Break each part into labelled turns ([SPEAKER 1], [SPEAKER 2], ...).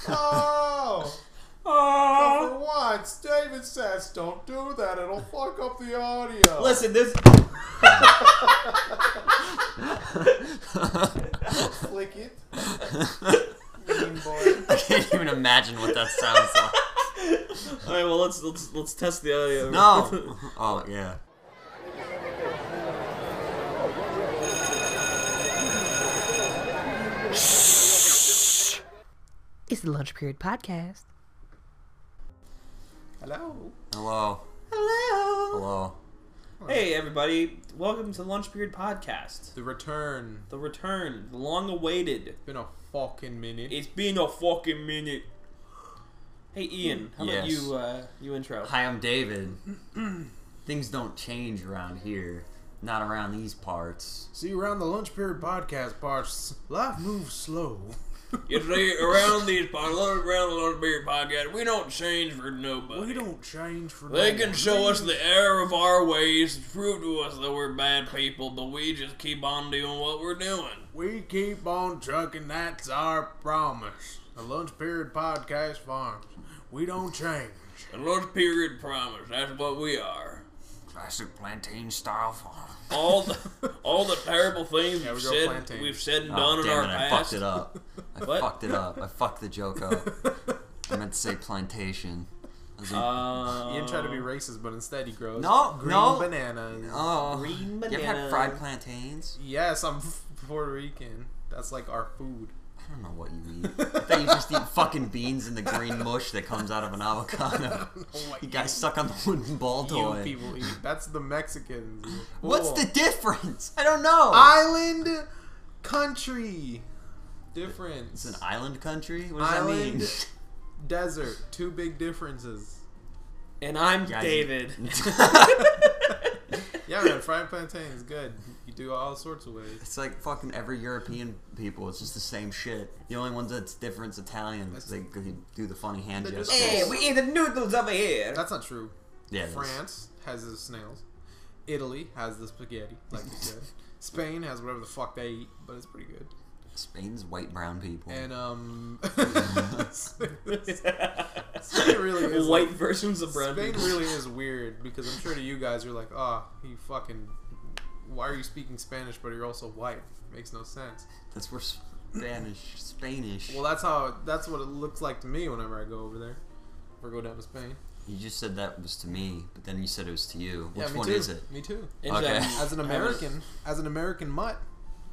[SPEAKER 1] Oh! But
[SPEAKER 2] Ah.
[SPEAKER 1] for once, David says, don't do that. It'll fuck up the audio.
[SPEAKER 2] Listen, this.
[SPEAKER 1] Flick it. mean boy.
[SPEAKER 3] I can't even imagine what that sounds like.
[SPEAKER 2] All right, well let's let's let's test the audio.
[SPEAKER 3] No. Oh yeah.
[SPEAKER 4] It's the Lunch Period Podcast.
[SPEAKER 1] Hello.
[SPEAKER 3] Hello.
[SPEAKER 2] Hello.
[SPEAKER 3] Hello.
[SPEAKER 2] Hey everybody, welcome to Lunch Period Podcast.
[SPEAKER 1] The return.
[SPEAKER 2] The return, the long-awaited.
[SPEAKER 1] Been a fucking minute.
[SPEAKER 2] It's been a fucking minute. Hey Ian, how about
[SPEAKER 3] Yes.
[SPEAKER 2] you? Uh, you intro.
[SPEAKER 3] Hi, I'm David. Things don't change around here. Not around these parts.
[SPEAKER 1] See you around the lunch period podcast, Parts. Life moves slow.
[SPEAKER 2] You see, around these pod, around the Lunch Period Podcast, we don't change for nobody.
[SPEAKER 1] don't change for
[SPEAKER 2] They can show us the error of our ways, prove to us that we're bad people, but we just keep on doing what we're doing.
[SPEAKER 1] We keep on trucking. That's our promise. The lunch period podcast farms. We don't change.
[SPEAKER 2] The Lord's period promise, that's what we are.
[SPEAKER 3] Classic plantain style farm.
[SPEAKER 2] All the all the terrible things
[SPEAKER 1] we
[SPEAKER 2] we've
[SPEAKER 1] go
[SPEAKER 2] said
[SPEAKER 1] plantain.
[SPEAKER 2] we've said and
[SPEAKER 3] Oh,
[SPEAKER 2] done in
[SPEAKER 3] damn
[SPEAKER 2] our
[SPEAKER 3] it! I
[SPEAKER 2] past.
[SPEAKER 3] fucked it up. I
[SPEAKER 2] What?
[SPEAKER 3] fucked it up. I fucked the joke up. I meant to say plantation. I was in-
[SPEAKER 2] Uh,
[SPEAKER 1] Ian tried to be racist, but instead he grows
[SPEAKER 3] Um, No,
[SPEAKER 1] green
[SPEAKER 3] no.
[SPEAKER 1] bananas.
[SPEAKER 3] oh.
[SPEAKER 2] Uh, green
[SPEAKER 3] You ever had
[SPEAKER 2] bananas.
[SPEAKER 3] fried plantains?
[SPEAKER 1] Yes, I'm f- Puerto Rican. That's like our food.
[SPEAKER 3] I don't know what you eat. I thought you just eat fucking beans and the green mush that comes out of an avocado.
[SPEAKER 1] what
[SPEAKER 3] You guys suck on the wooden ball
[SPEAKER 1] Oh you
[SPEAKER 3] toy.
[SPEAKER 1] people eat. That's the Mexicans.
[SPEAKER 3] What's
[SPEAKER 1] Cool.
[SPEAKER 3] the difference? I don't know.
[SPEAKER 1] island country difference?
[SPEAKER 3] it's an island country. What does that
[SPEAKER 1] island
[SPEAKER 3] mean?
[SPEAKER 1] desert. Two big differences.
[SPEAKER 2] And I'm
[SPEAKER 3] Guys-
[SPEAKER 2] David.
[SPEAKER 1] Yeah, man, fried plantain is good. You do it all sorts of ways.
[SPEAKER 3] It's like fucking every European people. It's just the same shit. The only ones that's different is Italian. 'cause They they do the funny hand
[SPEAKER 1] They're just-
[SPEAKER 3] gestures.
[SPEAKER 1] Hey, we
[SPEAKER 2] eat the noodles over here.
[SPEAKER 1] That's not true.
[SPEAKER 3] yeah, it is.
[SPEAKER 1] France has the snails. Italy has the spaghetti, like you said. Spain has whatever the fuck they eat, but it's pretty good.
[SPEAKER 3] Spain's white brown people.
[SPEAKER 1] And um, Spain really is Like,
[SPEAKER 2] White versions of brown
[SPEAKER 1] Spain
[SPEAKER 2] people.
[SPEAKER 1] really is weird because I'm sure to you guys you're like, ah, oh, you fucking, why are you speaking Spanish but you're also white? Makes no sense.
[SPEAKER 3] That's where Spanish, Spanish.
[SPEAKER 1] Well, that's how that's what it looks like to me whenever I go over there. Or go down to Spain.
[SPEAKER 3] you just said that was to me, but then you said it was to you. Which
[SPEAKER 1] yeah, me
[SPEAKER 3] one
[SPEAKER 1] too.
[SPEAKER 3] is it?
[SPEAKER 1] Me too.
[SPEAKER 2] And,
[SPEAKER 3] Okay.
[SPEAKER 2] um,
[SPEAKER 1] As an
[SPEAKER 2] I was-
[SPEAKER 1] American, as an American mutt,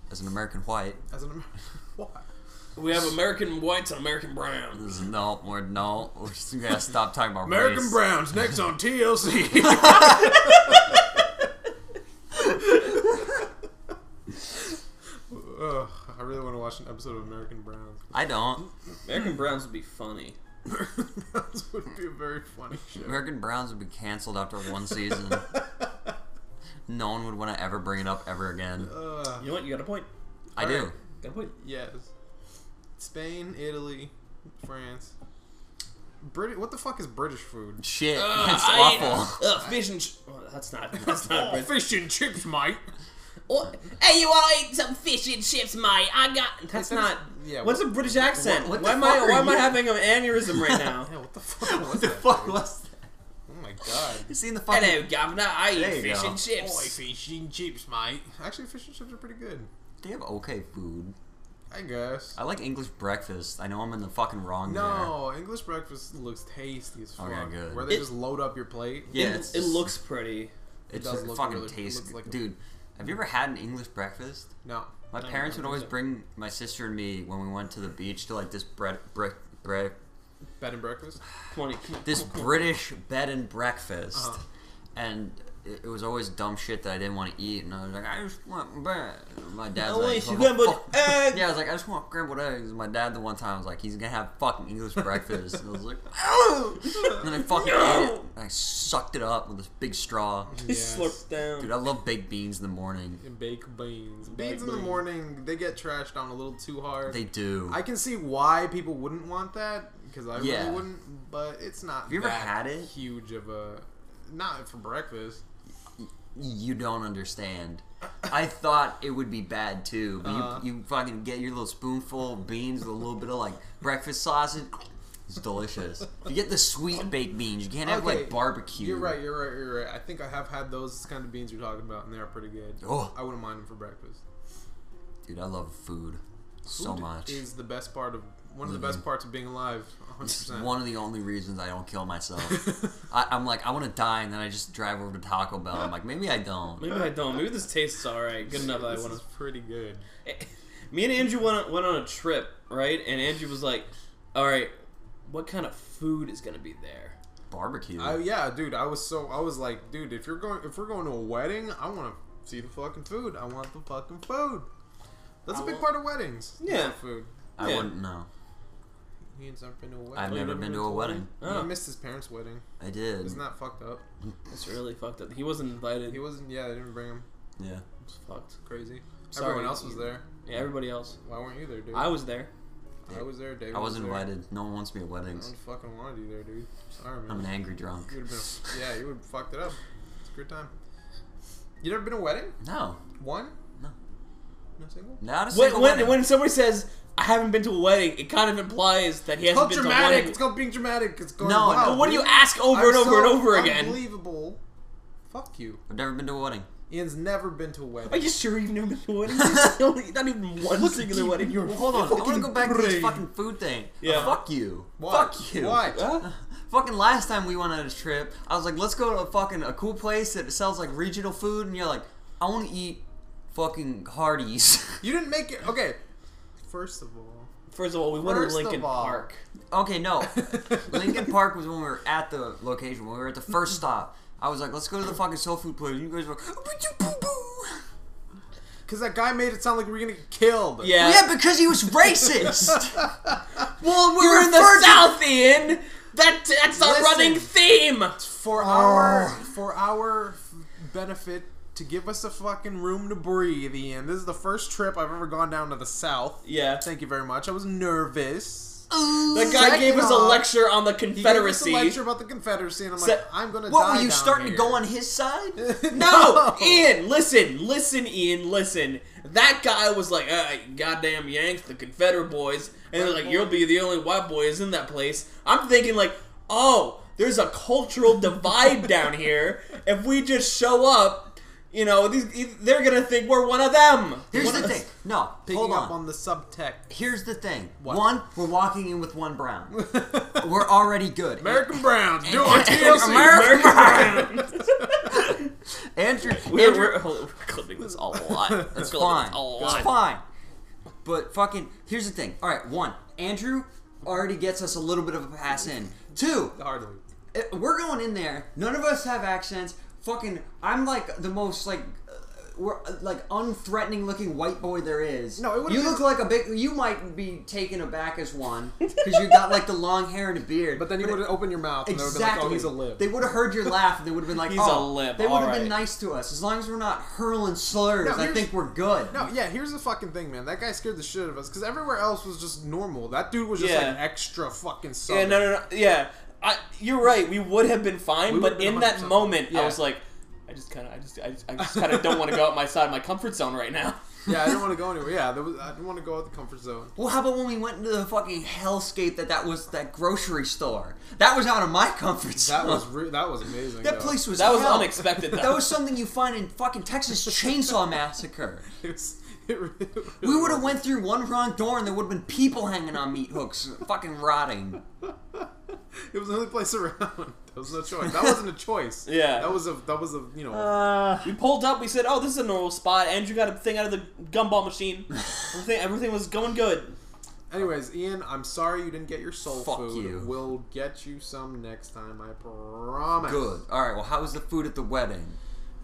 [SPEAKER 3] As an American white,
[SPEAKER 1] as an Amer- what?
[SPEAKER 2] we have American whites and American browns.
[SPEAKER 3] this is no, we're no. We're just we gotta stop talking about race.
[SPEAKER 1] Browns next on TLC. Ugh, I really want to watch an episode of American Browns.
[SPEAKER 3] I don't.
[SPEAKER 2] American browns would be funny.
[SPEAKER 1] American Browns would be a very funny show.
[SPEAKER 3] American Browns would be canceled after one season. no one would want to ever bring it up ever again.
[SPEAKER 1] Uh,
[SPEAKER 2] You know what? You got a point.
[SPEAKER 3] I do.
[SPEAKER 2] Got a point.
[SPEAKER 1] yes. Spain, Italy, France. Brit- what the fuck is British food?
[SPEAKER 3] Shit,
[SPEAKER 2] Uh,
[SPEAKER 3] that's
[SPEAKER 2] I ate,
[SPEAKER 3] awful.
[SPEAKER 2] uh, fish and ch- oh, that's not. That's not. British.
[SPEAKER 1] fish and chips, mate.
[SPEAKER 2] Oh, hey, you all ate some fish and chips, mate. I got. That's
[SPEAKER 1] Like,
[SPEAKER 2] not.
[SPEAKER 1] that is- yeah,
[SPEAKER 2] What's a British accent?
[SPEAKER 3] what the
[SPEAKER 2] why am
[SPEAKER 3] fuck
[SPEAKER 2] I?
[SPEAKER 3] are
[SPEAKER 2] Why am I
[SPEAKER 3] you-
[SPEAKER 2] having an aneurysm right now?
[SPEAKER 1] Yeah, what the fuck? was
[SPEAKER 3] What the
[SPEAKER 1] that?
[SPEAKER 3] fuck was that?
[SPEAKER 1] Oh my god.
[SPEAKER 3] You seen the fucking?
[SPEAKER 2] Hello, governor. I
[SPEAKER 3] There
[SPEAKER 2] eat
[SPEAKER 3] you
[SPEAKER 2] fish
[SPEAKER 3] go.
[SPEAKER 2] and
[SPEAKER 1] Oh,
[SPEAKER 2] chips.
[SPEAKER 1] fish and chips, mate. Actually, fish and chips are pretty good.
[SPEAKER 3] They have okay food.
[SPEAKER 1] I guess.
[SPEAKER 3] I like English breakfast. I know I'm in the fucking wrong
[SPEAKER 1] No, English breakfast looks tasty as fuck.
[SPEAKER 3] Okay, Oh, good.
[SPEAKER 1] Where they
[SPEAKER 2] It-
[SPEAKER 1] just load up your plate.
[SPEAKER 3] there. Yeah,
[SPEAKER 2] it,
[SPEAKER 3] it's
[SPEAKER 2] it
[SPEAKER 3] just-
[SPEAKER 2] looks pretty.
[SPEAKER 3] It,
[SPEAKER 1] does
[SPEAKER 3] just
[SPEAKER 1] look
[SPEAKER 3] fucking
[SPEAKER 1] really- it
[SPEAKER 3] tastes
[SPEAKER 1] looks like a-
[SPEAKER 3] Dude, have you ever had an English breakfast?
[SPEAKER 1] No.
[SPEAKER 3] My
[SPEAKER 2] No,
[SPEAKER 3] parents
[SPEAKER 2] I
[SPEAKER 3] would
[SPEAKER 2] don't
[SPEAKER 3] always
[SPEAKER 2] think so.
[SPEAKER 3] bring my sister and me when we went to the beach to like this bread, bread, bread
[SPEAKER 1] Bed and breakfast?
[SPEAKER 2] Come on, come on.
[SPEAKER 3] this British bed and breakfast,
[SPEAKER 1] Uh-huh.
[SPEAKER 3] and it, it was always dumb shit that I didn't want to eat, and I was like, I just want bread. And My dad's
[SPEAKER 2] I
[SPEAKER 3] like,
[SPEAKER 2] want
[SPEAKER 3] "Fuck-
[SPEAKER 2] scrambled
[SPEAKER 3] fuck."
[SPEAKER 2] egg.
[SPEAKER 3] yeah, I was like, I just want scrambled eggs. And my dad the one time was like, he's gonna have fucking English breakfast. And I was like, oh! And then I fucking ate it.
[SPEAKER 2] No.
[SPEAKER 3] And I sucked it up with this big straw.
[SPEAKER 2] Just slurp down.
[SPEAKER 3] Dude, I love baked beans in the morning.
[SPEAKER 1] And baked beans. Beans
[SPEAKER 2] Baked
[SPEAKER 1] in the
[SPEAKER 2] beans.
[SPEAKER 1] morning, they get trashed on a little too hard.
[SPEAKER 3] They do.
[SPEAKER 1] I can see why people wouldn't want that, because I
[SPEAKER 3] Yeah.
[SPEAKER 1] really wouldn't, but it's not
[SPEAKER 3] you ever
[SPEAKER 1] that
[SPEAKER 3] had it?
[SPEAKER 1] huge of a. Not for breakfast.
[SPEAKER 3] you don't understand. I thought it would be bad too, but
[SPEAKER 1] Uh-huh.
[SPEAKER 3] you, you fucking get your little spoonful of beans with a little bit of like breakfast sausage. It's delicious. You get the sweet baked beans. You can't have like barbecue.
[SPEAKER 1] You're right. You're right. You're right. I think I have had those kind of beans you're talking about, and they are pretty good.
[SPEAKER 3] Oh.
[SPEAKER 1] I wouldn't mind them for breakfast.
[SPEAKER 3] dude. I love food so
[SPEAKER 1] Food
[SPEAKER 3] much.
[SPEAKER 1] is the best part of one of the best parts of being alive. 100.
[SPEAKER 3] It's
[SPEAKER 1] percent
[SPEAKER 3] one of the only reasons I don't kill myself. I, I'm like, I want to die, and then I just drive over to Taco Bell. I'm like, maybe I don't.
[SPEAKER 2] Maybe I don't. Maybe this tastes all right. Good enough. that I
[SPEAKER 1] This
[SPEAKER 2] want
[SPEAKER 1] is
[SPEAKER 2] to.
[SPEAKER 1] pretty good.
[SPEAKER 2] Me and Andrew went on, went on a trip, right? And Andrew was like, "All right, what kind of food is gonna be there?"
[SPEAKER 3] Barbecue.
[SPEAKER 1] I, yeah, dude. I was so I was like, dude, if you're going if we're going to a wedding, I want to see the fucking food. I want the fucking food. That's a
[SPEAKER 2] I
[SPEAKER 1] big
[SPEAKER 2] want-
[SPEAKER 1] part of weddings. You
[SPEAKER 2] Yeah.
[SPEAKER 1] want food.
[SPEAKER 3] I
[SPEAKER 2] yeah.
[SPEAKER 3] wouldn't know.
[SPEAKER 1] He has never been to a wedding. Oh,
[SPEAKER 3] I've never been to a wedding.
[SPEAKER 1] He
[SPEAKER 2] Oh,
[SPEAKER 1] missed his parents' wedding.
[SPEAKER 3] I did.
[SPEAKER 1] Isn't that fucked up?
[SPEAKER 2] it's really fucked up. He wasn't invited.
[SPEAKER 1] He wasn't. Yeah, they didn't bring him.
[SPEAKER 3] yeah.
[SPEAKER 2] It's fucked.
[SPEAKER 1] Crazy.
[SPEAKER 2] Sorry,
[SPEAKER 1] Everyone else was
[SPEAKER 2] you-
[SPEAKER 1] there.
[SPEAKER 2] Yeah, everybody else.
[SPEAKER 1] Why weren't you there, dude?
[SPEAKER 2] I was there.
[SPEAKER 1] I was there, David.
[SPEAKER 3] I wasn't
[SPEAKER 1] was there.
[SPEAKER 3] invited. No one wants me
[SPEAKER 1] I
[SPEAKER 3] at weddings.
[SPEAKER 1] don't fucking wanted you there, dude. Sorry, man.
[SPEAKER 3] I'm an angry drunk.
[SPEAKER 1] You would have been. A, yeah, you would have fucked it up. It's a good time. You never been to a wedding?
[SPEAKER 3] No,
[SPEAKER 1] One?
[SPEAKER 3] No.
[SPEAKER 1] No single.
[SPEAKER 3] not a
[SPEAKER 2] When
[SPEAKER 3] single
[SPEAKER 2] when,
[SPEAKER 3] wedding.
[SPEAKER 2] when somebody says I haven't been to a wedding, it kind of implies that he hasn't
[SPEAKER 1] Called
[SPEAKER 2] been to a
[SPEAKER 1] dramatic.
[SPEAKER 2] wedding.
[SPEAKER 1] It's called being dramatic. It's going.
[SPEAKER 3] No,
[SPEAKER 1] wow,
[SPEAKER 3] no,
[SPEAKER 2] What do you
[SPEAKER 1] dude.
[SPEAKER 2] ask over
[SPEAKER 1] I'm
[SPEAKER 2] and over
[SPEAKER 1] so
[SPEAKER 2] and over again?
[SPEAKER 1] Unbelievable. Fuck you.
[SPEAKER 3] I've never been to a wedding.
[SPEAKER 1] Ian's never been to a
[SPEAKER 2] Are
[SPEAKER 1] wedding.
[SPEAKER 2] you sure you've never been to a wedding? There's only- not even one singular wedding.
[SPEAKER 1] your-
[SPEAKER 3] Well, hold on. I want to go back to this
[SPEAKER 1] brain.
[SPEAKER 3] fucking food thing.
[SPEAKER 2] Yeah.
[SPEAKER 3] fuck you.
[SPEAKER 1] Why?
[SPEAKER 3] Fuck you.
[SPEAKER 1] Why?
[SPEAKER 2] Huh?
[SPEAKER 3] Fucking last time we went on a trip, I was like, let's go to a fucking a cool place that sells like regional food, and you're like, I want to eat fucking Hardee's.
[SPEAKER 1] You didn't make it. Okay. First of all.
[SPEAKER 2] First of all, we went to
[SPEAKER 1] First of
[SPEAKER 2] Lincoln
[SPEAKER 1] all.
[SPEAKER 2] Park.
[SPEAKER 3] okay, no. Lincoln Park was when we were at the location, when we were at the first stop. I was like, let's go to the fucking soul food place. And you guys were like, "Boo-boo-boo-boo."
[SPEAKER 1] Because that guy made it sound like we were gonna get killed.
[SPEAKER 2] Yeah.
[SPEAKER 3] yeah, because he was racist.
[SPEAKER 2] well, we were in the
[SPEAKER 3] referred to-
[SPEAKER 2] South, Ian. That that's our
[SPEAKER 1] Listen.
[SPEAKER 2] running theme.
[SPEAKER 1] For our
[SPEAKER 2] Oh.
[SPEAKER 1] for our f- benefit, to give us a fucking room to breathe, Ian. This is the first trip I've ever gone down to the south.
[SPEAKER 2] Yeah.
[SPEAKER 1] Thank you very much. I was nervous.
[SPEAKER 2] The guy
[SPEAKER 1] Second
[SPEAKER 2] gave us a
[SPEAKER 1] off,
[SPEAKER 2] lecture on the
[SPEAKER 1] He gave us a
[SPEAKER 2] Confederacy.
[SPEAKER 1] lecture about the Confederacy, and I'm like,
[SPEAKER 2] Se-
[SPEAKER 1] I'm gonna.
[SPEAKER 3] what
[SPEAKER 1] die
[SPEAKER 3] were you
[SPEAKER 1] down
[SPEAKER 3] starting
[SPEAKER 1] here.
[SPEAKER 3] to go on his side?
[SPEAKER 2] No, Ian, listen, listen, Ian, listen. That guy was like, uh, goddamn Yanks, the Confederate boys, and they're like, you'll be the only white boys in that place. I'm thinking like, oh, there's a cultural divide down here. If we just show up, you know, these, they're gonna think we're one of them.
[SPEAKER 3] Here's
[SPEAKER 2] One
[SPEAKER 3] the
[SPEAKER 2] of-
[SPEAKER 3] thing. No,
[SPEAKER 1] Picking
[SPEAKER 3] hold
[SPEAKER 1] up on the subtext.
[SPEAKER 3] Here's the thing.
[SPEAKER 1] What?
[SPEAKER 3] One, we're walking in with one brown. we're already good.
[SPEAKER 1] American Browns, do it on TLC.
[SPEAKER 3] American
[SPEAKER 2] American-
[SPEAKER 3] Andrew,
[SPEAKER 2] we're,
[SPEAKER 3] Andrew-
[SPEAKER 2] we're, hold on, we're clipping this a lot.
[SPEAKER 3] it's
[SPEAKER 2] Clipping
[SPEAKER 3] fine.
[SPEAKER 2] this a lot.
[SPEAKER 3] It's fine. But fucking, here's the thing. All right, one, Andrew already gets us a little bit of a pass in. Two,
[SPEAKER 1] Hardly.
[SPEAKER 3] eh, we're going in there. None of us have accents. Fucking, I'm like the most like. uh, We're uh, like unthreatening looking white boy there is.
[SPEAKER 1] No, it would've
[SPEAKER 3] you
[SPEAKER 1] been-
[SPEAKER 3] look like a big. You might be taken aback as one because you got like the long hair and a beard.
[SPEAKER 1] But then you
[SPEAKER 3] it-
[SPEAKER 1] would have opened your mouth, and they would
[SPEAKER 3] Exactly.
[SPEAKER 1] have been like, "Oh, he's a lib."
[SPEAKER 3] They would have heard your laugh and they would have been like,
[SPEAKER 2] He's
[SPEAKER 3] oh,
[SPEAKER 2] a lib,
[SPEAKER 3] They would have
[SPEAKER 2] alright.
[SPEAKER 3] been nice to us. As long as we're not hurling slurs,
[SPEAKER 1] No,
[SPEAKER 3] I
[SPEAKER 1] here's-
[SPEAKER 3] think we're good.
[SPEAKER 1] No, yeah, here's the fucking thing, man. That guy scared the shit out of us because everywhere else was just normal. That dude was just
[SPEAKER 2] Yeah.
[SPEAKER 1] like extra fucking
[SPEAKER 2] Yeah,
[SPEAKER 1] southern.
[SPEAKER 2] no, no, no. Yeah, I, you're right. We would have been fine,
[SPEAKER 1] We
[SPEAKER 2] but
[SPEAKER 1] would've been
[SPEAKER 2] in that
[SPEAKER 1] 100%.
[SPEAKER 2] moment, I
[SPEAKER 1] Yeah.
[SPEAKER 2] was like, I just kind of, I just, I just, I just kind of don't want to go outside my comfort zone right now.
[SPEAKER 1] yeah, I didn't want to go anywhere. Yeah, there was, I didn't want to go out the comfort zone.
[SPEAKER 3] Well, how about when we went into the fucking hellscape that that was that grocery store? That was out of my comfort zone.
[SPEAKER 1] That was re- that was amazing.
[SPEAKER 3] that
[SPEAKER 1] though.
[SPEAKER 3] place was
[SPEAKER 2] That was
[SPEAKER 3] hell.
[SPEAKER 2] unexpected, though.
[SPEAKER 3] that was something you find in fucking Texas Chainsaw Massacre.
[SPEAKER 1] It was- it really- it really
[SPEAKER 3] We would have
[SPEAKER 1] was.
[SPEAKER 3] went through one wrong door and there would have been people hanging on meat hooks, fucking rotting.
[SPEAKER 1] It was the only place around. That was no choice. That wasn't a choice.
[SPEAKER 2] Yeah. Uh,
[SPEAKER 1] That was a. That was a. You know.
[SPEAKER 3] uh,
[SPEAKER 2] We pulled up. We said, "Oh, this is a normal spot." Andrew got a thing out of the gumball machine. Everything, everything was going good.
[SPEAKER 1] anyways, Ian, I'm sorry you didn't get your soul
[SPEAKER 3] Fuck
[SPEAKER 1] food.
[SPEAKER 3] you.
[SPEAKER 1] We'll get you some next time. I promise.
[SPEAKER 3] Good. All right. Well, how was the food at the wedding?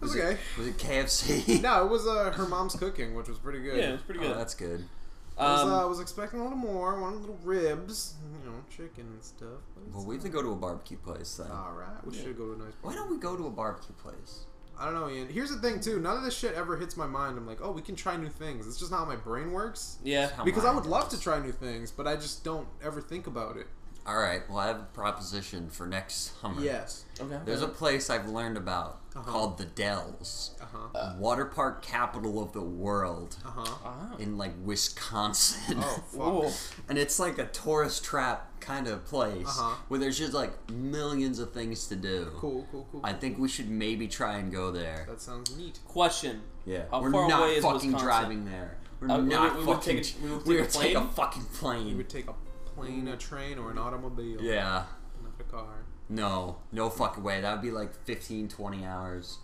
[SPEAKER 1] It was okay.
[SPEAKER 3] Was it KFC?
[SPEAKER 1] No, it was uh, her mom's cooking, which was pretty good.
[SPEAKER 2] Yeah, it was pretty
[SPEAKER 3] Oh,
[SPEAKER 2] good.
[SPEAKER 3] that's good.
[SPEAKER 1] I was, uh, I
[SPEAKER 2] um,
[SPEAKER 1] was expecting a little more. Wanted little ribs, you know, chicken and stuff. but it's-
[SPEAKER 3] Well, we have to go to a barbecue place then.
[SPEAKER 1] all right. We should go to a nice.
[SPEAKER 3] Why don't we go to a barbecue place?
[SPEAKER 1] I don't know, Ian. Here's the thing, too. None of this shit ever hits my mind. I'm like, oh, we can try new things. It's just not how my brain works.
[SPEAKER 2] yeah.
[SPEAKER 3] How
[SPEAKER 1] Because I
[SPEAKER 3] mine
[SPEAKER 1] would love
[SPEAKER 3] does.
[SPEAKER 1] to try new things, but I just don't ever think about it.
[SPEAKER 3] All right. Well, I have a proposition for next summer.
[SPEAKER 1] Yes.
[SPEAKER 2] Okay.
[SPEAKER 3] There's a place I've learned about
[SPEAKER 1] Uh-huh.
[SPEAKER 3] called the Dells, water park capital of the world,
[SPEAKER 2] Oh.
[SPEAKER 3] in like Wisconsin.
[SPEAKER 1] Uh-huh. Oh, fuck.
[SPEAKER 2] Ooh.
[SPEAKER 3] and it's like a tourist trap kind of place
[SPEAKER 1] Uh-huh.
[SPEAKER 3] where there's just like millions of things to do.
[SPEAKER 1] Cool, cool, cool.
[SPEAKER 3] I think we should maybe try and go there.
[SPEAKER 1] that sounds neat.
[SPEAKER 2] Question.
[SPEAKER 3] yeah,
[SPEAKER 2] How
[SPEAKER 3] we're
[SPEAKER 2] far
[SPEAKER 3] not
[SPEAKER 2] away is
[SPEAKER 3] fucking
[SPEAKER 2] Wisconsin?
[SPEAKER 3] driving there. We're
[SPEAKER 2] Uh, we-
[SPEAKER 3] not
[SPEAKER 2] we would
[SPEAKER 3] fucking.
[SPEAKER 2] take a- we would take
[SPEAKER 3] we
[SPEAKER 2] a
[SPEAKER 3] would take a
[SPEAKER 2] plane?
[SPEAKER 3] fucking plane.
[SPEAKER 1] You would take a plane, a train, or an automobile.
[SPEAKER 3] yeah.
[SPEAKER 1] Not a car.
[SPEAKER 3] No, no fucking way. That would be like 15, 20 hours.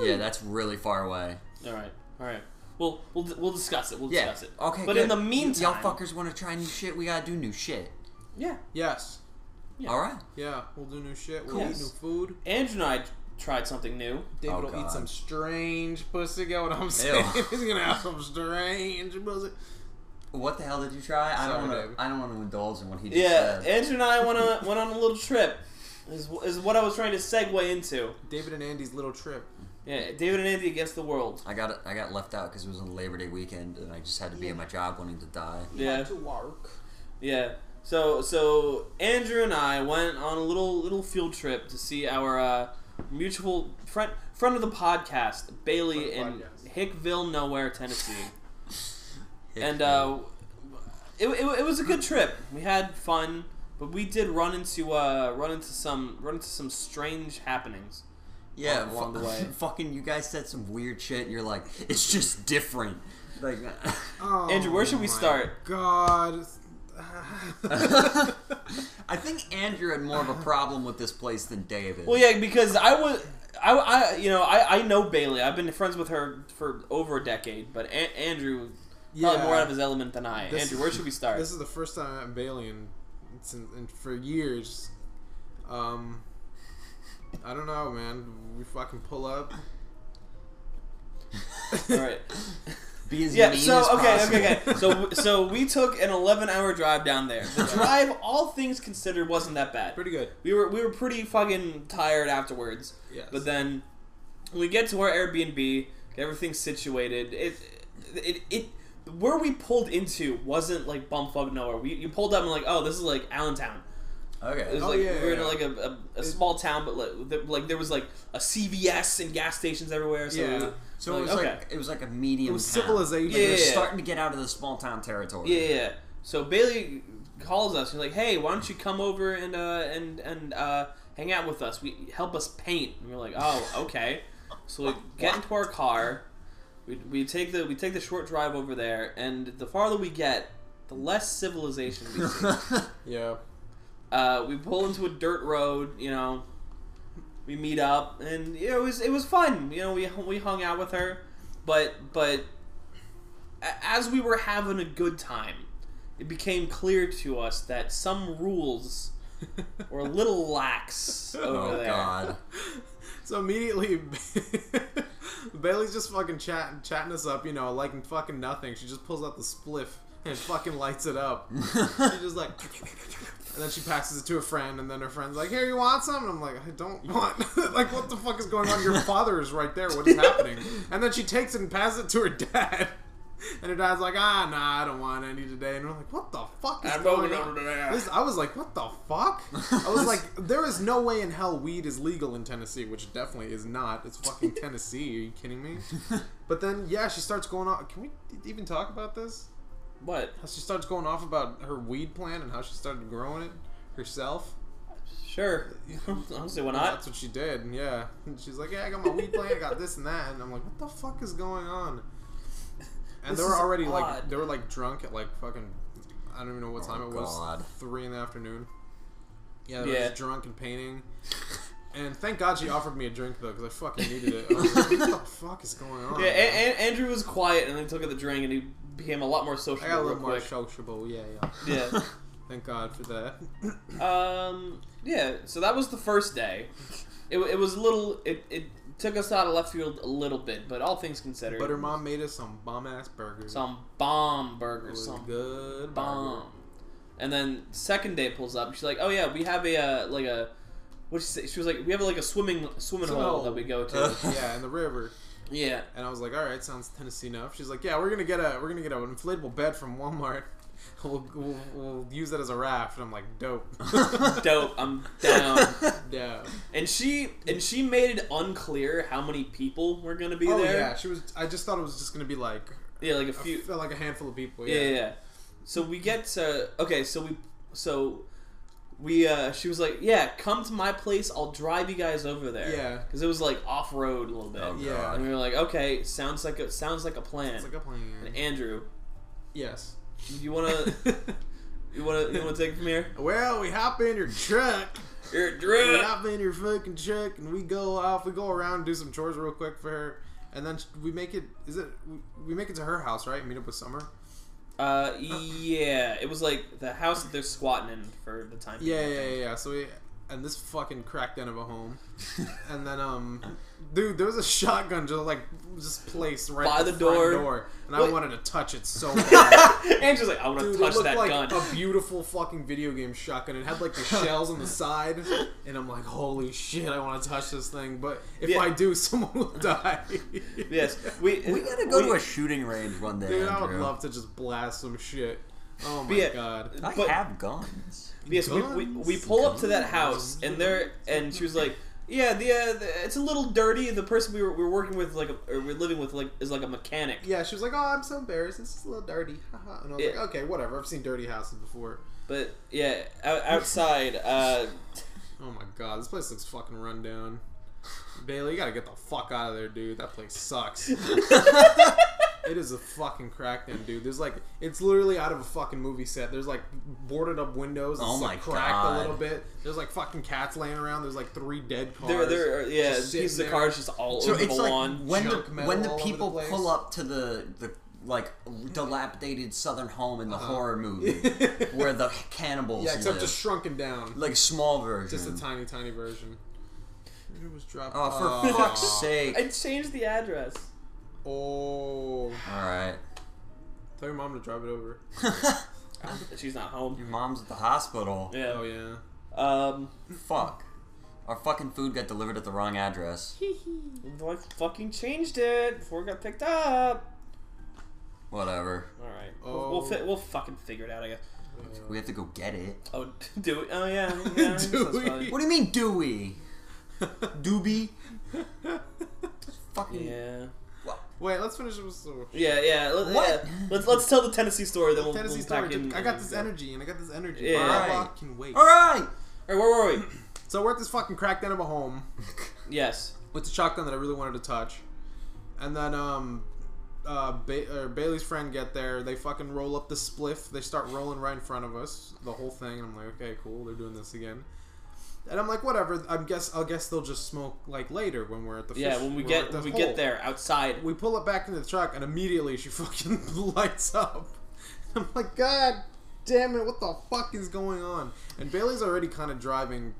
[SPEAKER 3] yeah, that's really far away.
[SPEAKER 2] All right. All right. Well, we'll we'll discuss it. We'll
[SPEAKER 3] Yeah.
[SPEAKER 2] discuss it.
[SPEAKER 3] Okay.
[SPEAKER 2] But
[SPEAKER 3] good.
[SPEAKER 2] in the
[SPEAKER 3] Y-
[SPEAKER 2] meantime,
[SPEAKER 3] y'all fuckers want to try new shit. We gotta do new shit.
[SPEAKER 2] Yeah.
[SPEAKER 1] Yes.
[SPEAKER 2] Yeah.
[SPEAKER 3] All right.
[SPEAKER 1] Yeah, we'll do new shit. We'll
[SPEAKER 2] Cool.
[SPEAKER 1] eat new food.
[SPEAKER 2] Andrew and I tried something new.
[SPEAKER 1] David
[SPEAKER 3] Oh,
[SPEAKER 1] will
[SPEAKER 3] God.
[SPEAKER 1] eat some strange pussy. Get what I'm saying? He's gonna have some strange pussy.
[SPEAKER 3] What the hell did you try? I
[SPEAKER 1] Sorry,
[SPEAKER 3] don't want
[SPEAKER 1] David.
[SPEAKER 3] to. I don't want to indulge in what he just
[SPEAKER 2] Yeah.
[SPEAKER 3] said.
[SPEAKER 2] Andrew and I went on went on a little trip. Is is what I was trying to segue into.
[SPEAKER 1] David and Andy's little trip.
[SPEAKER 2] Yeah. David and Andy against the world.
[SPEAKER 3] I got I got left out because it was on Labor Day weekend, and I just had to be at my job wanting to die.
[SPEAKER 2] Yeah.
[SPEAKER 1] to work.
[SPEAKER 2] Yeah. So so Andrew and I went on a little little field trip to see our uh, mutual friend friend of the podcast Bailey
[SPEAKER 1] Friend
[SPEAKER 2] in
[SPEAKER 1] of the
[SPEAKER 2] Hickville, nowhere, Tennessee. and uh, it, it, it was a good trip. We had fun, but we did run into uh, run into some run into some strange happenings.
[SPEAKER 3] yeah,
[SPEAKER 2] along- along
[SPEAKER 3] fu-
[SPEAKER 2] the way.
[SPEAKER 3] fucking, you guys said some weird shit. And you're like, it's just different. Like,
[SPEAKER 1] Oh,
[SPEAKER 2] Andrew, where should we
[SPEAKER 1] my
[SPEAKER 2] start?
[SPEAKER 1] God.
[SPEAKER 3] I think Andrew had more of a problem with this place than David.
[SPEAKER 2] Well, yeah, because I was. I, I, you know, I, I know Bailey. I've been friends with her for over a decade, but An- Andrew, probably
[SPEAKER 1] Yeah.
[SPEAKER 2] more out of his element than I.
[SPEAKER 1] This
[SPEAKER 2] Andrew,
[SPEAKER 1] is-
[SPEAKER 2] where should we start?
[SPEAKER 1] This is the first time I'm Bailey in, since, in for years. Um, I don't know, man. We fucking pull up.
[SPEAKER 2] All right.
[SPEAKER 3] Be as
[SPEAKER 2] Yeah.
[SPEAKER 3] mean
[SPEAKER 2] So
[SPEAKER 3] as
[SPEAKER 2] okay,
[SPEAKER 3] possible.
[SPEAKER 2] okay, okay. So so we took an 11-hour drive down there. The drive, all things considered, wasn't that bad.
[SPEAKER 1] Pretty good.
[SPEAKER 2] We were we were pretty fucking tired afterwards.
[SPEAKER 1] Yes.
[SPEAKER 2] But then we get to our Airbnb, get everything situated. It it it where we pulled into wasn't like bumfuck nowhere. We you pulled up and like, oh, this is like Allentown. It was
[SPEAKER 3] Okay.
[SPEAKER 1] Oh,
[SPEAKER 2] like
[SPEAKER 1] yeah,
[SPEAKER 2] we were in
[SPEAKER 1] yeah.
[SPEAKER 2] like a, a, a small town, but like, there- like there was like a CVS and gas stations everywhere. So
[SPEAKER 1] Yeah.
[SPEAKER 2] we-
[SPEAKER 3] So it was
[SPEAKER 2] okay.
[SPEAKER 3] like it was like a medium.
[SPEAKER 1] It was
[SPEAKER 3] town.
[SPEAKER 1] civilization.
[SPEAKER 3] Like, We're
[SPEAKER 2] Yeah.
[SPEAKER 3] starting to get out of the small town territory.
[SPEAKER 2] Yeah, yeah, yeah. So Bailey calls us. He's like, "Hey, why don't you come over and uh, and and uh, hang out with us? We help us paint." And we're like, "Oh, okay." So we get into our car. We, we take the we take the short drive over there, and the farther we get, the less civilization we see.
[SPEAKER 1] Yeah.
[SPEAKER 2] uh, we pull into a dirt road. You know, we meet up, and you know, it was it was fun. You know, we we hung out with her, but but a- as we were having a good time, it became clear to us that some rules were a little lax over
[SPEAKER 3] Oh
[SPEAKER 2] there.
[SPEAKER 3] God.
[SPEAKER 1] So immediately, Bailey's just fucking chatting, chatting us up, you know, liking fucking nothing. She just pulls out the spliff and fucking lights it up. She's just like, and then she passes it to a friend, and then her friend's like, "Here, you want some?" And I'm like, "I don't want." like, what the fuck is going on? Your father is right there. What is happening? And then she takes it and passes it to her dad. And her dad's like, ah, nah, I don't want any today. And we're like, what the fuck is
[SPEAKER 2] I'm
[SPEAKER 1] going
[SPEAKER 2] over
[SPEAKER 1] on?
[SPEAKER 2] there.
[SPEAKER 1] This, I was like, what the fuck? I was like, there is no way in hell weed is legal in Tennessee, which it definitely is not. It's fucking Tennessee. Are you kidding me? But then, yeah, she starts going on. Can we even talk about this?
[SPEAKER 2] What?
[SPEAKER 1] How she starts going off about her weed plant and how she started growing it herself.
[SPEAKER 2] Sure. Honestly, why not?
[SPEAKER 1] That's what she did, and yeah. And she's like, yeah, I got my weed plant, I got this and that, and I'm like, what the fuck is going on? And
[SPEAKER 2] This
[SPEAKER 1] they were
[SPEAKER 2] is
[SPEAKER 1] already like,
[SPEAKER 2] odd.
[SPEAKER 1] they were like drunk at like fucking, I don't even know what time
[SPEAKER 3] Oh,
[SPEAKER 1] it was,
[SPEAKER 3] God.
[SPEAKER 1] three in the afternoon. Yeah, they were
[SPEAKER 2] Yeah.
[SPEAKER 1] just drunk and painting. And thank God she offered me a drink though, because I fucking needed it. I was like, what the fuck is going on?
[SPEAKER 2] Yeah,
[SPEAKER 1] man?
[SPEAKER 2] and, Andrew was quiet, and then he took at the drink, and he became a lot more social.
[SPEAKER 1] I got a
[SPEAKER 2] real
[SPEAKER 1] little more
[SPEAKER 2] quick.
[SPEAKER 1] sociable. Yeah, yeah.
[SPEAKER 2] Yeah.
[SPEAKER 1] Thank God for that.
[SPEAKER 2] Um, yeah, so that was the first day. It, it was a little. It, it took us out of left field a little bit, but all things considered.
[SPEAKER 1] But her mom made us some bomb ass burgers.
[SPEAKER 2] Some bomb
[SPEAKER 1] It
[SPEAKER 2] burger.
[SPEAKER 1] was
[SPEAKER 2] Some
[SPEAKER 1] good burger.
[SPEAKER 2] bomb. And then second day pulls up. She's like, oh yeah, we have a, uh, like a. What she say? She was like, we have like a swimming swimming
[SPEAKER 1] Swimming
[SPEAKER 2] hole
[SPEAKER 1] hole. Uh.
[SPEAKER 2] that we go to.
[SPEAKER 1] Yeah, in the river.
[SPEAKER 2] yeah.
[SPEAKER 1] And I was like, "All right, sounds Tennessee enough." She's like, "Yeah, we're gonna get a we're gonna get an inflatable bed from Walmart." We'll, we'll, we'll use that as a raft. And I'm like, dope.
[SPEAKER 2] Dope. I'm down.
[SPEAKER 1] yeah.
[SPEAKER 2] And she and she made it unclear how many people were gonna be
[SPEAKER 1] Oh
[SPEAKER 2] there.
[SPEAKER 1] yeah, she was. I just thought it was just gonna be like
[SPEAKER 2] Yeah, like a
[SPEAKER 1] a
[SPEAKER 2] few.
[SPEAKER 1] f- like a handful of people.
[SPEAKER 2] yeah,
[SPEAKER 1] Yeah.
[SPEAKER 2] yeah, yeah. So we get to okay. So we so we uh she was like, yeah, come to my place. I'll drive you guys over there.
[SPEAKER 1] Yeah.
[SPEAKER 2] because it was like off road a little bit.
[SPEAKER 3] Oh,
[SPEAKER 1] Yeah.
[SPEAKER 2] And we were like, okay, sounds like a sounds like a plan.
[SPEAKER 1] It's like a
[SPEAKER 2] and
[SPEAKER 1] plan.
[SPEAKER 2] Andrew,
[SPEAKER 1] Yes.
[SPEAKER 2] you wanna you wanna you wanna take it from here?
[SPEAKER 1] well, we hop in your truck.
[SPEAKER 2] You're a
[SPEAKER 1] we
[SPEAKER 2] drunk.
[SPEAKER 1] hop in your fucking truck, and we go off. We go around, and do some chores real quick for her, and then we make it. Is it? We make it to her house, right? Meet up with Summer.
[SPEAKER 2] Uh, yeah, it was like the house that they're squatting in for the time.
[SPEAKER 1] Yeah,
[SPEAKER 2] being, I
[SPEAKER 1] yeah,
[SPEAKER 2] think.
[SPEAKER 1] yeah. yeah. So we and this fucking crackdown of a home, and then um, dude, there was a shotgun just like just placed right
[SPEAKER 2] By
[SPEAKER 1] at
[SPEAKER 2] the
[SPEAKER 1] front
[SPEAKER 2] door.
[SPEAKER 1] and I
[SPEAKER 2] What?
[SPEAKER 1] wanted to touch it so bad.
[SPEAKER 2] Andrew's like, I want to
[SPEAKER 1] dude, it
[SPEAKER 2] touch
[SPEAKER 1] looked
[SPEAKER 2] that
[SPEAKER 1] like
[SPEAKER 2] gun.
[SPEAKER 1] a beautiful fucking video game shotgun. It had like the shells on the side, and I'm like, holy shit, I want to touch this thing. But if
[SPEAKER 2] Yeah.
[SPEAKER 1] I do, someone will die.
[SPEAKER 2] yes, we
[SPEAKER 3] We gotta go to a shooting range one day.
[SPEAKER 1] dude, I would
[SPEAKER 3] Andrew.
[SPEAKER 1] love to just blast some shit. Oh my
[SPEAKER 2] But yeah,
[SPEAKER 1] god.
[SPEAKER 3] I
[SPEAKER 2] but-
[SPEAKER 3] have guns.
[SPEAKER 2] Yes, we, we,
[SPEAKER 1] Guns.
[SPEAKER 2] we pull up to that house and there and she was like, yeah, the, uh, the it's a little dirty. The person we were, we were working with like a, or we're living with like is like a mechanic.
[SPEAKER 1] Yeah, she was like, "Oh, I'm so embarrassed. This is a little dirty." haha." and I was
[SPEAKER 2] Yeah.
[SPEAKER 1] like, "Okay, whatever. I've seen dirty houses before."
[SPEAKER 2] But yeah, out, outside, uh,
[SPEAKER 1] Oh my god, this place looks fucking rundown. Bailey, you gotta get the fuck out of there, dude. That place sucks. it is a fucking crackdown, dude. There's like, it's literally out of a fucking movie set. There's like boarded up windows. It's
[SPEAKER 3] Oh
[SPEAKER 1] like
[SPEAKER 3] my
[SPEAKER 1] cracked
[SPEAKER 3] God.
[SPEAKER 1] a little bit. There's like fucking cats laying around. There's like three dead cars.
[SPEAKER 2] there there are, yeah
[SPEAKER 1] Just sitting
[SPEAKER 2] pieces of
[SPEAKER 1] there.
[SPEAKER 2] cars just all
[SPEAKER 3] So
[SPEAKER 2] over
[SPEAKER 3] it's
[SPEAKER 2] the
[SPEAKER 3] like
[SPEAKER 2] lawn.
[SPEAKER 3] when the
[SPEAKER 1] junk metal
[SPEAKER 3] when the
[SPEAKER 1] all over the
[SPEAKER 3] people
[SPEAKER 1] place.
[SPEAKER 3] pull up to the the like dilapidated southern home in the horror movie where the cannibals
[SPEAKER 1] Uh-huh. yeah, except
[SPEAKER 3] live.
[SPEAKER 1] just shrunken down.
[SPEAKER 3] like small version.
[SPEAKER 1] Just a tiny, tiny version. It was dropped.
[SPEAKER 3] Mm. oh, for fuck's sake!
[SPEAKER 2] I changed the address.
[SPEAKER 1] Oh.
[SPEAKER 3] All right,
[SPEAKER 1] Tell your mom to drive it over.
[SPEAKER 2] She's not home.
[SPEAKER 3] your mom's at the hospital.
[SPEAKER 2] Yeah.
[SPEAKER 1] Oh yeah.
[SPEAKER 2] Um.
[SPEAKER 3] Fuck. Our fucking food got delivered at the wrong address.
[SPEAKER 2] I fucking changed it before it got picked up.
[SPEAKER 3] Whatever.
[SPEAKER 2] All right,
[SPEAKER 1] Oh.
[SPEAKER 2] we'll we'll, fi- we'll fucking figure it out, I guess.
[SPEAKER 3] We have to go get it.
[SPEAKER 2] Oh, do we? Oh yeah, yeah I guess
[SPEAKER 1] Do
[SPEAKER 2] that's
[SPEAKER 1] we?
[SPEAKER 2] probably-
[SPEAKER 3] What do you mean, do we? Doobie? Fucking.
[SPEAKER 2] Yeah,
[SPEAKER 1] Wait, let's finish this story.
[SPEAKER 2] yeah, yeah. Let,
[SPEAKER 3] What?
[SPEAKER 2] yeah. Let's let's tell the Tennessee story. Then we'll,
[SPEAKER 1] Tennessee
[SPEAKER 2] we'll
[SPEAKER 1] story.
[SPEAKER 2] pack in-
[SPEAKER 1] dude. I got this energy and I got this energy.
[SPEAKER 2] Yeah.
[SPEAKER 1] Blah, blah,
[SPEAKER 3] Alright.
[SPEAKER 1] can wait.
[SPEAKER 3] All right.
[SPEAKER 2] All right, where were we?
[SPEAKER 1] So we're at this fucking crackdown of a home
[SPEAKER 3] Oh
[SPEAKER 2] yes.
[SPEAKER 1] with the shotgun that I really wanted to touch, and then um, uh, ba- or Bailey's friend get there. They fucking roll up the spliff. They start rolling right in front of us, the whole thing. And I'm like, okay, cool. They're doing this again. And I'm like, whatever. I guess I'll guess they'll just smoke like later when we're at the
[SPEAKER 2] Yeah,
[SPEAKER 1] fish-
[SPEAKER 2] when we
[SPEAKER 1] we're
[SPEAKER 2] get
[SPEAKER 1] at
[SPEAKER 2] when
[SPEAKER 1] the
[SPEAKER 2] we get
[SPEAKER 1] hole.
[SPEAKER 2] there outside.
[SPEAKER 1] We pull it back into the truck, and immediately she fucking lights up. I'm like, God damn it, what the fuck is going on? And Bailey's already kind of driving.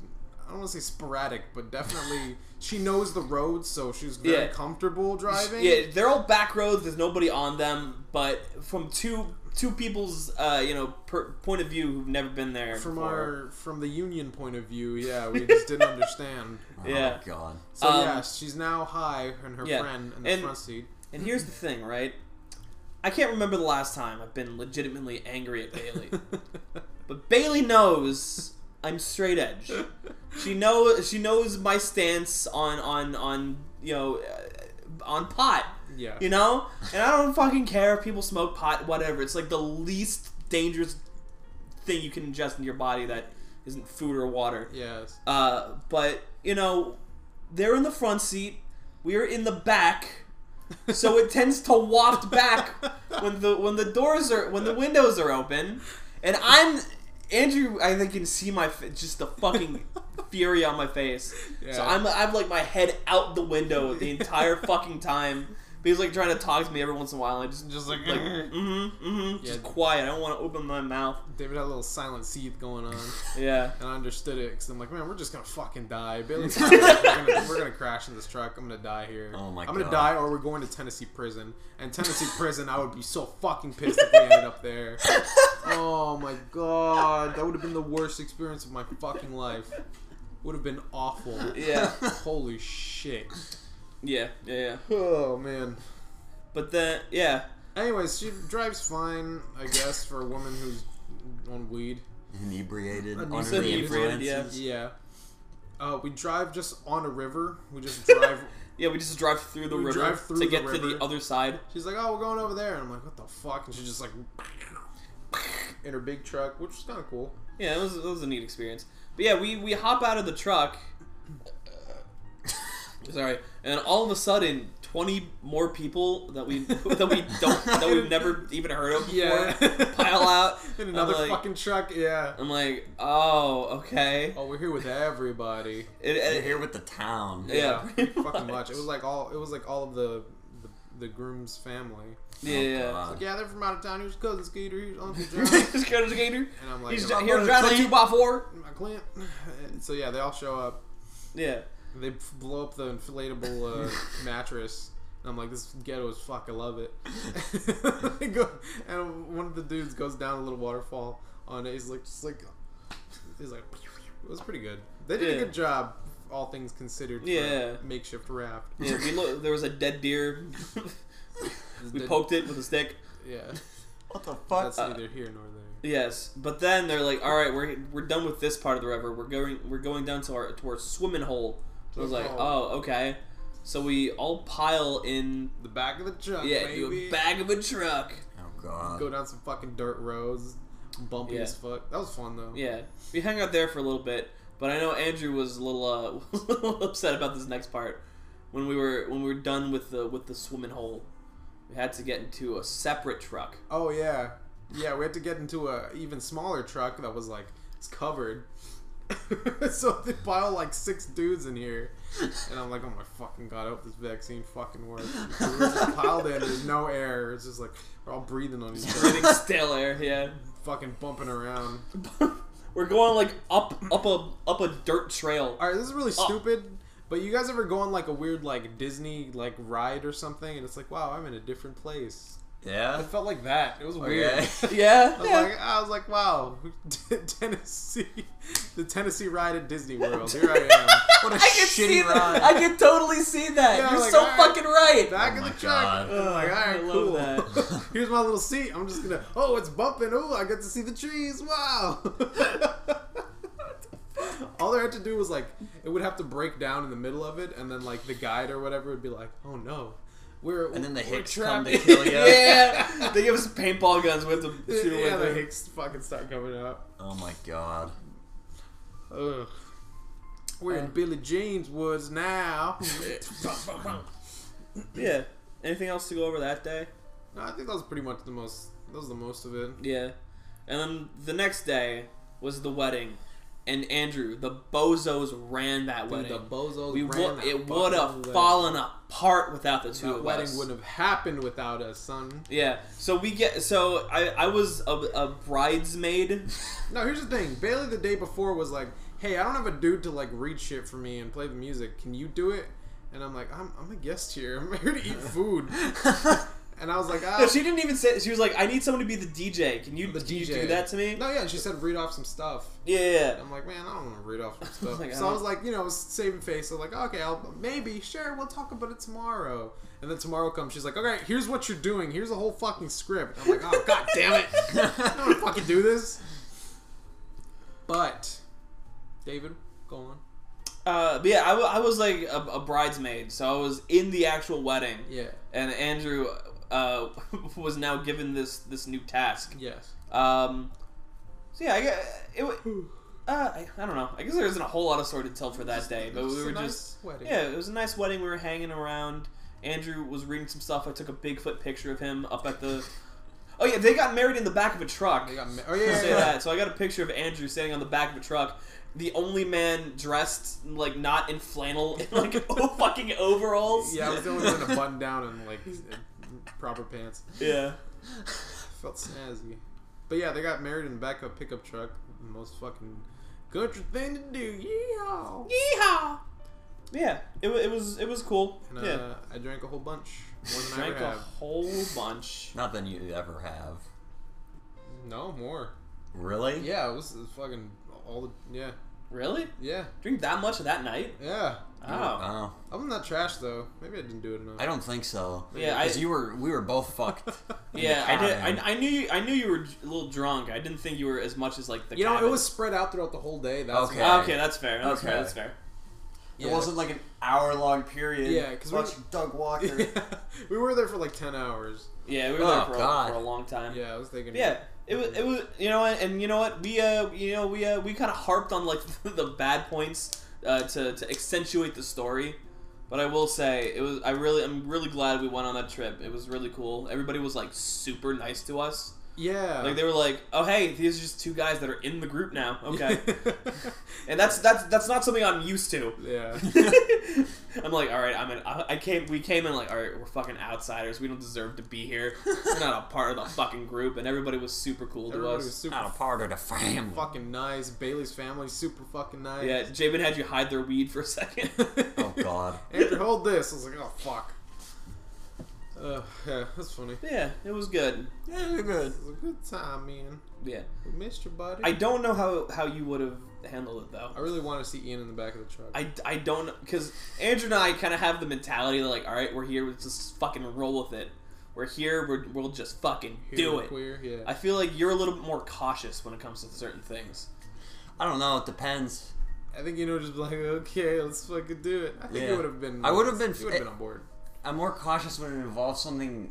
[SPEAKER 1] I don't want to say sporadic, but definitely she knows the road, so she's very
[SPEAKER 2] Yeah.
[SPEAKER 1] comfortable driving.
[SPEAKER 2] Yeah, they're all back roads. There's nobody on them, but from two two people's uh, you know per, point of view who've never been there.
[SPEAKER 1] From
[SPEAKER 2] before.
[SPEAKER 1] our from the union point of view, yeah, we just didn't understand.
[SPEAKER 2] Yeah.
[SPEAKER 3] Oh, God.
[SPEAKER 1] So
[SPEAKER 2] Um,
[SPEAKER 1] yeah, she's now high and her
[SPEAKER 2] yeah,
[SPEAKER 1] friend in the
[SPEAKER 2] and-
[SPEAKER 1] front seat.
[SPEAKER 2] And here's the thing, right? I can't remember the last time I've been legitimately angry at Bailey. but Bailey knows I'm straight edge. She knows she knows my stance on on on you know uh, on pot.
[SPEAKER 1] Yeah.
[SPEAKER 2] You know? And I don't fucking care if people smoke pot whatever. It's like the least dangerous thing you can ingest in your body that isn't food or water.
[SPEAKER 1] Yes.
[SPEAKER 2] Uh, but you know, they're in the front seat. We're in the back, so it tends to waft back when the when the doors are when the windows are open, and I'm Andrew. I think can see my fa- just the fucking fury on my face. So
[SPEAKER 1] Yeah.
[SPEAKER 2] I'm I'm like my head out the window the entire fucking time. But he's like trying to talk to me every once in a while. And I just
[SPEAKER 1] Just like,
[SPEAKER 2] like mm-hmm, mm-hmm,
[SPEAKER 1] Yeah.
[SPEAKER 2] just quiet. I don't want to open my mouth.
[SPEAKER 1] David had a little silent seethe going on.
[SPEAKER 2] Yeah.
[SPEAKER 1] and I understood it because I'm like, man, we're just gonna fucking die. Bailey's we're, gonna, we're gonna crash in this truck. I'm gonna die here.
[SPEAKER 3] Oh my
[SPEAKER 1] I'm gonna
[SPEAKER 3] God.
[SPEAKER 1] die, or we're going to Tennessee prison. And Tennessee prison, I would be so fucking pissed if we ended up there. Oh my god, that would have been the worst experience of my fucking life. Would have been awful.
[SPEAKER 2] Yeah.
[SPEAKER 1] Holy shit.
[SPEAKER 2] Yeah. Yeah. Yeah.
[SPEAKER 1] Oh man.
[SPEAKER 2] But then, yeah.
[SPEAKER 1] Anyways, she drives fine, I guess, for a woman who's on weed.
[SPEAKER 3] Inebriated,
[SPEAKER 1] You
[SPEAKER 3] under
[SPEAKER 1] said
[SPEAKER 3] the
[SPEAKER 2] inebriated, yeah.
[SPEAKER 3] influences.
[SPEAKER 1] Yeah. Uh, we drive just on a river. We just drive.
[SPEAKER 2] Yeah, we just drive through the
[SPEAKER 1] We
[SPEAKER 2] river
[SPEAKER 1] drive through
[SPEAKER 2] to
[SPEAKER 1] the
[SPEAKER 2] get to
[SPEAKER 1] river.
[SPEAKER 2] the other side.
[SPEAKER 1] She's like, "Oh, we're going over there," and I'm like, "What the fuck?" And she's just like, in her big truck, which is kind of cool.
[SPEAKER 2] Yeah, it was, it was a neat experience. But yeah, we, we hop out of the truck. Sorry, and all of a sudden, twenty more people that we that we don't that we've never even heard of before pile out.
[SPEAKER 1] in another
[SPEAKER 2] I'm like,
[SPEAKER 1] fucking truck. Yeah.
[SPEAKER 2] I'm like, oh, okay.
[SPEAKER 1] Oh, we're here with everybody.
[SPEAKER 2] It,
[SPEAKER 3] They're
[SPEAKER 2] it-
[SPEAKER 3] here with the town.
[SPEAKER 2] Yeah. pretty
[SPEAKER 1] fucking
[SPEAKER 2] much.
[SPEAKER 1] much. It was like all. It was like all of the the, the groom's family.
[SPEAKER 2] yeah, yeah.
[SPEAKER 3] God.
[SPEAKER 1] Yeah, they're from out of town. Here's cousin Skeeter. Here's Uncle John.
[SPEAKER 2] Just go to the gator.
[SPEAKER 1] and I'm like,
[SPEAKER 2] He's
[SPEAKER 1] "Am I
[SPEAKER 2] here
[SPEAKER 1] gonna
[SPEAKER 2] driving a
[SPEAKER 1] clean
[SPEAKER 2] two by four.
[SPEAKER 1] my Clint. And so yeah, they all show up.
[SPEAKER 2] Yeah.
[SPEAKER 1] They f- blow up the inflatable uh, mattress. And I'm like, this ghetto is fuck. I love it. They go- and one of the dudes goes down a little waterfall on it. He's like, just like, he's like, it was pretty good. They did
[SPEAKER 2] Yeah.
[SPEAKER 1] a good job, all things considered. for
[SPEAKER 2] Yeah.
[SPEAKER 1] a makeshift raft.
[SPEAKER 2] Yeah, we look, there was a dead deer. we poked it with a stick.
[SPEAKER 1] Yeah,
[SPEAKER 3] What the fuck?
[SPEAKER 1] that's neither here nor there.
[SPEAKER 2] Yes, but then they're like, "All right, we're we're done with this part of the river. We're going we're going down to our to our swimming hole." So I was like,
[SPEAKER 1] Oh.
[SPEAKER 2] "Oh, okay." So we all pile in
[SPEAKER 1] The back of the truck,
[SPEAKER 2] yeah
[SPEAKER 1] baby.
[SPEAKER 2] a bag of a truck.
[SPEAKER 3] oh god.
[SPEAKER 1] Go down some fucking dirt roads, bumpy
[SPEAKER 2] Yeah.
[SPEAKER 1] as fuck. That was fun though.
[SPEAKER 2] Yeah, we hung out there for a little bit, but I know Andrew was a little uh was a little upset about this next part when we were when we were done with the with the swimming hole. We had to get into a separate truck.
[SPEAKER 1] Oh yeah, yeah. We had to get into a even smaller truck that was like it's covered. so they pile like six dudes in here, and I'm like, oh my fucking god, I hope this vaccine fucking works. So we're just piled in, there's no air. It's just like we're all breathing on each other,
[SPEAKER 2] Breathing stale air, yeah.
[SPEAKER 1] fucking bumping around.
[SPEAKER 2] We're going like up up a up a dirt trail.
[SPEAKER 1] All right, this is really stupid. But you guys ever go on like a weird like Disney like ride or something, and it's like, wow, I'm in a different place.
[SPEAKER 3] Yeah.
[SPEAKER 1] It felt like that. It was weird.
[SPEAKER 3] Okay.
[SPEAKER 2] Yeah,
[SPEAKER 1] I was
[SPEAKER 2] yeah.
[SPEAKER 1] like, I was like, wow, Tennessee, the Tennessee ride at Disney World. Here I am,
[SPEAKER 3] what a
[SPEAKER 2] I can see
[SPEAKER 3] shitty
[SPEAKER 2] that.
[SPEAKER 3] ride.
[SPEAKER 2] I can totally see that.
[SPEAKER 1] Yeah,
[SPEAKER 2] You're
[SPEAKER 1] like,
[SPEAKER 2] so
[SPEAKER 1] I-
[SPEAKER 2] fucking right.
[SPEAKER 1] back
[SPEAKER 3] Oh
[SPEAKER 1] in
[SPEAKER 3] my
[SPEAKER 1] the truck.
[SPEAKER 3] God.
[SPEAKER 1] I'm like, all
[SPEAKER 2] Ugh, I
[SPEAKER 1] right,
[SPEAKER 2] love
[SPEAKER 1] cool.
[SPEAKER 2] that.
[SPEAKER 1] Here's my little seat. I'm just gonna. Oh, it's bumping. Oh, I get to see the trees. Wow. All they had to do was like, it would have to break down in the middle of it, and then like the guide or whatever would be like, oh no, we're
[SPEAKER 3] And then the
[SPEAKER 1] we're
[SPEAKER 3] hicks come
[SPEAKER 1] trapped.
[SPEAKER 3] to kill you.
[SPEAKER 2] yeah, they give us paintball guns with them. Shoot
[SPEAKER 1] yeah,
[SPEAKER 2] with
[SPEAKER 1] the
[SPEAKER 2] them.
[SPEAKER 1] hicks fucking start coming up.
[SPEAKER 3] Oh my god.
[SPEAKER 1] Ugh. We're in Billy Jean's woods now.
[SPEAKER 2] Yeah. Anything else to go over that day?
[SPEAKER 1] No, I think that was pretty much the most. That was the most of it.
[SPEAKER 2] Yeah. And then the next day was the wedding, and Andrew, the bozos ran that
[SPEAKER 1] Dude,
[SPEAKER 2] wedding.
[SPEAKER 1] the bozos.
[SPEAKER 2] we
[SPEAKER 1] ran
[SPEAKER 2] would
[SPEAKER 1] that
[SPEAKER 2] it
[SPEAKER 1] fucking
[SPEAKER 2] would have
[SPEAKER 1] wedding.
[SPEAKER 2] fallen apart without the two
[SPEAKER 1] That
[SPEAKER 2] of
[SPEAKER 1] wedding
[SPEAKER 2] us.
[SPEAKER 1] wouldn't have happened without us, son.
[SPEAKER 2] Yeah. So we get. So I I was a, a bridesmaid.
[SPEAKER 1] No, here's the thing. Bailey the day before was like, "Hey, I don't have a dude to like read shit for me and play the music. Can you do it?" And I'm like, "I'm, I'm a guest here. I'm here to eat food." and I was like, ah.
[SPEAKER 2] No, she didn't even say. She was like, I need someone to be the DJ. Can you,
[SPEAKER 1] The
[SPEAKER 2] can
[SPEAKER 1] DJ.
[SPEAKER 2] you do that to me?
[SPEAKER 1] No, yeah, and she said read off some stuff.
[SPEAKER 2] Yeah, yeah, yeah.
[SPEAKER 1] I'm like, man, I don't want to read off some stuff.
[SPEAKER 2] Like, I
[SPEAKER 1] so I
[SPEAKER 2] don't-
[SPEAKER 1] was like, you know, I was saving face. So like, okay, I'll maybe, sure, we'll talk about it tomorrow. And then tomorrow comes, she's like, okay, here's what you're doing. Here's a whole fucking script. I'm like, oh god damn it, I don't want to fucking do this. But David, go on.
[SPEAKER 2] Uh, but yeah, I, w- I was like a, a bridesmaid, so I was in the actual wedding.
[SPEAKER 1] Yeah.
[SPEAKER 2] And Andrew uh, was now given this this new task.
[SPEAKER 1] Yes.
[SPEAKER 2] Um, so yeah, I gue- it. wa- Uh, I, I don't know. I guess there isn't a whole lot of story to tell for that day, but
[SPEAKER 1] It's
[SPEAKER 2] we
[SPEAKER 1] a
[SPEAKER 2] were
[SPEAKER 1] nice
[SPEAKER 2] just
[SPEAKER 1] wedding.
[SPEAKER 2] yeah, it was a nice wedding. We were hanging around. Andrew was reading some stuff. I took a Bigfoot picture of him up at the. Oh yeah, they got married in the back of a truck.
[SPEAKER 1] They got ma- oh yeah, yeah,
[SPEAKER 2] say
[SPEAKER 1] yeah.
[SPEAKER 2] that. So I got a picture of Andrew standing on the back of a truck, the only man dressed like not in flannel, in, like oh fucking overalls.
[SPEAKER 1] Yeah, I was the only one in a button down and like proper pants.
[SPEAKER 2] yeah.
[SPEAKER 1] Felt snazzy. But yeah, they got married in the back of a pickup truck. Most fucking country thing to do. Yeehaw.
[SPEAKER 2] Yeehaw. Yeah, it, wa- it was it was cool.
[SPEAKER 1] And, uh,
[SPEAKER 2] yeah,
[SPEAKER 1] I drank a whole bunch. More than I
[SPEAKER 2] drank
[SPEAKER 1] ever
[SPEAKER 2] a
[SPEAKER 1] have.
[SPEAKER 2] whole bunch.
[SPEAKER 3] Not than you ever have.
[SPEAKER 1] No, more.
[SPEAKER 3] Really?
[SPEAKER 1] Yeah, it was, it was fucking all the. Yeah.
[SPEAKER 2] Really?
[SPEAKER 1] Yeah,
[SPEAKER 2] Drink that much that night?
[SPEAKER 1] yeah.
[SPEAKER 2] Oh.
[SPEAKER 3] Oh,
[SPEAKER 1] I'm not trash though. Maybe I didn't do it enough.
[SPEAKER 3] I don't think so.
[SPEAKER 2] Yeah, I-
[SPEAKER 3] because you were we were both fucked.
[SPEAKER 2] Yeah,
[SPEAKER 3] the
[SPEAKER 2] I did.
[SPEAKER 3] cabin.
[SPEAKER 2] I, I knew. You, I knew you were j- a little drunk. I didn't think you were as much as like the.
[SPEAKER 1] you know, it
[SPEAKER 2] cabin.
[SPEAKER 1] was spread out throughout the whole day. That's
[SPEAKER 3] Okay.
[SPEAKER 1] why.
[SPEAKER 2] Ah, okay, that's fair. That's fair.
[SPEAKER 3] Okay.
[SPEAKER 2] That's fair.
[SPEAKER 1] Yeah.
[SPEAKER 3] It wasn't like an hour long period.
[SPEAKER 1] Yeah, 'cause we-
[SPEAKER 3] watching Doug Walker.
[SPEAKER 1] we were there for like ten hours.
[SPEAKER 2] Yeah, we were
[SPEAKER 3] Oh,
[SPEAKER 2] there for a,
[SPEAKER 3] God.
[SPEAKER 2] for a long time.
[SPEAKER 1] Yeah, I was thinking.
[SPEAKER 2] Yeah, it was, it was, you know, what, and you know what, we, uh, you know, we, uh, we kind of harped on like the bad points uh, to to accentuate the story, but I will say it was, I really, I'm really glad we went on that trip. It was really cool. Everybody was like super nice to us.
[SPEAKER 1] Yeah.
[SPEAKER 2] Like they were like, oh hey, these are just two guys that are in the group now. Okay, and that's that's that's not something I'm used to.
[SPEAKER 1] yeah.
[SPEAKER 2] I'm like, all right, I'm in. I I came. We came in like, all right, we're fucking outsiders. We don't deserve to be here. We're not a part of the fucking group. And everybody was super cool to
[SPEAKER 1] Everybody
[SPEAKER 2] us.
[SPEAKER 1] was super
[SPEAKER 3] Not a part of the family.
[SPEAKER 1] fucking nice. Bailey's family super fucking nice.
[SPEAKER 2] yeah, Jabin had you hide their weed for a second.
[SPEAKER 3] Oh God.
[SPEAKER 1] Andrew, hold this. I was like, oh fuck. Uh, yeah, that's funny.
[SPEAKER 2] yeah, it was good.
[SPEAKER 3] Yeah, you're good.
[SPEAKER 1] It was a good time, man.
[SPEAKER 2] Yeah,
[SPEAKER 1] We missed you, buddy.
[SPEAKER 2] I don't know how how you would have handled it though.
[SPEAKER 1] I really want to see Ian in the back of the truck.
[SPEAKER 2] I, I don't because Andrew and I kind of have the mentality that like, all right, we're here, we just fucking roll with it. We're here, we're, we'll just fucking
[SPEAKER 1] Here,
[SPEAKER 2] do it.
[SPEAKER 1] Queer, yeah.
[SPEAKER 2] I feel like you're a little bit more cautious when it comes to certain things.
[SPEAKER 3] I don't know. It depends.
[SPEAKER 1] I think you know, just be like, okay, let's fucking do it. I think
[SPEAKER 3] Yeah.
[SPEAKER 1] you would have been.
[SPEAKER 3] I would've been-
[SPEAKER 1] You would have been on board.
[SPEAKER 3] I'm more cautious when it involves something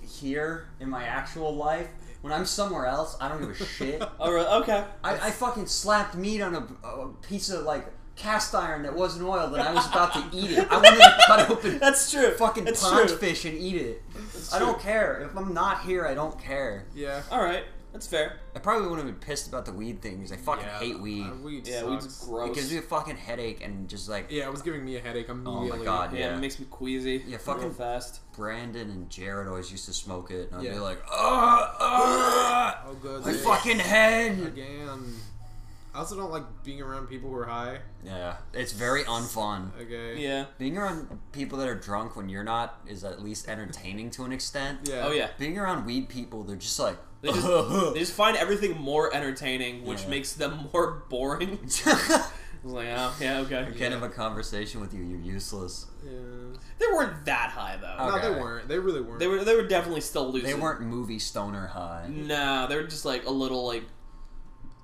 [SPEAKER 3] here in my actual life. When I'm somewhere else, I don't give a shit.
[SPEAKER 2] All right, okay.
[SPEAKER 3] I, I fucking slapped meat on a, a piece of like cast iron that wasn't oiled, and I was about to eat it. I wanted to cut open
[SPEAKER 2] That's true.
[SPEAKER 3] fucking
[SPEAKER 2] That's
[SPEAKER 3] pond
[SPEAKER 2] true.
[SPEAKER 3] fish and eat it. I don't care if I'm not here. I don't care.
[SPEAKER 1] Yeah.
[SPEAKER 2] All right, that's fair.
[SPEAKER 3] I probably wouldn't have been pissed about the weed thing because I fucking
[SPEAKER 1] yeah.
[SPEAKER 3] hate weed.
[SPEAKER 1] Uh, weed
[SPEAKER 2] Yeah,
[SPEAKER 1] sucks.
[SPEAKER 2] weed's gross.
[SPEAKER 3] It gives me a fucking headache and just like
[SPEAKER 1] Yeah, it was giving me a headache
[SPEAKER 3] oh
[SPEAKER 1] immediately.
[SPEAKER 3] my god,
[SPEAKER 2] yeah,
[SPEAKER 3] yeah.
[SPEAKER 2] it makes me queasy.
[SPEAKER 3] Yeah, fucking-
[SPEAKER 2] real fast.
[SPEAKER 3] Brandon and Jared always used to smoke it, and I'd
[SPEAKER 1] Yeah.
[SPEAKER 3] be like, ah,
[SPEAKER 1] Oh good.
[SPEAKER 3] my
[SPEAKER 1] day.
[SPEAKER 3] fucking head.
[SPEAKER 1] again. I also don't like being around people who are high.
[SPEAKER 3] Yeah, it's very unfun.
[SPEAKER 1] Okay.
[SPEAKER 2] Yeah.
[SPEAKER 3] Being around people that are drunk when you're not is at least entertaining to an extent.
[SPEAKER 1] Yeah.
[SPEAKER 2] Oh yeah.
[SPEAKER 3] Being around weed people, they're just like,
[SPEAKER 2] They just, they just find everything more entertaining, which
[SPEAKER 3] Yeah.
[SPEAKER 2] makes them more boring. It's like, oh yeah, okay.
[SPEAKER 3] I can't have a conversation with you. You're useless.
[SPEAKER 1] Yeah.
[SPEAKER 2] They weren't that high though.
[SPEAKER 1] No, they
[SPEAKER 3] Okay.
[SPEAKER 1] weren't. They really weren't.
[SPEAKER 2] They were they were definitely still losing.
[SPEAKER 3] They weren't movie stoner high.
[SPEAKER 2] Nah, they were just like a little like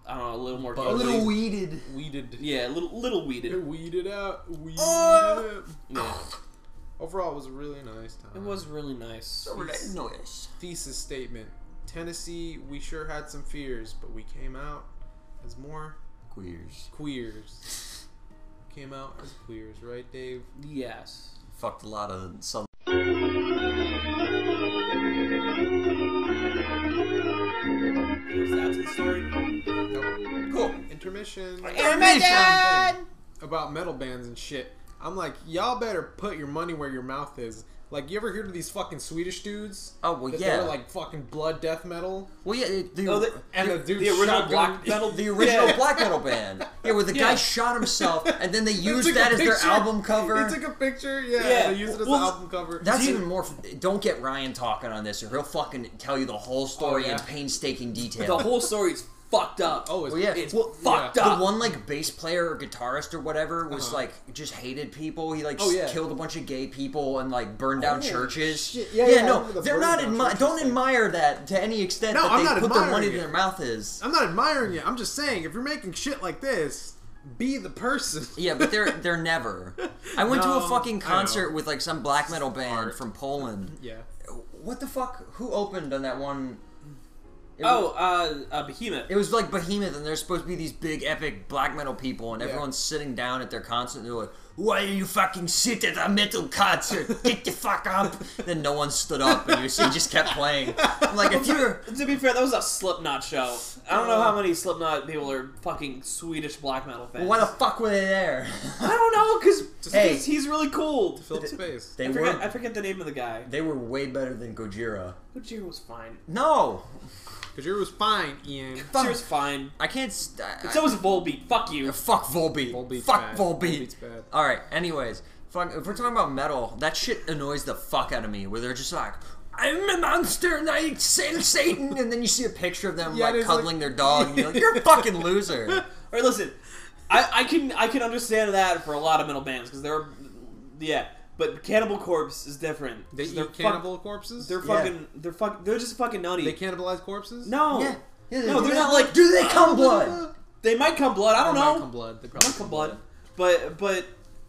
[SPEAKER 2] I don't know, a little more.
[SPEAKER 1] But-
[SPEAKER 3] A little
[SPEAKER 1] At least-
[SPEAKER 3] weeded.
[SPEAKER 1] weeded.
[SPEAKER 2] Yeah, a little little
[SPEAKER 1] They
[SPEAKER 2] weeded.
[SPEAKER 1] weeded out. Weeded
[SPEAKER 3] Oh!
[SPEAKER 1] up.
[SPEAKER 2] Yeah.
[SPEAKER 1] Overall, Uh. it was a really nice time.
[SPEAKER 2] It was really nice.
[SPEAKER 3] Noise.
[SPEAKER 1] thesis statement. Tennessee, we sure had some fears, but we came out as more
[SPEAKER 3] Queers.
[SPEAKER 1] queers. Came out as queers, right, Dave?
[SPEAKER 2] Yes.
[SPEAKER 3] Fucked a lot of southern.
[SPEAKER 2] That's the story.
[SPEAKER 1] Nope.
[SPEAKER 3] Cool.
[SPEAKER 1] Intermission.
[SPEAKER 3] Intermission!
[SPEAKER 1] About metal bands and shit. I'm like, y'all better put your money where your mouth is. Like, you ever heard of these fucking Swedish dudes?
[SPEAKER 3] Oh well,
[SPEAKER 1] That
[SPEAKER 3] yeah.
[SPEAKER 1] They're like fucking blood death metal.
[SPEAKER 3] well, yeah. it- The,
[SPEAKER 2] Oh, they-
[SPEAKER 1] And the dude
[SPEAKER 2] the original
[SPEAKER 1] shotgun-
[SPEAKER 2] black metal.
[SPEAKER 3] the original
[SPEAKER 2] Yeah.
[SPEAKER 3] black metal band. Yeah, where the
[SPEAKER 2] Yeah.
[SPEAKER 3] guy shot himself, and then they
[SPEAKER 1] They
[SPEAKER 3] used
[SPEAKER 1] took a
[SPEAKER 3] that as their
[SPEAKER 1] picture.
[SPEAKER 3] album cover.
[SPEAKER 1] They took a picture, yeah.
[SPEAKER 2] Yeah.
[SPEAKER 1] They used it as
[SPEAKER 2] Well,
[SPEAKER 1] an album cover.
[SPEAKER 3] That's even more. f- Don't get Ryan talking on this, or he'll fucking tell you the whole story
[SPEAKER 1] Oh, yeah.
[SPEAKER 3] in painstaking detail.
[SPEAKER 2] The whole story's fucked up.
[SPEAKER 1] oh, it's,
[SPEAKER 3] Well, yeah,
[SPEAKER 2] it's
[SPEAKER 3] well,
[SPEAKER 2] fucked
[SPEAKER 3] the
[SPEAKER 2] up.
[SPEAKER 3] one like bass player or guitarist or whatever was
[SPEAKER 1] Uh-huh.
[SPEAKER 3] like just hated people. He like
[SPEAKER 1] Oh, yeah.
[SPEAKER 3] killed a bunch of gay people and like burned down
[SPEAKER 1] Holy
[SPEAKER 3] churches.
[SPEAKER 1] shit. Yeah, yeah, I
[SPEAKER 3] no,
[SPEAKER 1] remember the
[SPEAKER 3] they're
[SPEAKER 1] burning
[SPEAKER 3] not
[SPEAKER 1] down
[SPEAKER 3] admi-
[SPEAKER 1] churches
[SPEAKER 3] don't
[SPEAKER 1] thing.
[SPEAKER 3] admire that to any extent
[SPEAKER 1] No,
[SPEAKER 3] that
[SPEAKER 1] I'm
[SPEAKER 3] they
[SPEAKER 1] not
[SPEAKER 3] put their money
[SPEAKER 1] admiring
[SPEAKER 3] to
[SPEAKER 1] it.
[SPEAKER 3] their mouth is.
[SPEAKER 1] I'm not admiring you. I'm just saying, if you're making shit like this, be the person.
[SPEAKER 3] Yeah, but they're they're never. I went to
[SPEAKER 1] No,
[SPEAKER 3] a fucking
[SPEAKER 1] I know.
[SPEAKER 3] concert with like some black metal band
[SPEAKER 1] Art.
[SPEAKER 3] from Poland.
[SPEAKER 1] Yeah.
[SPEAKER 3] What the fuck? Who opened on that one? It was-
[SPEAKER 2] Oh, uh, uh Behemoth.
[SPEAKER 3] It was like Behemoth, and they're supposed to be these big, epic black metal people, and everyone's sitting down at their concert. And they're like, "Why do you fucking sit at a metal concert? Get the fuck up!" then no one stood up, and you see, just kept playing. I'm like, if you're
[SPEAKER 2] To be fair, that was a Slipknot show. I don't know how many Slipknot people are fucking Swedish black metal fans.
[SPEAKER 3] why the fuck were they there?
[SPEAKER 2] I don't know, cause,
[SPEAKER 3] Hey.
[SPEAKER 2] cause he's really cool.
[SPEAKER 1] Fill up space.
[SPEAKER 3] they
[SPEAKER 2] I forget, I
[SPEAKER 3] were
[SPEAKER 2] forget the name of the guy.
[SPEAKER 3] they were way better than Gojira.
[SPEAKER 2] Gojira was fine.
[SPEAKER 3] No,
[SPEAKER 1] Because you was fine, Ian.
[SPEAKER 2] Gojira was fine.
[SPEAKER 3] I can't. St- I,
[SPEAKER 2] So was Volbeat. Fuck you.
[SPEAKER 3] fuck Volbeat.
[SPEAKER 1] Volbeat's
[SPEAKER 3] fuck
[SPEAKER 1] bad.
[SPEAKER 3] Volbeat.
[SPEAKER 1] Volbeat's bad.
[SPEAKER 3] All right. Anyways, fuck, if we're talking about metal, that shit annoys the fuck out of me. Where they're just like, "I'm a monster and I excel Satan," and then you see a picture of them
[SPEAKER 1] Yeah, it
[SPEAKER 3] like
[SPEAKER 1] is like-
[SPEAKER 3] cuddling their dog, and you're like, "You're a fucking loser."
[SPEAKER 2] Alright, listen. I, I can I can understand that for a lot of metal bands because they're yeah, but Cannibal Corpse is different.
[SPEAKER 1] They
[SPEAKER 2] are
[SPEAKER 1] eat cannibal corpses.
[SPEAKER 2] they're
[SPEAKER 1] They're
[SPEAKER 2] fucking. They're fuck. They're just fucking nutty.
[SPEAKER 1] they cannibalize corpses.
[SPEAKER 2] no.
[SPEAKER 3] Yeah. Yeah,
[SPEAKER 2] No,
[SPEAKER 3] do
[SPEAKER 2] they're
[SPEAKER 3] that.
[SPEAKER 2] not like-
[SPEAKER 3] Do they come blood?
[SPEAKER 2] They might come blood. I don't
[SPEAKER 1] They
[SPEAKER 2] know.
[SPEAKER 1] might come blood. They probably
[SPEAKER 2] Might come blood. But but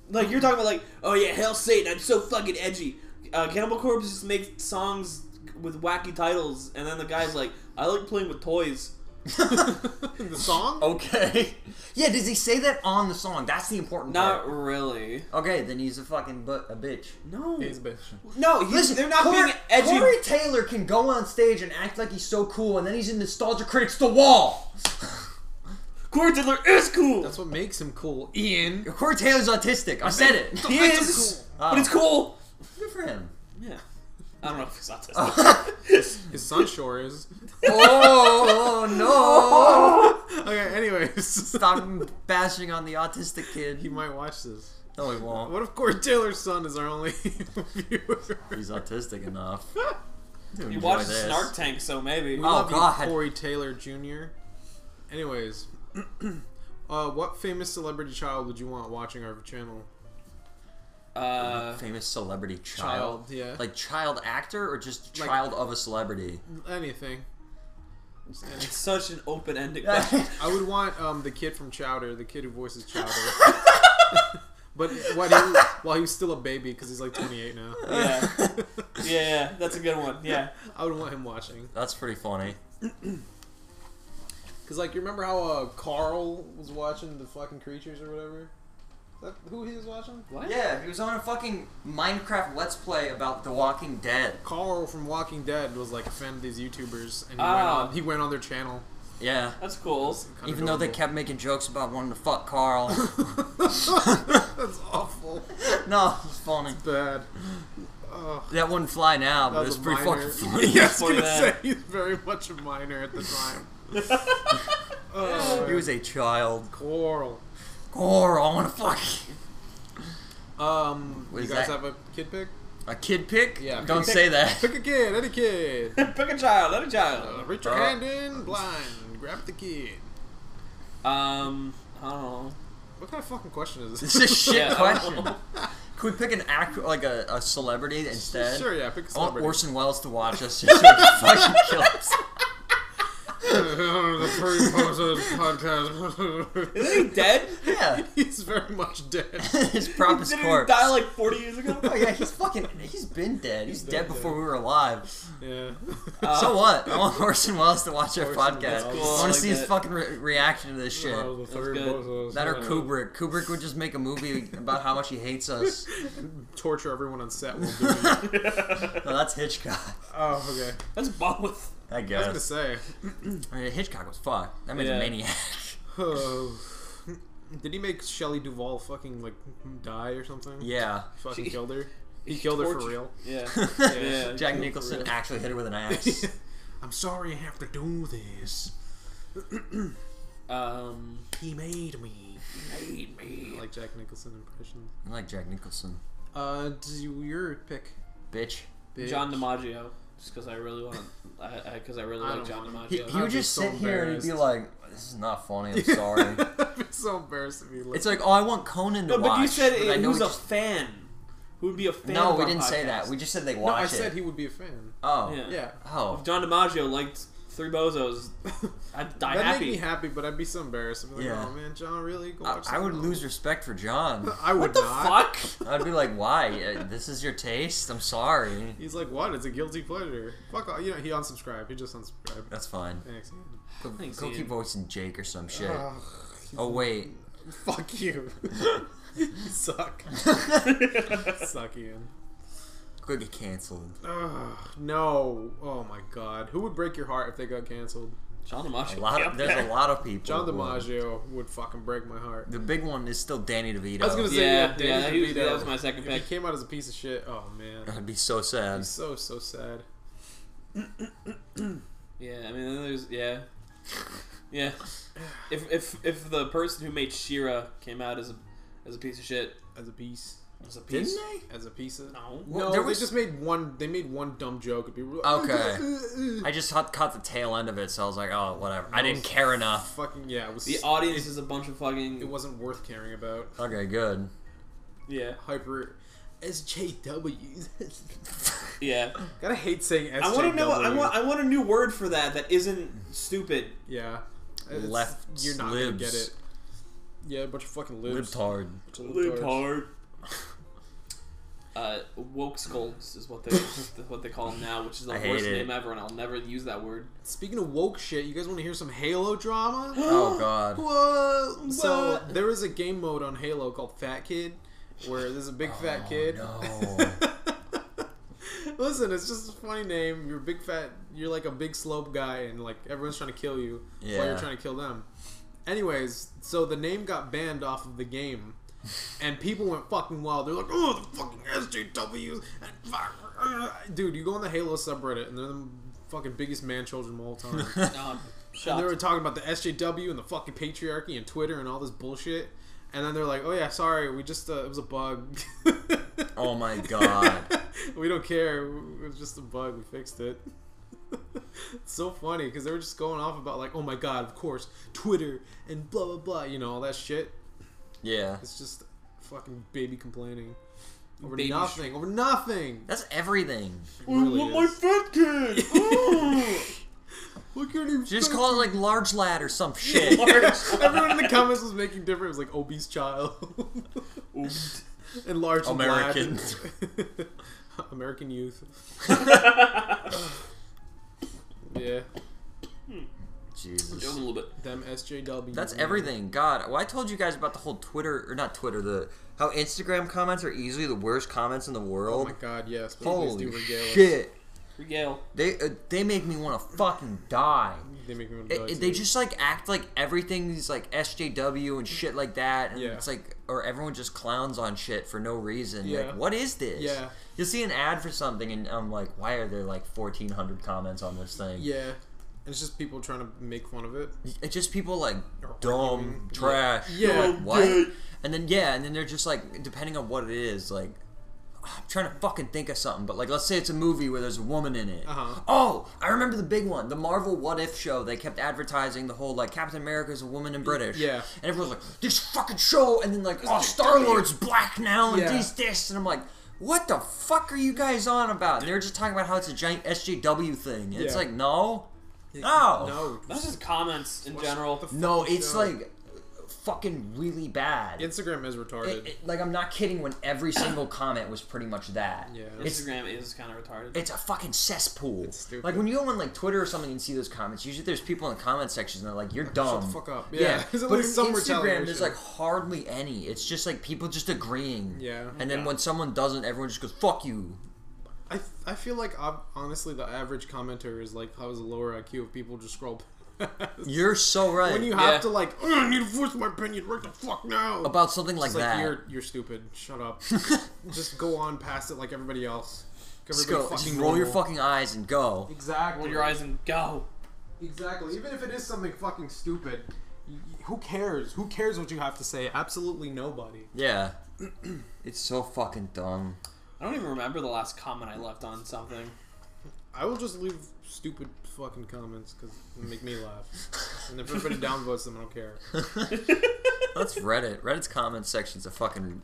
[SPEAKER 2] like you're talking about like oh yeah hell Satan I'm so fucking edgy. Uh, Cannibal Corpse just makes songs with wacky titles and then the guy's like I like playing with toys.
[SPEAKER 1] the song.
[SPEAKER 3] Oh, Okay. Yeah, does he say that on the song? That's the important
[SPEAKER 2] Not
[SPEAKER 3] part.
[SPEAKER 2] really.
[SPEAKER 3] Okay, then he's a fucking but a bitch.
[SPEAKER 2] No.
[SPEAKER 1] He's a bitch.
[SPEAKER 2] No. He's,
[SPEAKER 3] Listen,
[SPEAKER 2] they're not
[SPEAKER 3] Corey,
[SPEAKER 2] being edgy.
[SPEAKER 3] Corey Taylor can go on stage and act like he's so cool, and then he's in Nostalgia Critics The Wall.
[SPEAKER 2] Corey Taylor is cool.
[SPEAKER 1] That's what makes him cool, Ian.
[SPEAKER 3] Corey Taylor's autistic. I Oh. said it.
[SPEAKER 2] he
[SPEAKER 1] That's
[SPEAKER 2] is,
[SPEAKER 1] cool.
[SPEAKER 2] but it's cool.
[SPEAKER 3] Good for him.
[SPEAKER 2] Yeah. I don't know if it's autistic.
[SPEAKER 1] His son sure is.
[SPEAKER 3] Oh no!
[SPEAKER 1] Okay. Anyways,
[SPEAKER 3] Stop bashing on the autistic
[SPEAKER 1] he
[SPEAKER 3] kid.
[SPEAKER 1] might watch this.
[SPEAKER 3] No, he won't.
[SPEAKER 1] What if Corey Taylor's son is our only viewer?
[SPEAKER 3] He's autistic enough.
[SPEAKER 2] you watch Snark Tank, so maybe.
[SPEAKER 1] We
[SPEAKER 3] Oh,
[SPEAKER 1] love
[SPEAKER 3] God.
[SPEAKER 1] you, Corey Taylor Jr. Anyways, uh, what famous celebrity child would you want watching our channel?
[SPEAKER 2] Uh,
[SPEAKER 3] Famous celebrity child.
[SPEAKER 1] Child, yeah.
[SPEAKER 3] Like child actor or just
[SPEAKER 1] Like-
[SPEAKER 3] child of a celebrity?
[SPEAKER 1] Anything.
[SPEAKER 2] it's such an open-ended question.
[SPEAKER 1] I would want um, the kid from Chowder, the kid who voices Chowder. but what he, while he was still a baby, because he's like 28 now.
[SPEAKER 2] yeah. yeah, yeah, that's a good one. Yeah,
[SPEAKER 1] I would want him watching.
[SPEAKER 3] That's pretty funny.
[SPEAKER 1] Because, like, you remember how uh, Carl was watching the fucking creatures or whatever? Is that who he was watching?
[SPEAKER 2] What?
[SPEAKER 3] Yeah, he was on a fucking Minecraft Let's Play about The Walking Dead.
[SPEAKER 1] Carl from Walking Dead was like a fan of these YouTubers, and he, went,
[SPEAKER 2] Ah.
[SPEAKER 1] on, he went on their channel.
[SPEAKER 3] Yeah.
[SPEAKER 2] that's cool.
[SPEAKER 1] Kinda
[SPEAKER 3] Even though they
[SPEAKER 1] adorable.
[SPEAKER 3] kept making jokes about wanting to fuck Carl.
[SPEAKER 1] That's awful.
[SPEAKER 3] no, it's funny.
[SPEAKER 1] Bad. Oh,
[SPEAKER 3] That wouldn't fly now, but
[SPEAKER 1] that
[SPEAKER 3] it's
[SPEAKER 1] was a
[SPEAKER 3] pretty
[SPEAKER 1] minor.
[SPEAKER 3] fucking funny.
[SPEAKER 1] Yeah, I was
[SPEAKER 2] Before
[SPEAKER 1] gonna say
[SPEAKER 2] that.
[SPEAKER 1] he's very much a minor at the time. oh,
[SPEAKER 3] He was a child.
[SPEAKER 1] Coral.
[SPEAKER 3] Carl, I want to fuck. you.
[SPEAKER 1] Um,
[SPEAKER 3] What
[SPEAKER 1] you
[SPEAKER 3] is
[SPEAKER 1] guys
[SPEAKER 3] that?
[SPEAKER 1] have a kid pick?
[SPEAKER 3] A kid pick?
[SPEAKER 1] Yeah,
[SPEAKER 3] Don't
[SPEAKER 1] pick-
[SPEAKER 3] say that.
[SPEAKER 1] Pick a kid, any kid.
[SPEAKER 2] Pick a child, let a
[SPEAKER 1] Uh,
[SPEAKER 2] child.
[SPEAKER 1] reach your
[SPEAKER 3] Uh.
[SPEAKER 1] hand in, blind, grab the kid.
[SPEAKER 2] Um, I don't know.
[SPEAKER 1] What kind of fucking question is
[SPEAKER 3] This
[SPEAKER 1] this?
[SPEAKER 3] is a shit
[SPEAKER 2] Yeah, I don't
[SPEAKER 3] question.
[SPEAKER 2] know.
[SPEAKER 3] Could we pick an act like a, a celebrity instead?
[SPEAKER 1] Sure, yeah, pick a
[SPEAKER 3] I want
[SPEAKER 1] celebrity.
[SPEAKER 3] Orson Welles to watch us just so he can fucking kill us.
[SPEAKER 1] the Free Poses podcast.
[SPEAKER 2] Is he dead?
[SPEAKER 3] Yeah,
[SPEAKER 1] he's very much dead.
[SPEAKER 3] his pompous
[SPEAKER 2] Did he
[SPEAKER 3] corpse.
[SPEAKER 2] die like 40 years ago?
[SPEAKER 3] oh yeah, he's fucking. He's been dead. He's,
[SPEAKER 1] been
[SPEAKER 3] dead,
[SPEAKER 1] dead.
[SPEAKER 3] before we were alive.
[SPEAKER 1] Yeah.
[SPEAKER 3] so what? I want Orson Welles to watch our
[SPEAKER 1] Orson
[SPEAKER 3] podcast.
[SPEAKER 1] Welles.
[SPEAKER 3] I
[SPEAKER 2] Cool,
[SPEAKER 3] want
[SPEAKER 2] I Uh, like
[SPEAKER 3] to see his
[SPEAKER 2] that.
[SPEAKER 3] fucking re- reaction to this shit.
[SPEAKER 1] Oh, the Three
[SPEAKER 2] good.
[SPEAKER 1] Poses.
[SPEAKER 3] That or
[SPEAKER 1] Yeah.
[SPEAKER 3] Kubrick. Kubrick would just make a movie about how much he hates us.
[SPEAKER 1] torture everyone on set while doing it.
[SPEAKER 3] No, that's Hitchcock.
[SPEAKER 1] oh, okay.
[SPEAKER 2] That's both.
[SPEAKER 3] I
[SPEAKER 1] I was gonna
[SPEAKER 3] guess.
[SPEAKER 1] say.
[SPEAKER 3] I mean, Hitchcock was fucked. That man's
[SPEAKER 2] Yeah.
[SPEAKER 3] a maniac.
[SPEAKER 1] Did he make Shelley Duvall fucking like die or something?
[SPEAKER 3] yeah.
[SPEAKER 1] Fucking
[SPEAKER 2] She-
[SPEAKER 1] killed her. He,
[SPEAKER 2] he
[SPEAKER 1] killed her for
[SPEAKER 2] tortured-
[SPEAKER 1] real.
[SPEAKER 2] Yeah.
[SPEAKER 1] Yeah.
[SPEAKER 3] Jack Nicholson actually hit her with an axe.
[SPEAKER 1] I'm sorry I have to do this.
[SPEAKER 2] Um,
[SPEAKER 1] He made me. I like Jack Nicholson impressions.
[SPEAKER 3] I like Jack Nicholson.
[SPEAKER 1] Uh, do you- your pick?
[SPEAKER 3] Bitch.
[SPEAKER 1] bitch.
[SPEAKER 2] John DiMaggio. Just because I really want to. I, I, 'cause I really
[SPEAKER 1] I
[SPEAKER 2] like John
[SPEAKER 1] don't
[SPEAKER 2] DiMaggio.
[SPEAKER 1] want
[SPEAKER 3] He, he
[SPEAKER 1] I'd
[SPEAKER 3] would
[SPEAKER 1] be
[SPEAKER 3] just
[SPEAKER 1] so
[SPEAKER 3] sit here and he'd be
[SPEAKER 1] embarrassed.
[SPEAKER 3] like, "This is not funny. I'm sorry."
[SPEAKER 1] it's so embarrassed if he
[SPEAKER 3] it's
[SPEAKER 1] looked.
[SPEAKER 3] like, "Oh, I want Conan to
[SPEAKER 2] no,
[SPEAKER 3] watch."
[SPEAKER 2] but you said
[SPEAKER 3] I
[SPEAKER 2] it,
[SPEAKER 3] know
[SPEAKER 2] who's
[SPEAKER 3] we
[SPEAKER 2] a
[SPEAKER 3] just-
[SPEAKER 2] fan? Who would be a fan?
[SPEAKER 3] no,
[SPEAKER 2] of
[SPEAKER 3] we
[SPEAKER 2] our
[SPEAKER 3] didn't say that.
[SPEAKER 2] podcast?
[SPEAKER 3] We just said they
[SPEAKER 1] No,
[SPEAKER 3] watch
[SPEAKER 1] I
[SPEAKER 3] it.
[SPEAKER 1] said he would be a fan.
[SPEAKER 3] oh,
[SPEAKER 2] Yeah.
[SPEAKER 1] Yeah.
[SPEAKER 3] oh,
[SPEAKER 2] If John DiMaggio liked Three Bozos, I'd die
[SPEAKER 1] That'd
[SPEAKER 2] happy.
[SPEAKER 1] make me happy, but I'd be so embarrassed. I'd be like,
[SPEAKER 3] Yeah.
[SPEAKER 1] oh man, John, really? Go
[SPEAKER 3] I,
[SPEAKER 1] watch
[SPEAKER 3] I would
[SPEAKER 1] something
[SPEAKER 3] lose respect for John.
[SPEAKER 1] else." I would
[SPEAKER 2] What the
[SPEAKER 1] not.
[SPEAKER 2] fuck?
[SPEAKER 3] I'd be like, "Why? Uh, This is your taste? I'm sorry."
[SPEAKER 1] He's like, what? It's a guilty pleasure. Fuck off. You know, he unsubscribed. He just unsubscribed.
[SPEAKER 3] That's fine.
[SPEAKER 1] Thanks. Ian. Uh-huh.
[SPEAKER 3] Go,
[SPEAKER 2] Thanks,
[SPEAKER 3] go keep
[SPEAKER 2] Ian.
[SPEAKER 3] voicing Jake or some shit.
[SPEAKER 1] Ugh,
[SPEAKER 3] oh wait,
[SPEAKER 1] fuck you. you suck. suck, Ian.
[SPEAKER 3] go get canceled.
[SPEAKER 1] Ugh, no. Oh my god. Who would break your heart if they got canceled?
[SPEAKER 2] John
[SPEAKER 3] A
[SPEAKER 2] DiMaggio.
[SPEAKER 3] lot. Of, there's a lot of people.
[SPEAKER 1] John
[SPEAKER 3] who would.
[SPEAKER 1] DiMaggio would fucking break my heart.
[SPEAKER 3] The big one is still Danny DeVito.
[SPEAKER 1] I was gonna say,
[SPEAKER 2] Yeah,
[SPEAKER 1] yeah,
[SPEAKER 2] yeah,
[SPEAKER 1] Danny
[SPEAKER 2] that, he was-
[SPEAKER 1] DeVito.
[SPEAKER 2] that was my second
[SPEAKER 1] If
[SPEAKER 2] pick.
[SPEAKER 1] he came out as a piece of shit, oh man.
[SPEAKER 3] That'd be so sad.
[SPEAKER 1] So, so sad.
[SPEAKER 2] Yeah, I mean, then there's yeah, yeah. If if if the person who made Shira came out as a as a piece of shit,
[SPEAKER 1] As a piece.
[SPEAKER 2] It's a piece.
[SPEAKER 3] Didn't they?
[SPEAKER 1] as a piece of.
[SPEAKER 2] No.
[SPEAKER 1] No,
[SPEAKER 3] there
[SPEAKER 1] they
[SPEAKER 3] was-
[SPEAKER 1] just made one. They made one dumb joke. and people were like,
[SPEAKER 3] Okay. I just had caught the tail end of it, so I was like, oh, whatever. I didn't care enough.
[SPEAKER 1] Fucking yeah, it was.
[SPEAKER 2] The audience is a bunch of
[SPEAKER 1] it
[SPEAKER 2] fucking
[SPEAKER 1] wasn't worth caring about.
[SPEAKER 3] Okay, good.
[SPEAKER 2] yeah
[SPEAKER 1] Hyper SJWs.
[SPEAKER 2] yeah.
[SPEAKER 1] Gotta hate saying SJWs.
[SPEAKER 2] I want to know. I want. I want a new word for that that isn't stupid.
[SPEAKER 1] yeah. It's-
[SPEAKER 3] Left
[SPEAKER 1] You're not gonna get
[SPEAKER 3] libs.
[SPEAKER 1] it. Yeah, a bunch of fucking libs.
[SPEAKER 3] Libtard.
[SPEAKER 2] Libtard. Uh, woke skulls is what they is what they call them now, which is the
[SPEAKER 3] I hate
[SPEAKER 2] worst
[SPEAKER 3] it.
[SPEAKER 2] name ever, and I'll never use that word.
[SPEAKER 1] Speaking of woke shit, you guys want to hear some Halo drama?
[SPEAKER 3] Oh, God.
[SPEAKER 1] Whoa! So
[SPEAKER 2] what?
[SPEAKER 1] there is a game mode on Halo called Fat Kid, where there's a big fat kid.
[SPEAKER 3] Oh, No.
[SPEAKER 1] Listen, it's just a funny name. You're a big fat. You're like a big slope guy, and like everyone's trying to kill you while
[SPEAKER 3] Yeah.
[SPEAKER 1] you're trying to kill them. Anyways, so the name got banned off of the game, and people went fucking wild. They're like, "Oh, the fucking SJWs!" And fuck, uh." dude, you go on the Halo subreddit, and they're the fucking biggest man children of all time. and
[SPEAKER 2] Um,
[SPEAKER 1] they were talking about the SJW and the fucking patriarchy and Twitter and all this bullshit. And then they're like, "Oh yeah, sorry, we just uh, it was a bug."
[SPEAKER 3] Oh, my God.
[SPEAKER 1] we don't care. It was just a bug. We fixed it. it's so funny because they were just going off about like, oh my god, of course, Twitter and blah blah blah. You know all that shit.
[SPEAKER 3] Yeah.
[SPEAKER 1] It's just fucking baby complaining over
[SPEAKER 2] Baby sh-
[SPEAKER 1] nothing. over nothing.
[SPEAKER 3] That's everything.
[SPEAKER 1] It really is.
[SPEAKER 2] fat kid.
[SPEAKER 1] Look at him.
[SPEAKER 3] Just
[SPEAKER 1] fucking-
[SPEAKER 3] call it like large lad or some shit.
[SPEAKER 1] Everyone in the comments was making different. It was like obese child and large and black.
[SPEAKER 3] American.
[SPEAKER 1] American youth. Yeah,
[SPEAKER 3] Jesus.
[SPEAKER 2] Joking a little bit.
[SPEAKER 1] them SJW.
[SPEAKER 3] That's everything. God, well, I told you guys about the whole Twitter or not Twitter, the how Instagram comments are easily the worst comments in the
[SPEAKER 1] Oh
[SPEAKER 3] world.
[SPEAKER 1] my god, yes. Please,
[SPEAKER 3] Holy
[SPEAKER 1] do regale us.
[SPEAKER 3] shit!
[SPEAKER 2] Regale.
[SPEAKER 3] They uh, they make me want to fucking die.
[SPEAKER 1] They make me want to
[SPEAKER 3] It-
[SPEAKER 1] go.
[SPEAKER 3] it- they just like act like everything's like SJW and shit like that, and
[SPEAKER 1] Yeah.
[SPEAKER 3] it's like or everyone just clowns on shit for no reason.
[SPEAKER 1] Yeah.
[SPEAKER 3] Like, what is this?
[SPEAKER 1] Yeah.
[SPEAKER 3] You'll see an ad for something, and I'm like, why are there like 1,400 comments on this thing?
[SPEAKER 1] yeah. It's just people trying to make fun of it.
[SPEAKER 3] It's just people like dumb trash.
[SPEAKER 1] Yeah.
[SPEAKER 3] Like, what? And then yeah, and then they're just like depending on what it is, like I'm trying to fucking think of something, but like let's say it's a movie where there's a woman in it.
[SPEAKER 1] Uh-huh.
[SPEAKER 3] Oh, I remember the big one, the Marvel What If show. They kept advertising the whole like Captain America is a woman and British.
[SPEAKER 1] Yeah.
[SPEAKER 3] And everyone's like, this fucking show and then like oh Star Lord's black now and
[SPEAKER 1] Yeah.
[SPEAKER 3] these this and I'm like what the fuck are you guys on about? And they're just talking about how it's a giant SJW thing. It's
[SPEAKER 1] Yeah.
[SPEAKER 3] like no. No.
[SPEAKER 1] No.
[SPEAKER 2] That's just comments in general.
[SPEAKER 3] No, it's
[SPEAKER 1] No.
[SPEAKER 3] like fucking really bad.
[SPEAKER 1] Instagram is retarded.
[SPEAKER 3] It- it- like I'm not kidding when every single comment was pretty much that.
[SPEAKER 1] Yeah.
[SPEAKER 3] It's
[SPEAKER 2] Instagram is kind of retarded.
[SPEAKER 3] it's a fucking cesspool.
[SPEAKER 1] stupid.
[SPEAKER 3] Like when you go on like Twitter or something and see those comments, usually there's people in the comment section that are like, "You're dumb."
[SPEAKER 1] the fuck up. Yeah.
[SPEAKER 3] Yeah.
[SPEAKER 1] There's at
[SPEAKER 3] but in
[SPEAKER 1] least some
[SPEAKER 3] Instagram, there's
[SPEAKER 1] retaliation.
[SPEAKER 3] like hardly any. It's just like people just agreeing.
[SPEAKER 1] Yeah.
[SPEAKER 3] And then
[SPEAKER 2] Yeah.
[SPEAKER 3] when someone doesn't, everyone just goes, "Fuck you."
[SPEAKER 1] I, th- I feel like ob- honestly the average commenter is like has a lower IQ if people just scroll. past.
[SPEAKER 3] You're so right.
[SPEAKER 1] when you have
[SPEAKER 2] Yeah.
[SPEAKER 1] to like, "Oh, I need to voice my opinion right the fuck now.
[SPEAKER 3] about something like
[SPEAKER 1] it's like
[SPEAKER 3] that.
[SPEAKER 1] you're you're stupid. Shut up. just go on past it like everybody else. Like
[SPEAKER 3] just
[SPEAKER 1] everybody
[SPEAKER 3] go, just roll
[SPEAKER 1] fucking
[SPEAKER 3] your
[SPEAKER 1] normal.
[SPEAKER 3] fucking eyes and go.
[SPEAKER 1] Exactly.
[SPEAKER 2] Roll your eyes and go.
[SPEAKER 1] Exactly. Even if it is something fucking stupid, y- who cares? Who cares what you have to say? Absolutely nobody.
[SPEAKER 3] Yeah. it's so fucking dumb.
[SPEAKER 2] I don't even remember the last comment I left on something.
[SPEAKER 1] I will just leave stupid fucking comments because they make me laugh. And if everybody downvotes them, I don't care.
[SPEAKER 3] That's Reddit. Reddit's comment section's a fucking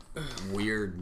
[SPEAKER 3] weird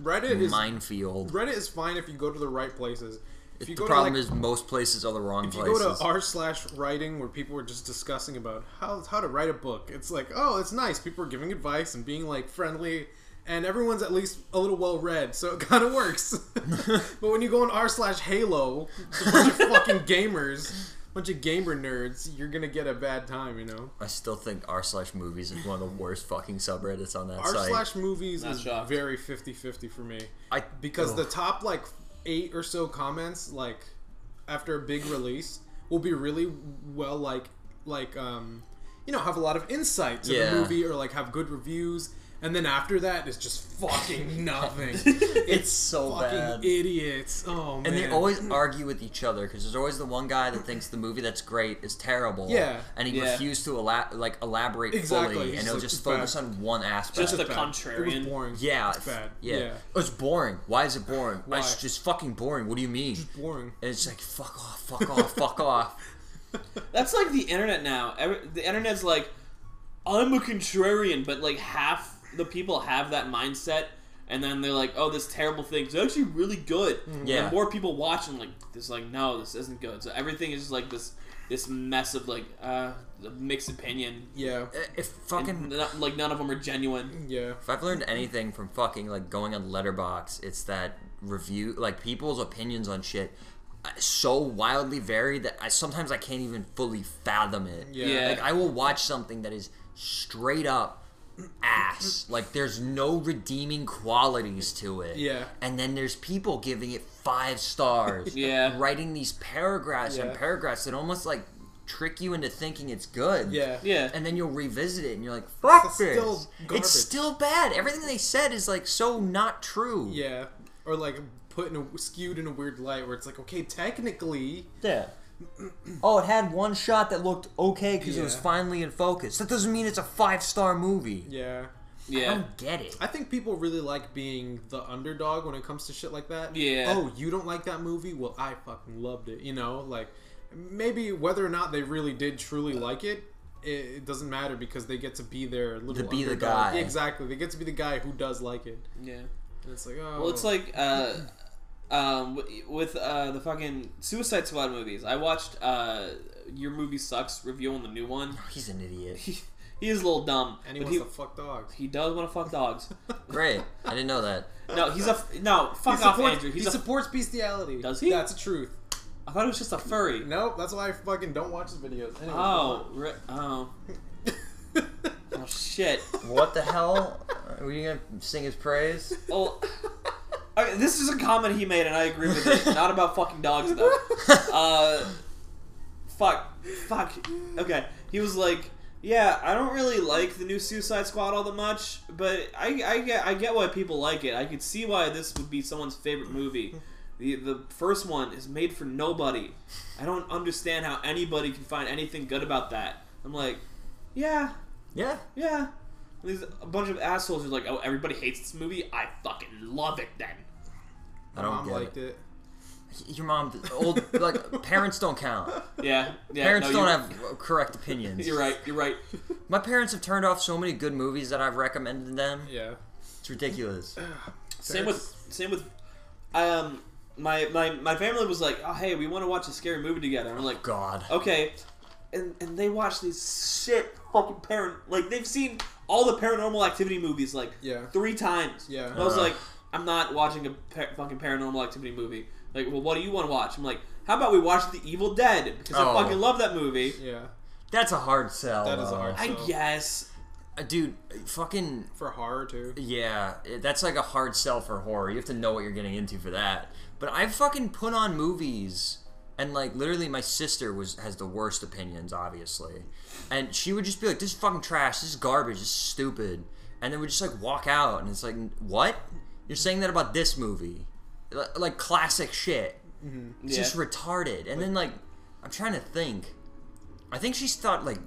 [SPEAKER 1] Reddit is
[SPEAKER 3] minefield.
[SPEAKER 1] Reddit is fine if you go to the right places. If you
[SPEAKER 3] The
[SPEAKER 1] go
[SPEAKER 3] problem
[SPEAKER 1] to like,
[SPEAKER 3] is most places are the wrong
[SPEAKER 1] if you
[SPEAKER 3] places.
[SPEAKER 1] go to r slash writing where people are just discussing about how how to write a book, it's like oh, it's nice. People are giving advice and being like friendly. And everyone's at least a little well read, so it kind of works. but when you go on r slash Halo, it's a bunch of fucking gamers, bunch of gamer nerds, you're gonna get a bad time, you know.
[SPEAKER 3] I still think r slash movies is one of the worst fucking subreddits on that
[SPEAKER 1] R
[SPEAKER 3] site.
[SPEAKER 1] slash movies
[SPEAKER 2] Not
[SPEAKER 1] is
[SPEAKER 2] shocked.
[SPEAKER 1] very 50-50 for me
[SPEAKER 3] I
[SPEAKER 1] because
[SPEAKER 3] ugh.
[SPEAKER 1] the top like eight or so comments like after a big release will be really well like like um you know have a lot of insight to
[SPEAKER 3] Yeah.
[SPEAKER 1] the movie or like have good reviews and then after that it's just fucking nothing.
[SPEAKER 3] It's so
[SPEAKER 1] fucking
[SPEAKER 3] bad.
[SPEAKER 1] idiots. Oh man.
[SPEAKER 3] And they always argue with each other because there's always the one guy that thinks the movie that's great is terrible.
[SPEAKER 1] Yeah.
[SPEAKER 3] and he
[SPEAKER 2] Yeah.
[SPEAKER 3] refused to elab- like elaborate
[SPEAKER 1] Exactly,
[SPEAKER 3] fully,
[SPEAKER 1] he's
[SPEAKER 3] and he'll
[SPEAKER 1] like,
[SPEAKER 3] just
[SPEAKER 1] "It's bad."
[SPEAKER 3] focus on one aspect.
[SPEAKER 2] Just the
[SPEAKER 1] Bad. It was
[SPEAKER 2] contrarian.
[SPEAKER 1] boring.
[SPEAKER 3] yeah,
[SPEAKER 1] it's bad.
[SPEAKER 3] Yeah.
[SPEAKER 1] yeah.
[SPEAKER 3] it's boring. Why is it boring?
[SPEAKER 1] Why?
[SPEAKER 3] It's just fucking boring. What do you mean?
[SPEAKER 1] Boring.
[SPEAKER 3] And it's like fuck off, fuck off, fuck off.
[SPEAKER 2] That's like the internet now. Every, the internet's like, I'm a contrarian, but like half the people have that mindset, and then they're like, oh, this terrible thing's actually really good.
[SPEAKER 3] Yeah.
[SPEAKER 2] And more people watch and like, this like, no, this isn't good. So everything is just like this this mess of like uh mixed opinion.
[SPEAKER 1] Yeah.
[SPEAKER 3] If
[SPEAKER 2] And
[SPEAKER 3] fucking
[SPEAKER 2] no- like none of them are genuine.
[SPEAKER 1] Yeah.
[SPEAKER 3] if I've learned anything from fucking like going on Letterbox, it's that review like people's opinions on shit uh, so wildly vary that I sometimes I can't even fully fathom it.
[SPEAKER 1] Yeah.
[SPEAKER 2] Yeah.
[SPEAKER 3] Like I will watch something that is straight up ass. Like there's no redeeming qualities to it.
[SPEAKER 1] Yeah.
[SPEAKER 3] And then there's people giving it five stars.
[SPEAKER 2] Yeah.
[SPEAKER 3] Writing these paragraphs and
[SPEAKER 1] Yeah.
[SPEAKER 3] paragraphs that almost like trick you into thinking it's good.
[SPEAKER 1] Yeah.
[SPEAKER 2] Yeah.
[SPEAKER 3] And then you'll revisit it and you're like, fuck
[SPEAKER 1] It's
[SPEAKER 3] this.
[SPEAKER 1] still garbage.
[SPEAKER 3] it's still bad. Everything they said is like so not true.
[SPEAKER 1] Yeah. Or like put in a skewed in a weird light where it's like, okay, technically
[SPEAKER 3] Yeah. Oh, it had one shot that looked okay because it was
[SPEAKER 1] Yeah.
[SPEAKER 3] finally in focus. That doesn't mean it's a five star movie.
[SPEAKER 1] Yeah.
[SPEAKER 3] I
[SPEAKER 2] yeah.
[SPEAKER 3] don't get it.
[SPEAKER 1] I think people really like being the underdog when it comes to shit like that.
[SPEAKER 2] Yeah.
[SPEAKER 1] Oh, you don't like that movie? Well, I fucking loved it. You know, like maybe whether or not they really did
[SPEAKER 2] Uh.
[SPEAKER 1] truly like it, it, it doesn't matter because they get to be their little
[SPEAKER 3] To be the
[SPEAKER 1] underdog.
[SPEAKER 3] guy.
[SPEAKER 1] Exactly, they get to be the guy who does like it.
[SPEAKER 2] Yeah.
[SPEAKER 1] And it's like, oh,
[SPEAKER 2] Well, it's like uh, um, w- with uh, the fucking Suicide Squad movies. I watched uh, Your Movie Sucks review on the new one.
[SPEAKER 3] He's an idiot.
[SPEAKER 2] He, he is a little dumb,
[SPEAKER 1] and he
[SPEAKER 2] but
[SPEAKER 1] wants
[SPEAKER 2] he,
[SPEAKER 1] to fuck dogs.
[SPEAKER 2] he does want to fuck dogs.
[SPEAKER 3] Great. I didn't know that.
[SPEAKER 2] No, he's a f- no. Fuck
[SPEAKER 1] He
[SPEAKER 2] off,
[SPEAKER 1] supports-
[SPEAKER 2] Andrew.
[SPEAKER 1] he
[SPEAKER 2] He's a.
[SPEAKER 1] supports bestiality.
[SPEAKER 2] Does he?
[SPEAKER 1] That's the truth.
[SPEAKER 2] I thought it was just a furry.
[SPEAKER 1] Nope, that's why I fucking don't watch his videos. Anyway,
[SPEAKER 2] Oh, ri- oh, oh, shit.
[SPEAKER 3] What the hell? Are we gonna sing his praise?
[SPEAKER 2] Oh, okay, this is a comment he made, and I agree with it. Not about fucking dogs though. Uh, fuck, fuck. Okay, he was like, "Yeah, I don't really like the new Suicide Squad all that much, but I, I get, I get why people like it. I could see why this would be someone's favorite movie. The, the first one is made for nobody. I don't understand how anybody can find anything good about that. I'm like, yeah,
[SPEAKER 3] yeah.
[SPEAKER 2] yeah. And There's a bunch of assholes who's like, oh, everybody hates this movie. I fucking love it then.
[SPEAKER 3] I
[SPEAKER 1] my
[SPEAKER 3] don't
[SPEAKER 1] mom
[SPEAKER 3] get
[SPEAKER 1] liked
[SPEAKER 3] it.
[SPEAKER 1] it.
[SPEAKER 3] Your mom, old like parents don't count.
[SPEAKER 2] Yeah, yeah.
[SPEAKER 3] Parents
[SPEAKER 2] no,
[SPEAKER 3] don't
[SPEAKER 2] you're,
[SPEAKER 3] have correct opinions.
[SPEAKER 2] You're right. You're right.
[SPEAKER 3] My parents have turned off so many good movies that I've recommended to them.
[SPEAKER 1] Yeah.
[SPEAKER 3] It's ridiculous.
[SPEAKER 2] same with same with um my my my family was like, oh hey, we want to watch a scary movie together. And I'm like,
[SPEAKER 3] Oh, God.
[SPEAKER 1] Oh,
[SPEAKER 2] okay, and and they watch these shit fucking parent like they've seen all the Paranormal Activity movies like
[SPEAKER 1] Yeah.
[SPEAKER 2] three times.
[SPEAKER 1] Yeah.
[SPEAKER 2] and I was
[SPEAKER 3] Ugh.
[SPEAKER 2] like, I'm not watching a par- fucking Paranormal Activity movie. Like, well, what do you want to watch? I'm like, how about we watch The Evil Dead because
[SPEAKER 3] Oh.
[SPEAKER 2] I fucking love that movie.
[SPEAKER 1] Yeah.
[SPEAKER 3] That's a hard sell.
[SPEAKER 1] That is a
[SPEAKER 3] though.
[SPEAKER 1] hard
[SPEAKER 2] I
[SPEAKER 1] So-
[SPEAKER 2] guess.
[SPEAKER 3] Uh, Dude, fucking
[SPEAKER 1] For horror too.
[SPEAKER 3] Yeah, it- that's like a hard sell for horror. You have to know what you're getting into for that. But I've fucking put on movies, and like literally, my sister was has the worst opinions, obviously, and she would just be like, "This is fucking trash. This is garbage. This is stupid," and then we just like walk out, and it's like, "What? You're saying that about this movie? L- Like classic shit? It's
[SPEAKER 2] Yeah.
[SPEAKER 3] just retarded." And then like, I'm trying to think. I think she's thought like,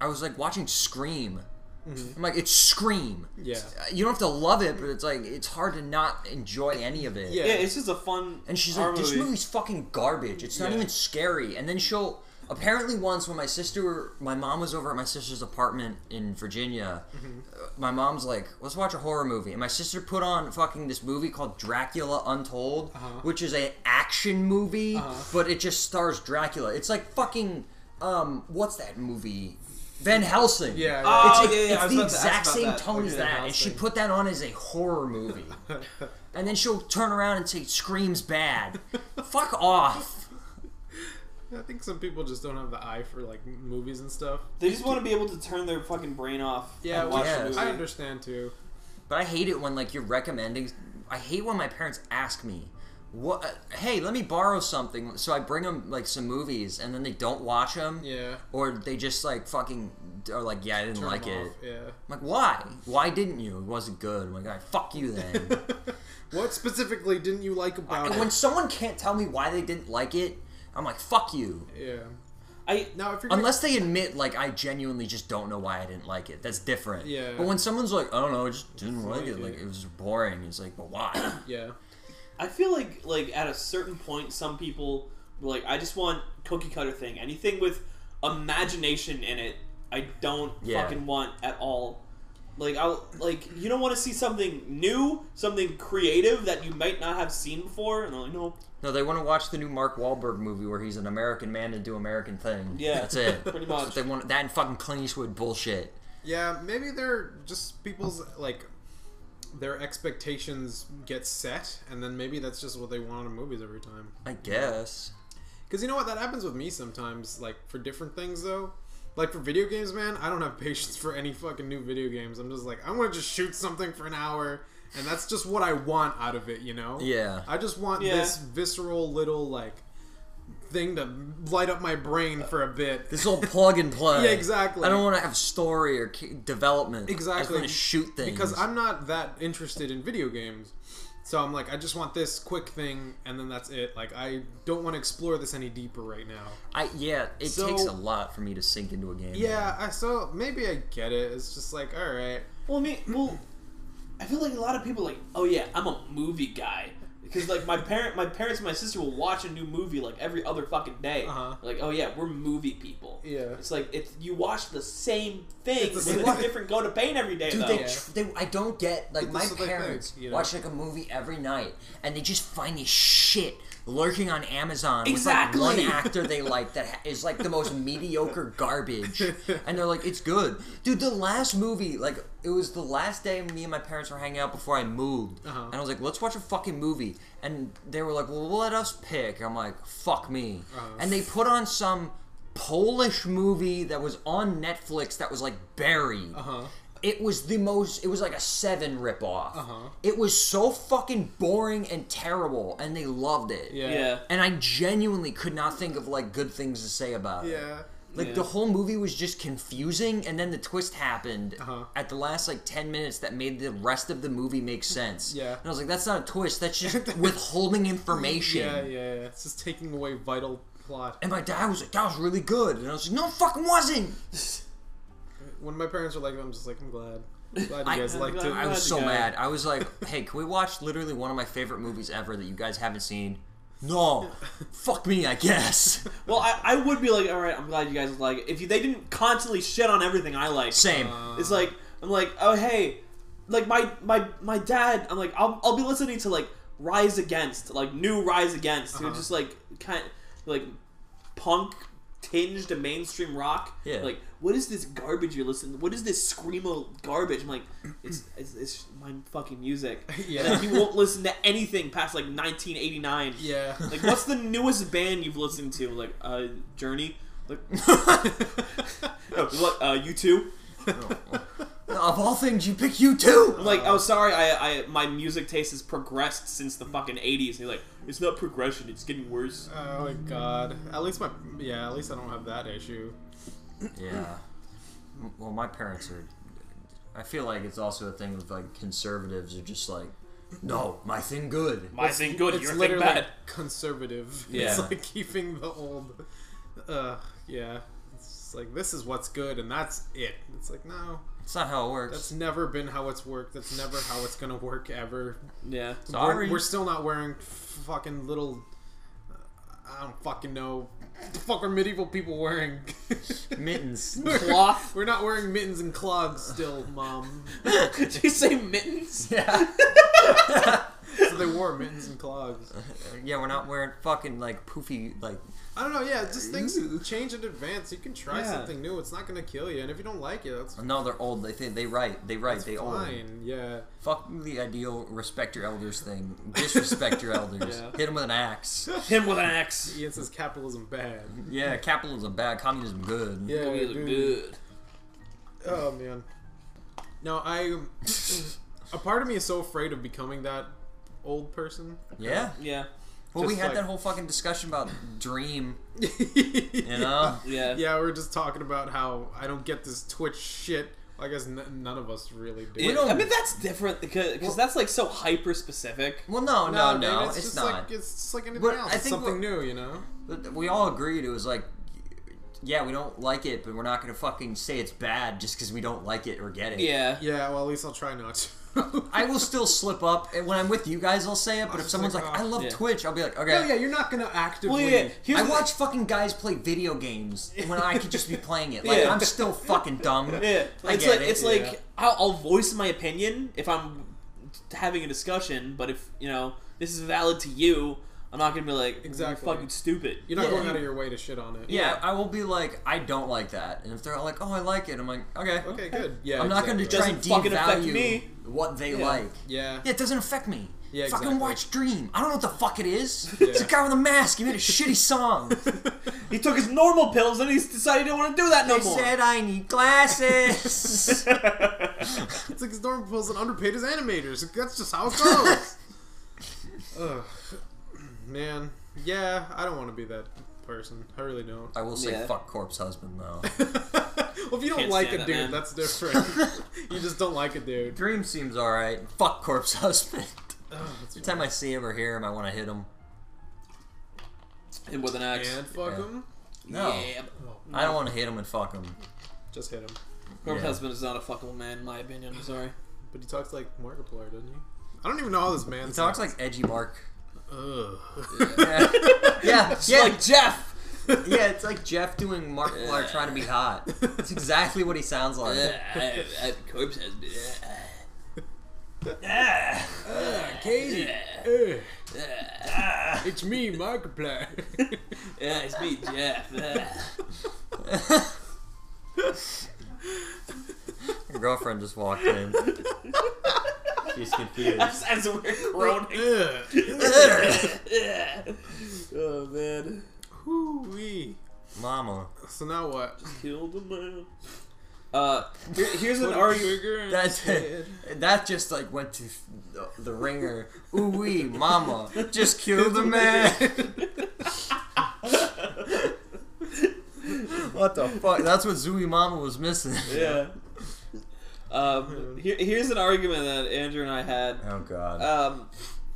[SPEAKER 3] I was like watching Scream. I'm like, it's Scream.
[SPEAKER 1] Mm-hmm. Yeah.
[SPEAKER 3] You don't have to love it, but it's like it's hard to not enjoy any of it.
[SPEAKER 1] Yeah.
[SPEAKER 2] Yeah, it's just a fun.
[SPEAKER 3] And she's
[SPEAKER 2] horror
[SPEAKER 3] like, this
[SPEAKER 2] movie.
[SPEAKER 3] movie's fucking garbage. It's not
[SPEAKER 1] Yeah.
[SPEAKER 3] even scary. And then she'll apparently once when my sister, my mom was over at my sister's apartment in Virginia. uh, My mom's like, let's watch a horror movie, and my sister put on fucking this movie called Dracula Untold, which is a action movie, but it just stars Dracula. It's like fucking um, what's that movie? Van Helsing.
[SPEAKER 1] Yeah, yeah.
[SPEAKER 3] It's,
[SPEAKER 2] Oh,
[SPEAKER 3] it's-
[SPEAKER 2] yeah, yeah, I
[SPEAKER 3] it's
[SPEAKER 2] was
[SPEAKER 3] the
[SPEAKER 2] about to ask
[SPEAKER 3] exact
[SPEAKER 2] about
[SPEAKER 3] same
[SPEAKER 2] that.
[SPEAKER 3] tone as
[SPEAKER 2] Okay, Van
[SPEAKER 3] that, and she
[SPEAKER 2] Helsing.
[SPEAKER 3] put that on as a horror movie. and then she'll turn around and say, "Scream's bad." Fuck off.
[SPEAKER 1] I think some people just don't have the eye for like movies and stuff.
[SPEAKER 2] They just want to be able to turn their fucking brain off.
[SPEAKER 1] Yeah,
[SPEAKER 2] and
[SPEAKER 1] well,
[SPEAKER 2] watch
[SPEAKER 3] guess.
[SPEAKER 2] the movie.
[SPEAKER 1] I understand too.
[SPEAKER 3] But I hate it when like you're recommending. I hate when my parents ask me, what? uh, Hey, let me borrow something. So I bring them like some movies, and then they don't watch them.
[SPEAKER 1] Yeah.
[SPEAKER 3] Or they just like fucking are like, yeah, I didn't like
[SPEAKER 1] Turn 'em
[SPEAKER 3] it.
[SPEAKER 1] off, Yeah.
[SPEAKER 3] I'm like, why? Why didn't you? It wasn't good. I'm like, all right, fuck you then.
[SPEAKER 1] What specifically didn't you like about
[SPEAKER 3] And
[SPEAKER 1] it?
[SPEAKER 3] when someone can't tell me why they didn't like it, I'm like, fuck you.
[SPEAKER 1] Yeah.
[SPEAKER 2] I
[SPEAKER 1] Now, if you're gonna-
[SPEAKER 3] Unless they admit, like, I genuinely just don't know why I didn't like it. That's different.
[SPEAKER 1] Yeah.
[SPEAKER 3] But when someone's like, I don't know, I just didn't like,
[SPEAKER 1] like
[SPEAKER 3] it. Like,
[SPEAKER 1] it.
[SPEAKER 3] it was boring. It's like, but why?
[SPEAKER 1] yeah,
[SPEAKER 2] I feel like like at a certain point, some people were like, I just want cookie cutter thing. Anything with imagination in it, I don't
[SPEAKER 3] Yeah.
[SPEAKER 2] fucking want at all. Like I will like you don't want to see something new, something creative that you might not have seen before, and I'm like, no,
[SPEAKER 3] no, they want to watch the new Mark Wahlberg movie where he's an American man and do American things.
[SPEAKER 2] Yeah,
[SPEAKER 3] That's it.
[SPEAKER 2] pretty
[SPEAKER 3] That's what
[SPEAKER 2] much.
[SPEAKER 3] they want that and fucking Clint Eastwood bullshit.
[SPEAKER 1] yeah. Maybe they're just people's like their expectations get set, and then maybe that's just what they want in movies every time.
[SPEAKER 3] I guess.
[SPEAKER 1] Because you know what, that happens with me sometimes. Like for different things though, like for video games, man, I don't have patience for any fucking new video games. I'm just like, I want to just shoot something for an hour, and that's just what I want out of it. You know?
[SPEAKER 3] Yeah.
[SPEAKER 1] I just want
[SPEAKER 2] Yeah.
[SPEAKER 1] this visceral little like thing to light up my brain for a bit.
[SPEAKER 3] This whole plug and play.
[SPEAKER 1] Yeah, exactly.
[SPEAKER 3] I don't want to have story or ca- development. I just
[SPEAKER 1] Exactly.
[SPEAKER 3] want to shoot things.
[SPEAKER 1] because I'm not that interested in video games. So I'm like, I just want this quick thing, and then that's it. Like, I don't want to explore this any deeper right now.
[SPEAKER 3] I yeah, it
[SPEAKER 1] So-
[SPEAKER 3] takes a lot for me to sink into a game.
[SPEAKER 1] Yeah, I so maybe I get it. It's just like, all right,
[SPEAKER 2] Well, I mean, well, I feel like a lot of people are like, oh yeah, I'm a movie guy because like my parent, my parents, and my sister will watch a new movie like every other fucking day.
[SPEAKER 1] Uh-huh.
[SPEAKER 2] Like, oh yeah, we're movie people.
[SPEAKER 1] Yeah.
[SPEAKER 2] it's like it's you watch the same thing
[SPEAKER 1] It's
[SPEAKER 2] with
[SPEAKER 1] the
[SPEAKER 2] a
[SPEAKER 1] same-
[SPEAKER 2] different go to paint every day.
[SPEAKER 3] Dude,
[SPEAKER 2] though.
[SPEAKER 3] they,
[SPEAKER 1] Yeah.
[SPEAKER 3] tr- they, I don't get like
[SPEAKER 1] But
[SPEAKER 3] my
[SPEAKER 1] this is the thing,
[SPEAKER 3] parents
[SPEAKER 1] you know?
[SPEAKER 3] watch like a movie every night, and they just find this shit lurking on Amazon
[SPEAKER 2] Exactly.
[SPEAKER 3] with like one actor they like that ha- is like the most mediocre garbage, and they're like, it's good, dude. The last movie, like it was the last day me and my parents were hanging out before I moved,
[SPEAKER 1] Uh-huh.
[SPEAKER 3] and I was like, let's watch a fucking movie, and they were like, well, let us pick. I'm like, fuck me,
[SPEAKER 1] Uh-huh.
[SPEAKER 3] and they put on some. Polish movie that was on Netflix that was like buried.
[SPEAKER 1] huh?
[SPEAKER 3] It was the most. It was like a seven ripoff.
[SPEAKER 1] Uh-huh.
[SPEAKER 3] It was so fucking boring and terrible, and they loved it.
[SPEAKER 1] Yeah.
[SPEAKER 2] yeah.
[SPEAKER 3] And I genuinely could not think of like good things to say about it.
[SPEAKER 1] Yeah.
[SPEAKER 3] Like
[SPEAKER 2] Yeah.
[SPEAKER 3] the whole movie was just confusing, and then the twist happened
[SPEAKER 1] Uh-huh.
[SPEAKER 3] at the last like ten minutes that made the rest of the movie make sense.
[SPEAKER 1] Yeah.
[SPEAKER 3] And I was like, that's not a twist. That's just withholding information.
[SPEAKER 1] Yeah, yeah, yeah. It's just taking away vital plot.
[SPEAKER 3] And my dad was like, that was really good. And I was like, no, it fucking wasn't.
[SPEAKER 1] When my parents were like, that, I'm just like, I'm glad, glad
[SPEAKER 3] I-
[SPEAKER 1] you guys liked
[SPEAKER 2] I'm
[SPEAKER 1] it.
[SPEAKER 3] I was so
[SPEAKER 2] Glad you got
[SPEAKER 3] mad. I was like, "Hey, can we watch literally one of my favorite movies ever that you guys haven't seen?" No, fuck me, I guess.
[SPEAKER 2] Well, I, I would be like, all right, I'm glad you guys like it. If you, they didn't constantly shit on everything I like.
[SPEAKER 3] Same.
[SPEAKER 1] Uh.
[SPEAKER 2] It's like I'm like, oh hey, like my my my dad. I'm like, I'll, I'll be listening to like Rise Against, like new Rise Against,
[SPEAKER 1] Uh-huh.
[SPEAKER 2] who just like kind like punk tinged to mainstream rock.
[SPEAKER 3] Yeah.
[SPEAKER 2] Like, what is this garbage you're listening? What is this screamo garbage? I'm like, it's it's, it's my fucking music.
[SPEAKER 1] Yeah.
[SPEAKER 2] And then he won't listen to anything past like 1989.
[SPEAKER 1] yeah.
[SPEAKER 2] Like, what's the newest band you've listened to? Like, uh, Journey. Like, oh, what? Uh, you two.
[SPEAKER 3] of all things, you pick you too.
[SPEAKER 2] I'm like, oh, sorry, I, I, my music taste has progressed since the fucking '80s. And he's like, it's not progression; it's getting worse.
[SPEAKER 1] oh my god. At least my yeah. At least I don't have that issue.
[SPEAKER 3] Yeah. M- Well, my parents are. I feel like it's also a thing with like conservatives are just like, no, my thing good.
[SPEAKER 2] My thing good,
[SPEAKER 1] it's
[SPEAKER 2] your thing
[SPEAKER 1] literally
[SPEAKER 2] bad.
[SPEAKER 1] conservative.
[SPEAKER 3] Yeah.
[SPEAKER 1] It's like keeping the old. Uh, yeah. It's just like this is what's good and that's it. It's like no,
[SPEAKER 3] It's not how it
[SPEAKER 1] that's
[SPEAKER 3] works.
[SPEAKER 1] never been how it's worked. That's never how it's gonna work ever.
[SPEAKER 2] Yeah.
[SPEAKER 3] Sorry.
[SPEAKER 1] We're, we're still not wearing fucking little. uh, I don't fucking know. What the fuck are medieval people wearing?
[SPEAKER 3] mittens.
[SPEAKER 2] Cloth?
[SPEAKER 1] We're not wearing mittens and clogs still, mom.
[SPEAKER 2] Did you say mittens?
[SPEAKER 3] yeah.
[SPEAKER 1] So they wore mittens and clogs.
[SPEAKER 3] Yeah, we're not wearing fucking like poofy like.
[SPEAKER 1] I don't know. Yeah, just things change in advance. You can try
[SPEAKER 2] Yeah.
[SPEAKER 1] something new. It's not gonna kill you, and if you don't like it, that's
[SPEAKER 3] No, they're old. They think they right. They right. they old.
[SPEAKER 1] fine. Yeah.
[SPEAKER 3] Fuck the ideal respect your elders thing. Disrespect your elders.
[SPEAKER 1] Yeah.
[SPEAKER 3] Hit them with an axe.
[SPEAKER 2] Him with an axe.
[SPEAKER 1] Ian says capitalism bad.
[SPEAKER 3] Yeah, capitalism bad, communism good.
[SPEAKER 1] Yeah,
[SPEAKER 2] Oh, you
[SPEAKER 1] dude.
[SPEAKER 2] look good.
[SPEAKER 1] Oh man. No, I. A part of me is so afraid of becoming that old person.
[SPEAKER 3] Yeah?
[SPEAKER 2] Yeah.
[SPEAKER 3] Well, we
[SPEAKER 1] Just
[SPEAKER 3] had
[SPEAKER 1] like-
[SPEAKER 3] that whole fucking discussion about Dream, you know?
[SPEAKER 2] Yeah.
[SPEAKER 1] Yeah, we were just talking about how I don't get this Twitch shit. I guess n- none of us really do.
[SPEAKER 3] We don't-
[SPEAKER 2] I mean that's different because cause that's like so hyper specific.
[SPEAKER 3] Well, no, no, no,
[SPEAKER 1] dude,
[SPEAKER 3] it's,
[SPEAKER 1] just
[SPEAKER 3] not.
[SPEAKER 1] Like, it's just like anything
[SPEAKER 3] But
[SPEAKER 1] else.
[SPEAKER 3] I
[SPEAKER 1] It's
[SPEAKER 3] think
[SPEAKER 1] something new, you know.
[SPEAKER 3] But we all agreed it was like, yeah, we don't like it, but we're not gonna fucking say it's bad just because we don't like it or get it.
[SPEAKER 2] Yeah.
[SPEAKER 1] Yeah, well, at least I'll try not to.
[SPEAKER 3] I will still slip up, and when I'm with you guys, I'll say it. But if
[SPEAKER 1] just
[SPEAKER 3] someone's like,
[SPEAKER 1] like,
[SPEAKER 3] "I
[SPEAKER 1] oh,
[SPEAKER 3] love
[SPEAKER 2] yeah.
[SPEAKER 3] Twitch," I'll be like, "Okay."
[SPEAKER 1] No, yeah, you're not gonna actively.
[SPEAKER 2] Well, yeah. Here's
[SPEAKER 3] I
[SPEAKER 2] the-
[SPEAKER 3] watch fucking guys play video games when I could just be playing it. Like
[SPEAKER 2] Yeah.
[SPEAKER 3] I'm still fucking dumb.
[SPEAKER 2] Yeah,
[SPEAKER 3] I
[SPEAKER 2] it's
[SPEAKER 3] get
[SPEAKER 2] like
[SPEAKER 3] it,
[SPEAKER 2] it's
[SPEAKER 1] yeah.
[SPEAKER 2] like I'll, I'll voice my opinion if I'm having a discussion, but if you know this is valid to you, I'm not gonna be like
[SPEAKER 1] Exactly.
[SPEAKER 2] exactly fucking stupid.
[SPEAKER 1] You're not
[SPEAKER 3] Yeah.
[SPEAKER 1] going out of your way to shit on it.
[SPEAKER 3] Yeah, I will be like, I don't like that, and if they're like, "Oh, I like it," I'm like, "Okay."
[SPEAKER 1] Okay, good. Yeah.
[SPEAKER 3] I'm not going to
[SPEAKER 1] exactly.
[SPEAKER 3] try and
[SPEAKER 2] Doesn't fucking affect
[SPEAKER 3] devalue
[SPEAKER 2] me.
[SPEAKER 3] what they
[SPEAKER 2] Yeah.
[SPEAKER 3] like.
[SPEAKER 1] Yeah.
[SPEAKER 3] Yeah, it doesn't affect me.
[SPEAKER 1] Yeah,
[SPEAKER 3] Fucking
[SPEAKER 1] exactly.
[SPEAKER 3] watch Dream. I don't know what the fuck it is.
[SPEAKER 1] Yeah.
[SPEAKER 3] It's a guy with a mask. He made a shitty song.
[SPEAKER 2] He took his normal pills and he's decided he didn't want to do that no
[SPEAKER 3] I
[SPEAKER 2] more.
[SPEAKER 3] said I need glasses.
[SPEAKER 1] It's like Storm Pulls and underpaid his animators. That's just how it goes. Ugh. Man. Yeah, I don't want to be that person. I really don't.
[SPEAKER 3] I will say
[SPEAKER 2] Yeah.
[SPEAKER 3] fuck Corpse Husband though.
[SPEAKER 1] Well, if you don't
[SPEAKER 2] Can't
[SPEAKER 1] like a
[SPEAKER 2] stand
[SPEAKER 1] dude,
[SPEAKER 2] that man.
[SPEAKER 1] that's different. you just don't like a dude.
[SPEAKER 3] Dream seems alright. Fuck Corpse Husband.
[SPEAKER 1] Ugh, that's
[SPEAKER 3] Every time I see him or hear him, I want to hit him.
[SPEAKER 2] And with an axe.
[SPEAKER 1] And fuck
[SPEAKER 3] Yeah.
[SPEAKER 1] him.
[SPEAKER 3] No.
[SPEAKER 2] Yeah,
[SPEAKER 3] I don't want to hit him and fuck him.
[SPEAKER 1] Just hit him.
[SPEAKER 2] her
[SPEAKER 3] Yeah.
[SPEAKER 2] husband is not a fuckable man, in my opinion. I'm sorry.
[SPEAKER 1] But he talks like Markiplier, doesn't he? I don't even know how this man
[SPEAKER 3] He talks like Edgy Mark.
[SPEAKER 1] Ugh.
[SPEAKER 3] Yeah, yeah, yeah,
[SPEAKER 2] Like Jeff.
[SPEAKER 3] yeah. It's like Jeff doing Mark Millar trying to be hot. That's exactly what he sounds like.
[SPEAKER 2] I, I, corpse has been.
[SPEAKER 3] Yeah.
[SPEAKER 1] Katie. Ugh. It's me, Markiplier.
[SPEAKER 2] Yeah, it's me, Jeff. Uh,
[SPEAKER 3] Your girlfriend just walked in. She's confused.
[SPEAKER 2] as, as we're groaning.
[SPEAKER 1] Ugh.
[SPEAKER 2] Oh man,
[SPEAKER 1] Hoo-wee.
[SPEAKER 3] Mama.
[SPEAKER 1] So now what?
[SPEAKER 2] killed a man. Uh, here, here's an
[SPEAKER 1] Put a
[SPEAKER 2] argument.
[SPEAKER 1] trigger in
[SPEAKER 3] That's
[SPEAKER 1] his
[SPEAKER 3] it.
[SPEAKER 1] head.
[SPEAKER 3] That just like went to the, the ringer. Ooh wee, mama. Just kill the man. what the fuck? That's what Zooey Mama was missing.
[SPEAKER 2] Yeah. Um, here, here's an argument that Andrew and I had.
[SPEAKER 3] Oh god.
[SPEAKER 2] Um,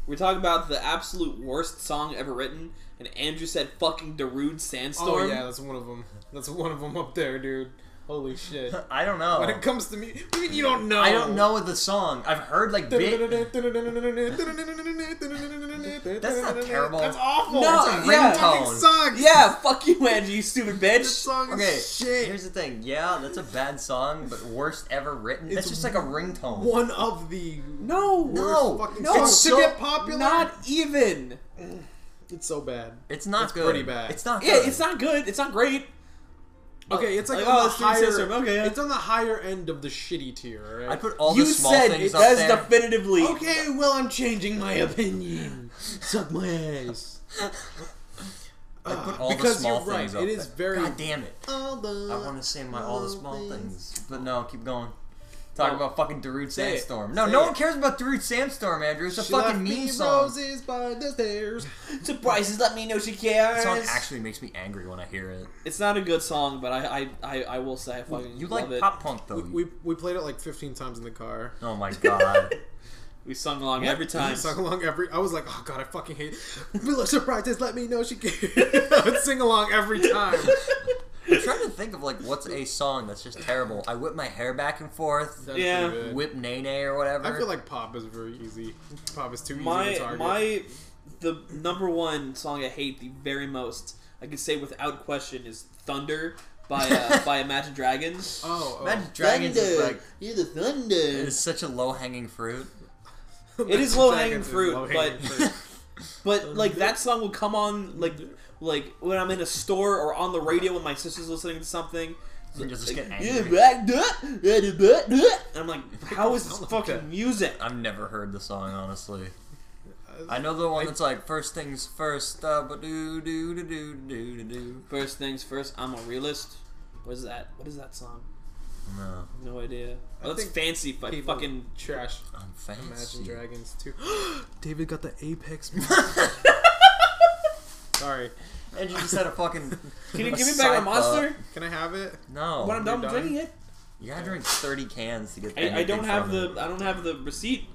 [SPEAKER 2] we talking about the absolute worst song ever written, and Andrew said "fucking Darude
[SPEAKER 1] Oh
[SPEAKER 2] Sandstorm."
[SPEAKER 1] yeah, that's one of them. That's one of them up there, dude. Holy shit.
[SPEAKER 3] I don't
[SPEAKER 1] When Uh, it
[SPEAKER 3] know.
[SPEAKER 1] comes to me, what do you mean you don't know.
[SPEAKER 3] I don't know the song. I've heard like bit.
[SPEAKER 1] That's
[SPEAKER 3] not terrible.
[SPEAKER 1] That's awful.
[SPEAKER 2] No,
[SPEAKER 1] That
[SPEAKER 2] yeah.
[SPEAKER 1] fucking
[SPEAKER 3] Ringtone.
[SPEAKER 1] sucks.
[SPEAKER 2] Yeah, fuck you, Andrew, you stupid
[SPEAKER 1] This
[SPEAKER 2] bitch.
[SPEAKER 1] song is
[SPEAKER 3] Okay,
[SPEAKER 1] shit.
[SPEAKER 3] here's the thing. Yeah, that's a bad song, but worst ever written. That's
[SPEAKER 1] It's
[SPEAKER 3] just like a ringtone.
[SPEAKER 1] one of the
[SPEAKER 2] No,
[SPEAKER 3] No,
[SPEAKER 1] fucking
[SPEAKER 3] no,
[SPEAKER 1] songs
[SPEAKER 3] it's
[SPEAKER 1] to
[SPEAKER 3] so-
[SPEAKER 1] get popular.
[SPEAKER 2] not even.
[SPEAKER 1] it's so bad.
[SPEAKER 3] It's not good.
[SPEAKER 1] pretty bad.
[SPEAKER 3] It's not.
[SPEAKER 2] Yeah,
[SPEAKER 3] good.
[SPEAKER 2] it's not good. It's not great.
[SPEAKER 1] Okay, it's like
[SPEAKER 2] Like,
[SPEAKER 1] on
[SPEAKER 2] oh,
[SPEAKER 1] the
[SPEAKER 2] it's Three
[SPEAKER 1] higher.
[SPEAKER 2] Sisters, okay, yeah.
[SPEAKER 1] It's on the higher end of the shitty tier. Right?
[SPEAKER 3] I put all
[SPEAKER 2] you
[SPEAKER 3] the small
[SPEAKER 2] said
[SPEAKER 3] things
[SPEAKER 2] it
[SPEAKER 3] up
[SPEAKER 2] does
[SPEAKER 3] there.
[SPEAKER 2] definitively.
[SPEAKER 1] Okay, well, I'm changing my opinion. Suck my ass.
[SPEAKER 3] I put all
[SPEAKER 1] because
[SPEAKER 3] the small
[SPEAKER 1] you're right,
[SPEAKER 3] things up
[SPEAKER 1] it is
[SPEAKER 3] there.
[SPEAKER 1] very-
[SPEAKER 3] God damn it!
[SPEAKER 1] All the.
[SPEAKER 3] I want to say my all the small
[SPEAKER 1] things.
[SPEAKER 3] things, but no, keep going. Talk about fucking Darude
[SPEAKER 1] Say it.
[SPEAKER 3] Sandstorm. No,
[SPEAKER 1] Say
[SPEAKER 3] no
[SPEAKER 1] it.
[SPEAKER 3] one cares about Darude Sandstorm, Andrew. It's a
[SPEAKER 1] She
[SPEAKER 3] fucking
[SPEAKER 1] left
[SPEAKER 3] meme
[SPEAKER 1] me
[SPEAKER 3] song.
[SPEAKER 1] Roses by the stairs.
[SPEAKER 2] Surprises, let me know she
[SPEAKER 3] That
[SPEAKER 2] cares.
[SPEAKER 3] song actually makes me angry when I hear it.
[SPEAKER 2] It's not a good song, but I I, I, I will say I fucking
[SPEAKER 3] You
[SPEAKER 2] love
[SPEAKER 3] like
[SPEAKER 2] it.
[SPEAKER 3] pop punk
[SPEAKER 2] Um,
[SPEAKER 3] though.
[SPEAKER 1] We, we played it like 15 times in the car.
[SPEAKER 3] oh my god.
[SPEAKER 2] We sung along every time.
[SPEAKER 1] I sung along every. I was like, oh god, I fucking hate. Little surprises, let me know she can. I would sing along every time.
[SPEAKER 3] I'm trying to think of like what's a song that's just terrible. I whip my hair back and forth.
[SPEAKER 1] That's
[SPEAKER 2] Yeah.
[SPEAKER 1] pretty good.
[SPEAKER 3] Whip Nene or whatever.
[SPEAKER 1] I feel like pop is very easy. Pop is too easy to
[SPEAKER 2] my
[SPEAKER 1] target.
[SPEAKER 2] my the number one song I hate the very most. I could say without question is Thunder by uh, by Imagine Dragons.
[SPEAKER 1] oh, oh.
[SPEAKER 3] Imagine Dragons is like
[SPEAKER 2] you're the thunder.
[SPEAKER 3] it's such a low hanging fruit.
[SPEAKER 2] It is
[SPEAKER 1] Imagine
[SPEAKER 2] low-hanging
[SPEAKER 1] Dragons is
[SPEAKER 2] fruit,
[SPEAKER 1] low-hanging
[SPEAKER 2] but-
[SPEAKER 1] fruit.
[SPEAKER 2] But like that song will come on like like when I'm in a store or on the radio when my sister's listening to something.
[SPEAKER 3] You just get
[SPEAKER 2] Like,
[SPEAKER 3] angry.
[SPEAKER 2] "Yeah, black duck, yeah, the black duck." And I'm like, how is this
[SPEAKER 1] Sound like
[SPEAKER 2] fucking
[SPEAKER 1] that.
[SPEAKER 2] music?
[SPEAKER 3] I've never heard the song, honestly.
[SPEAKER 2] Uh,
[SPEAKER 3] I know the one that's like first things first, uh, but do do do do do do do.
[SPEAKER 2] First things first, I'm a realist. What is that? What is that song?
[SPEAKER 3] No,
[SPEAKER 2] No idea. Oh, that's
[SPEAKER 1] think
[SPEAKER 2] fancy, but
[SPEAKER 1] people
[SPEAKER 2] fucking
[SPEAKER 1] trash.
[SPEAKER 3] I'm fancy.
[SPEAKER 1] Imagine Dragons too. David got the apex. Sorry.
[SPEAKER 3] And you just had a fucking.
[SPEAKER 2] Can
[SPEAKER 3] a
[SPEAKER 2] you give me
[SPEAKER 3] side thought.
[SPEAKER 2] back my monster?
[SPEAKER 1] Can I have it?
[SPEAKER 3] No.
[SPEAKER 2] when I'm
[SPEAKER 1] you're
[SPEAKER 2] done
[SPEAKER 1] done?
[SPEAKER 2] drinking it,
[SPEAKER 3] You gotta drink 30 cans to get.
[SPEAKER 2] I, I
[SPEAKER 3] anything
[SPEAKER 2] don't have
[SPEAKER 3] from
[SPEAKER 2] the
[SPEAKER 3] it.
[SPEAKER 2] I don't have the receipt.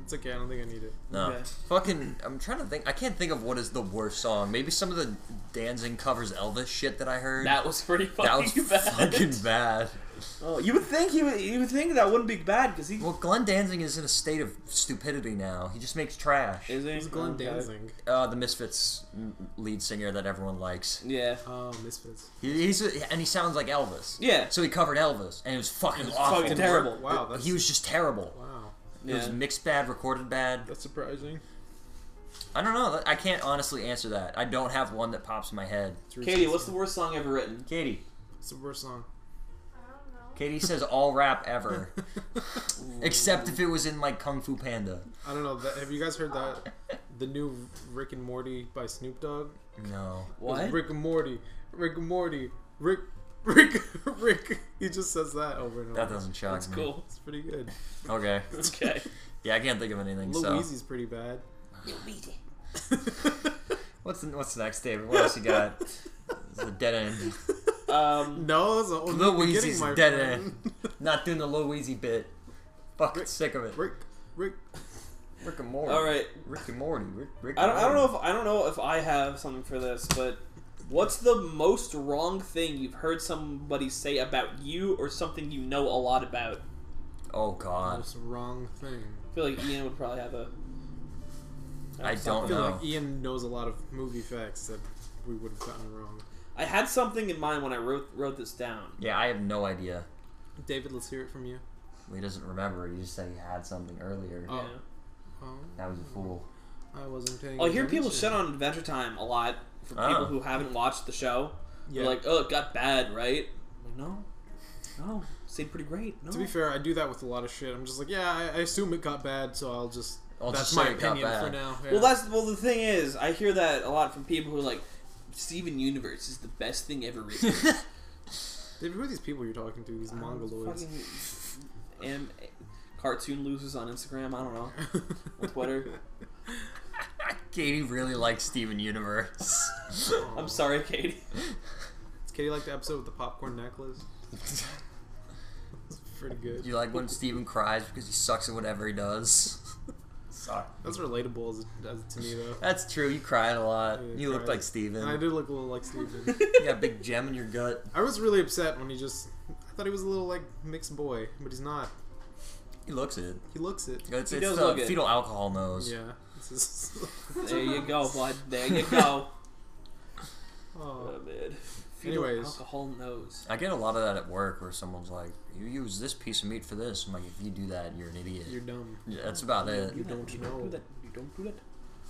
[SPEAKER 1] It's okay. I don't think I need it.
[SPEAKER 3] No.
[SPEAKER 2] Yeah.
[SPEAKER 3] Fucking. I'm trying to think. I can't think of what is the worst song. Maybe some of the dancing covers Elvis shit that I heard.
[SPEAKER 2] That was pretty
[SPEAKER 3] That
[SPEAKER 2] fucking
[SPEAKER 3] was
[SPEAKER 2] bad.
[SPEAKER 3] fucking bad.
[SPEAKER 2] Oh, you would think he would, you would think that wouldn't be bad because he
[SPEAKER 3] Well, Glenn Danzig is in a state of stupidity now. He just makes trash.
[SPEAKER 2] is
[SPEAKER 1] It's Glenn Danzig.
[SPEAKER 3] Uh, the Misfits mm, lead singer that everyone likes.
[SPEAKER 2] Yeah.
[SPEAKER 1] Oh, Misfits.
[SPEAKER 3] He, he's a, and he sounds like Elvis.
[SPEAKER 2] Yeah.
[SPEAKER 3] So he covered Elvis, and it was fucking awful.
[SPEAKER 2] fucking terrible.
[SPEAKER 1] Wow, that's
[SPEAKER 3] He was just terrible.
[SPEAKER 1] wow.
[SPEAKER 3] It was
[SPEAKER 2] Yeah.
[SPEAKER 3] mixed bad, recorded bad.
[SPEAKER 1] That's surprising.
[SPEAKER 3] I don't know. I can't honestly answer that. I don't have one that pops in my head.
[SPEAKER 2] Katie, what's the worst song ever written?
[SPEAKER 3] Katie.
[SPEAKER 1] It's the worst song.
[SPEAKER 3] Katie says all rap ever, except if it was in like Kung Fu Panda.
[SPEAKER 1] I don't know. That, have you guys heard that? The new Rick and Morty by Snoop Dogg.
[SPEAKER 3] No.
[SPEAKER 2] What?
[SPEAKER 1] Rick and Morty. Rick and Morty. Rick. Rick. Rick. He just says that over and over.
[SPEAKER 3] That doesn't shock
[SPEAKER 2] That's
[SPEAKER 3] me.
[SPEAKER 2] cool.
[SPEAKER 1] It's pretty good.
[SPEAKER 3] Okay.
[SPEAKER 2] Okay.
[SPEAKER 3] Yeah, I can't think of anything.
[SPEAKER 1] Lil
[SPEAKER 3] So
[SPEAKER 1] Weezy's pretty bad.
[SPEAKER 3] what's what's next, David? What else you got? It's a dead end.
[SPEAKER 2] Um,
[SPEAKER 1] no, it's the only
[SPEAKER 3] Lil
[SPEAKER 1] beginning,
[SPEAKER 3] Weezy's
[SPEAKER 1] my
[SPEAKER 3] dead
[SPEAKER 1] friend.
[SPEAKER 3] Not doing the Lil Weezy bit. Fucking sick of it.
[SPEAKER 1] Rick. Rick.
[SPEAKER 3] Rick and Morty.
[SPEAKER 2] all right.
[SPEAKER 3] Rick and Morty. Rick, Rick
[SPEAKER 2] I don't,
[SPEAKER 3] and
[SPEAKER 2] I don't know
[SPEAKER 3] Morty.
[SPEAKER 2] if I don't know if I have something for this, but what's the most wrong thing you've heard somebody say about you or something you know a lot about?
[SPEAKER 3] Oh God.
[SPEAKER 1] Most wrong thing.
[SPEAKER 2] I feel like Ian would probably have a.
[SPEAKER 3] I
[SPEAKER 1] I
[SPEAKER 3] don't
[SPEAKER 1] feel
[SPEAKER 3] know.
[SPEAKER 1] like Ian knows a lot of movie facts that we would have gotten wrong.
[SPEAKER 2] I had something in mind when I wrote wrote this down.
[SPEAKER 3] Yeah, I have no idea.
[SPEAKER 1] David, let's hear it from you.
[SPEAKER 3] He doesn't remember. He just said he had something earlier.
[SPEAKER 1] Oh.
[SPEAKER 2] Yeah.
[SPEAKER 1] Oh,
[SPEAKER 3] That was a fool.
[SPEAKER 1] I wasn't paying.
[SPEAKER 2] Oh, I hear
[SPEAKER 1] attention.
[SPEAKER 2] people shit on Adventure Time a lot from
[SPEAKER 3] Oh.
[SPEAKER 2] people who haven't watched the show.
[SPEAKER 1] Yeah.
[SPEAKER 2] They're like, oh, it got bad, right? I'm like, no. No. It stayed pretty great. No.
[SPEAKER 1] to be fair, I do that with a lot of shit. I'm just like, yeah, I, I assume it got bad, so I'll just.
[SPEAKER 3] I'll
[SPEAKER 1] that's
[SPEAKER 3] just
[SPEAKER 1] my
[SPEAKER 3] say it got
[SPEAKER 1] opinion for
[SPEAKER 3] bad.
[SPEAKER 1] now. yeah.
[SPEAKER 2] Well, that's well. The thing is, I hear that a lot from people who are like, Steven Universe is the best thing ever written.
[SPEAKER 1] David, who are these people you're talking to? These mongoloids.
[SPEAKER 2] Fucking am cartoon losers on Instagram. I don't know. On Twitter.
[SPEAKER 3] Katie really likes Steven Universe.
[SPEAKER 2] I'm sorry, Katie.
[SPEAKER 1] Does Katie like the episode with the popcorn necklace? It's pretty good.
[SPEAKER 3] you like when Steven cries because he sucks at whatever he does? Sorry.
[SPEAKER 1] That's relatable as, as to me though.
[SPEAKER 3] That's true. You cried a lot.
[SPEAKER 1] Yeah,
[SPEAKER 3] You looked
[SPEAKER 1] cried.
[SPEAKER 3] like Steven.
[SPEAKER 1] And I do look a little like Steven.
[SPEAKER 3] You got a big gem in your gut.
[SPEAKER 1] I was really upset when he just. I thought he was a little like mixed boy, but he's not.
[SPEAKER 3] He looks it.
[SPEAKER 1] He looks it.
[SPEAKER 3] It's,
[SPEAKER 2] He
[SPEAKER 3] it's
[SPEAKER 2] does
[SPEAKER 3] the
[SPEAKER 2] look it.
[SPEAKER 3] fetal alcohol nose.
[SPEAKER 1] Yeah. This is.
[SPEAKER 2] There you go, bud. There you go.
[SPEAKER 1] oh.
[SPEAKER 2] Oh, man. Fetal
[SPEAKER 1] Anyways.
[SPEAKER 2] alcohol nose.
[SPEAKER 3] I get a lot of that at work where someone's like, "You use this piece of meat for this." I'm like, "If you do that, you're an idiot."
[SPEAKER 1] You're dumb.
[SPEAKER 3] Yeah, that's about it.
[SPEAKER 1] You don't
[SPEAKER 2] you
[SPEAKER 1] know.
[SPEAKER 2] Don't do that. You don't do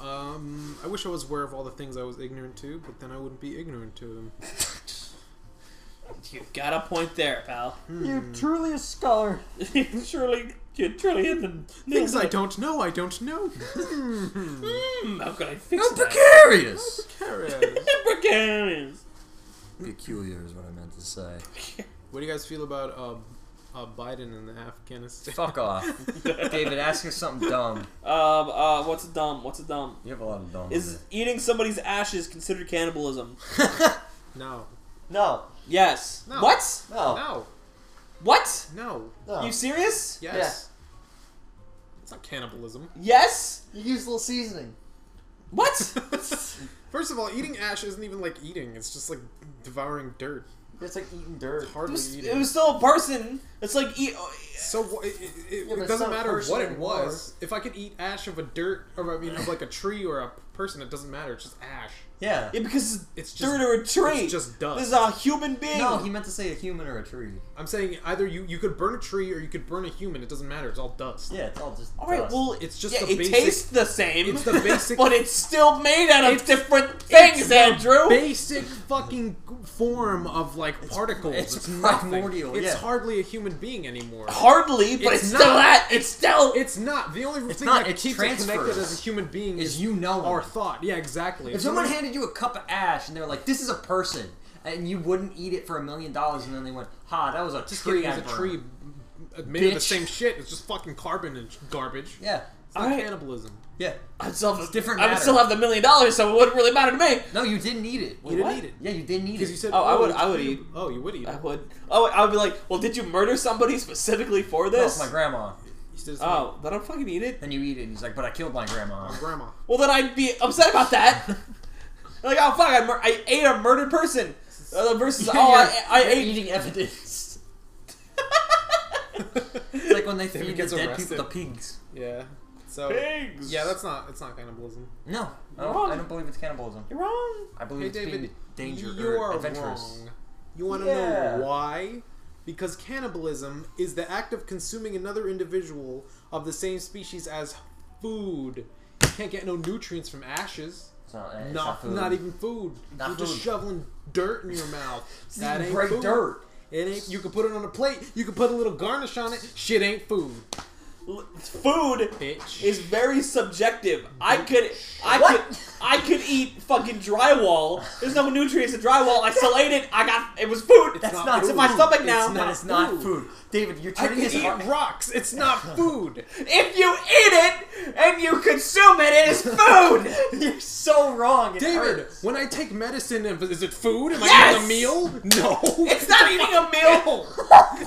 [SPEAKER 2] that.
[SPEAKER 1] Um, I wish I was aware of all the things I was ignorant to, but then I wouldn't be ignorant to them.
[SPEAKER 2] You got a point there, pal.
[SPEAKER 3] You're truly a scholar.
[SPEAKER 2] surely, you truly hit the
[SPEAKER 1] Things I don't know, I don't know.
[SPEAKER 2] Hmm, how could I fix
[SPEAKER 3] I'm
[SPEAKER 2] that?
[SPEAKER 3] precarious.
[SPEAKER 1] Karen.
[SPEAKER 2] Precarious.
[SPEAKER 3] Peculiar is what I meant to say.
[SPEAKER 1] What do you guys feel about uh, uh, Biden and the Afghanistan?
[SPEAKER 3] Fuck off, David. Ask us something dumb.
[SPEAKER 2] Um, uh, what's a dumb? What's a dumb?
[SPEAKER 3] You have a lot of dumb.
[SPEAKER 2] Is eating somebody's ashes considered cannibalism?
[SPEAKER 1] No,
[SPEAKER 3] no,
[SPEAKER 2] Yes.
[SPEAKER 1] No.
[SPEAKER 2] What?
[SPEAKER 3] no,
[SPEAKER 1] no,
[SPEAKER 2] What?
[SPEAKER 1] no.
[SPEAKER 3] no.
[SPEAKER 2] You serious?
[SPEAKER 1] Yes, it's not cannibalism.
[SPEAKER 2] Yes?
[SPEAKER 3] you use a little seasoning.
[SPEAKER 2] What?
[SPEAKER 1] First of all, eating ash isn't even like eating; it's just like devouring dirt.
[SPEAKER 3] It's like eating dirt.
[SPEAKER 1] Hardly
[SPEAKER 2] it, was,
[SPEAKER 1] eating.
[SPEAKER 2] it was still a person. It's like e, oh, eat.
[SPEAKER 1] so wha- it, it, it,
[SPEAKER 3] but
[SPEAKER 1] it
[SPEAKER 3] it's
[SPEAKER 1] doesn't
[SPEAKER 3] not a
[SPEAKER 1] matter
[SPEAKER 3] person
[SPEAKER 1] what it
[SPEAKER 3] anymore.
[SPEAKER 1] was. If I could eat ash of a dirt, or I mean, of like a tree or a person, it doesn't matter. It's just ash.
[SPEAKER 3] Yeah.
[SPEAKER 2] Yeah, because it's,
[SPEAKER 1] It's just-
[SPEAKER 2] dirt or a tree.
[SPEAKER 1] it's just dust.
[SPEAKER 2] This is a human being.
[SPEAKER 3] No, he meant to say a human or a tree.
[SPEAKER 1] I'm saying either you you could burn a tree or you could burn a human. It doesn't matter. It's all dust.
[SPEAKER 3] Yeah, it's all just.
[SPEAKER 2] All right.
[SPEAKER 3] dust.
[SPEAKER 2] Well,
[SPEAKER 1] It's just
[SPEAKER 2] yeah,
[SPEAKER 1] the
[SPEAKER 2] it
[SPEAKER 1] basic-
[SPEAKER 2] tastes the same.
[SPEAKER 1] It's the basic-
[SPEAKER 2] but it's still made out of different things,
[SPEAKER 1] the
[SPEAKER 2] Andrew.
[SPEAKER 1] basic fucking form of like particles.
[SPEAKER 3] it's
[SPEAKER 1] nothing.
[SPEAKER 3] primordial,
[SPEAKER 1] It's
[SPEAKER 3] yeah.
[SPEAKER 1] hardly a human being anymore.
[SPEAKER 2] Hardly, but it's,
[SPEAKER 1] It's
[SPEAKER 2] still
[SPEAKER 1] not.
[SPEAKER 2] that. It's still.
[SPEAKER 1] It's not. The only thing
[SPEAKER 3] not,
[SPEAKER 1] that
[SPEAKER 3] it's
[SPEAKER 1] keeps it connected
[SPEAKER 3] transfers.
[SPEAKER 1] as a human being
[SPEAKER 3] is
[SPEAKER 1] is
[SPEAKER 3] you know
[SPEAKER 1] our
[SPEAKER 3] it.
[SPEAKER 1] thought. Yeah, exactly.
[SPEAKER 3] If someone handed you a cup of ash and they were like, "This is a person," and you wouldn't eat it for a million dollars, and then they went, "Ha, that was a
[SPEAKER 1] just
[SPEAKER 3] tree."
[SPEAKER 1] kidding,
[SPEAKER 3] I
[SPEAKER 1] it's a
[SPEAKER 3] burned."
[SPEAKER 1] tree made of the
[SPEAKER 3] Bitch.
[SPEAKER 1] same shit. It's just fucking carbon and garbage.
[SPEAKER 3] Yeah.
[SPEAKER 1] not
[SPEAKER 2] Alright.
[SPEAKER 1] cannibalism.
[SPEAKER 3] Yeah.
[SPEAKER 2] I'd still have,
[SPEAKER 3] different
[SPEAKER 2] I would
[SPEAKER 3] matter.
[SPEAKER 2] still have the million dollars, so it wouldn't really matter to me.
[SPEAKER 3] No, you didn't eat it.
[SPEAKER 1] You didn't
[SPEAKER 2] What?
[SPEAKER 1] eat it
[SPEAKER 3] Yeah, you didn't eat it.
[SPEAKER 1] because you said.
[SPEAKER 2] Oh, I would-
[SPEAKER 1] it's
[SPEAKER 2] I would
[SPEAKER 1] cute."
[SPEAKER 2] eat.
[SPEAKER 1] Oh, you would eat
[SPEAKER 2] I
[SPEAKER 1] it.
[SPEAKER 2] would. Oh, I would be like, well, did you murder somebody specifically for
[SPEAKER 3] No,
[SPEAKER 2] this?
[SPEAKER 3] it's Oh, my grandma.
[SPEAKER 1] You said it's my
[SPEAKER 2] oh, then I'd fucking eat it.
[SPEAKER 3] And you eat it. And he's like, but I killed my grandma.
[SPEAKER 1] grandma.
[SPEAKER 2] Well, then I'd be upset about that. like, oh fuck, I, mur- I ate a murdered person. Uh, versus, oh, I, I
[SPEAKER 3] You're
[SPEAKER 2] ate.
[SPEAKER 3] eating evidence. it's like when they
[SPEAKER 1] David
[SPEAKER 3] feed the
[SPEAKER 1] gets
[SPEAKER 3] dead
[SPEAKER 1] arrested.
[SPEAKER 3] people the pigs.
[SPEAKER 1] Yeah. So.
[SPEAKER 2] Pigs.
[SPEAKER 1] Yeah, that's not. It's not cannibalism.
[SPEAKER 3] No, I don't,
[SPEAKER 2] Wrong.
[SPEAKER 3] I don't believe it's cannibalism.
[SPEAKER 2] You're wrong.
[SPEAKER 3] I believe
[SPEAKER 1] Hey,
[SPEAKER 3] it's
[SPEAKER 1] David.
[SPEAKER 3] being danger
[SPEAKER 1] you
[SPEAKER 3] or
[SPEAKER 1] are
[SPEAKER 3] adventurous.
[SPEAKER 1] wrong. You want to
[SPEAKER 3] Yeah.
[SPEAKER 1] know why? Because cannibalism is the act of consuming another individual of the same species as food. You can't get no nutrients from ashes.
[SPEAKER 3] It's not, it's
[SPEAKER 1] Not,
[SPEAKER 3] food.
[SPEAKER 1] not, even food.
[SPEAKER 3] Not
[SPEAKER 1] You're just
[SPEAKER 3] food.
[SPEAKER 1] shoveling dirt in your mouth. that
[SPEAKER 3] eating
[SPEAKER 1] ain't
[SPEAKER 3] great
[SPEAKER 1] food.
[SPEAKER 3] dirt.
[SPEAKER 1] It ain't. You can put it on a plate. You can put a little garnish on it. Shit ain't food,
[SPEAKER 2] L- Food
[SPEAKER 1] bitch.
[SPEAKER 2] is very subjective. I could, I
[SPEAKER 3] What?
[SPEAKER 2] could, I could eat fucking drywall. There's no nutrients in drywall. I still ate it. I got it was food.
[SPEAKER 3] That's
[SPEAKER 1] not
[SPEAKER 3] not,
[SPEAKER 1] food.
[SPEAKER 2] It's in my stomach
[SPEAKER 3] It's
[SPEAKER 2] now.
[SPEAKER 3] not, it's not
[SPEAKER 1] food.
[SPEAKER 3] food. David, you're
[SPEAKER 1] I
[SPEAKER 3] turning
[SPEAKER 1] can
[SPEAKER 3] this
[SPEAKER 1] eat
[SPEAKER 3] ar-
[SPEAKER 1] rocks. It's not food.
[SPEAKER 2] If you eat it and you consume it, it is food.
[SPEAKER 3] You're so wrong. It
[SPEAKER 1] David,
[SPEAKER 3] hurts.
[SPEAKER 1] when I take medicine, am- is it food? Am I
[SPEAKER 2] Yes!
[SPEAKER 1] eating a meal? No.
[SPEAKER 2] it's not eating a meal.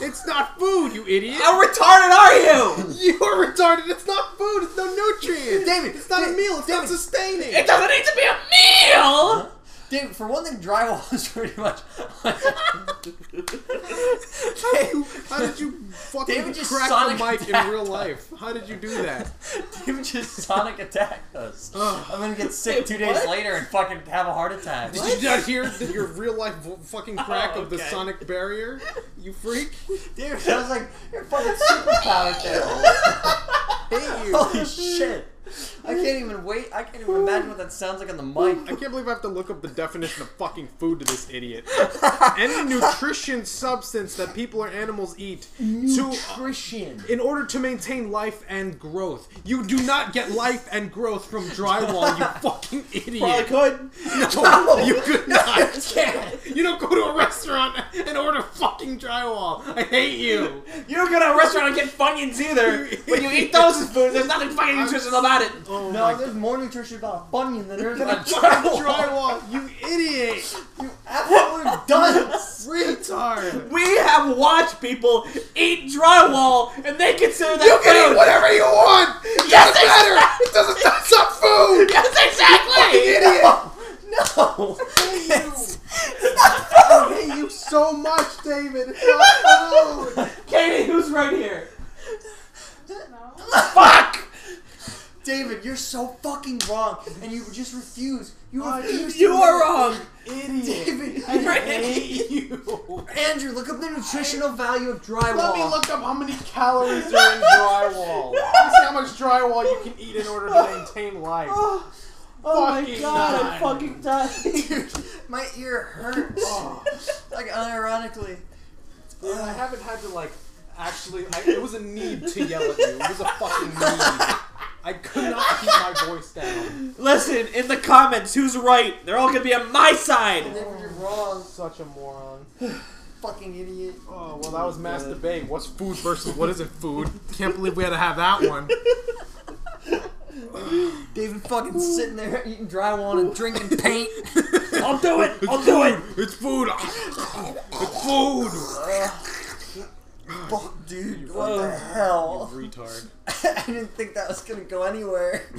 [SPEAKER 1] It's not food, you idiot.
[SPEAKER 2] How retarded are you?
[SPEAKER 1] You're Oh, retarded. It's not food. It's no nutrients.
[SPEAKER 3] David,
[SPEAKER 1] it's not a
[SPEAKER 3] David,
[SPEAKER 1] meal. It's not sustaining.
[SPEAKER 2] It doesn't need to be a meal.
[SPEAKER 3] David, for one thing, drywall is pretty much.
[SPEAKER 1] How did you fucking
[SPEAKER 3] David just
[SPEAKER 1] crack
[SPEAKER 3] sonic
[SPEAKER 1] the mic in
[SPEAKER 3] attacked
[SPEAKER 1] real
[SPEAKER 3] us.
[SPEAKER 1] life? How did you do that?
[SPEAKER 3] David just sonic attacked us.
[SPEAKER 1] Ugh.
[SPEAKER 3] I'm gonna get sick two days
[SPEAKER 2] What?
[SPEAKER 3] later and fucking have a heart attack.
[SPEAKER 1] Did you not hear the, your real life vo- fucking crack
[SPEAKER 2] Oh,
[SPEAKER 1] of the
[SPEAKER 2] okay.
[SPEAKER 1] sonic barrier? You freak!
[SPEAKER 3] David, I was like, you're fucking superpower there.
[SPEAKER 1] Hate you!
[SPEAKER 3] Holy shit. I can't even wait. I can't even imagine what that sounds like on the
[SPEAKER 1] I
[SPEAKER 3] mic.
[SPEAKER 1] can't believe I have to look up the definition of fucking food to this idiot. Any nutrition substance that people or animals eat to
[SPEAKER 3] Nutrition.
[SPEAKER 1] in order to maintain life and growth. You do not get life and growth from drywall, you fucking
[SPEAKER 2] Probably
[SPEAKER 3] Oh
[SPEAKER 1] idiot.
[SPEAKER 2] could.
[SPEAKER 1] No, you could not.
[SPEAKER 3] can't.
[SPEAKER 1] You don't go to a restaurant and order fucking drywall. I hate you.
[SPEAKER 2] You don't go to a restaurant and get Funyuns either. When you eat those as food, there's nothing fucking nutritional about it.
[SPEAKER 1] Oh
[SPEAKER 3] No, there's more nutrition about a bunion than there is about
[SPEAKER 1] Fucking
[SPEAKER 3] drywall.
[SPEAKER 1] drywall, you idiot.
[SPEAKER 3] Absolute dunce.
[SPEAKER 1] Retard.
[SPEAKER 2] We have watched people eat drywall, and they consider that food.
[SPEAKER 1] whatever you want.
[SPEAKER 2] Yes, exactly.
[SPEAKER 1] It doesn't. That's not food.
[SPEAKER 2] Yes, exactly.
[SPEAKER 3] No. No. It's-
[SPEAKER 1] I hate you so much, David. It's not food.
[SPEAKER 2] Katie, who's right here? Fuck.
[SPEAKER 3] David, you're so fucking wrong, and you just refuse. You refuse.
[SPEAKER 2] You
[SPEAKER 3] to-
[SPEAKER 2] are wrong.
[SPEAKER 1] Idiot.
[SPEAKER 3] David,
[SPEAKER 1] I hate you.
[SPEAKER 3] Andrew, look up the nutritional value of drywall.
[SPEAKER 1] Let me look up how many calories are in drywall. Let me see how much drywall you can eat in order to maintain life.
[SPEAKER 2] Oh, oh my
[SPEAKER 1] Fucking
[SPEAKER 2] god,
[SPEAKER 1] God.
[SPEAKER 2] I'm fucking dying.
[SPEAKER 3] Dude, my ear hurts.
[SPEAKER 1] Oh,
[SPEAKER 3] Like unironically.
[SPEAKER 1] dude, I haven't had to like actually. I, it was a need to yell at you. It was a fucking need. I could not keep my voice down.
[SPEAKER 2] Listen, in the comments, who's right? They're all gonna be on my side.
[SPEAKER 3] David, you're wrong.
[SPEAKER 1] Such a moron.
[SPEAKER 3] Fucking idiot.
[SPEAKER 1] Oh well, that was mass debate. What's food versus what isn't food? Can't believe we had to have that one.
[SPEAKER 3] David fucking sitting there eating drywall and drinking paint.
[SPEAKER 2] I'll do it. I'll do it.
[SPEAKER 1] It's food. It's food.
[SPEAKER 3] Fuck, dude.
[SPEAKER 1] Oh.
[SPEAKER 3] What the hell?
[SPEAKER 1] Retard.
[SPEAKER 3] I didn't think that was gonna go anywhere.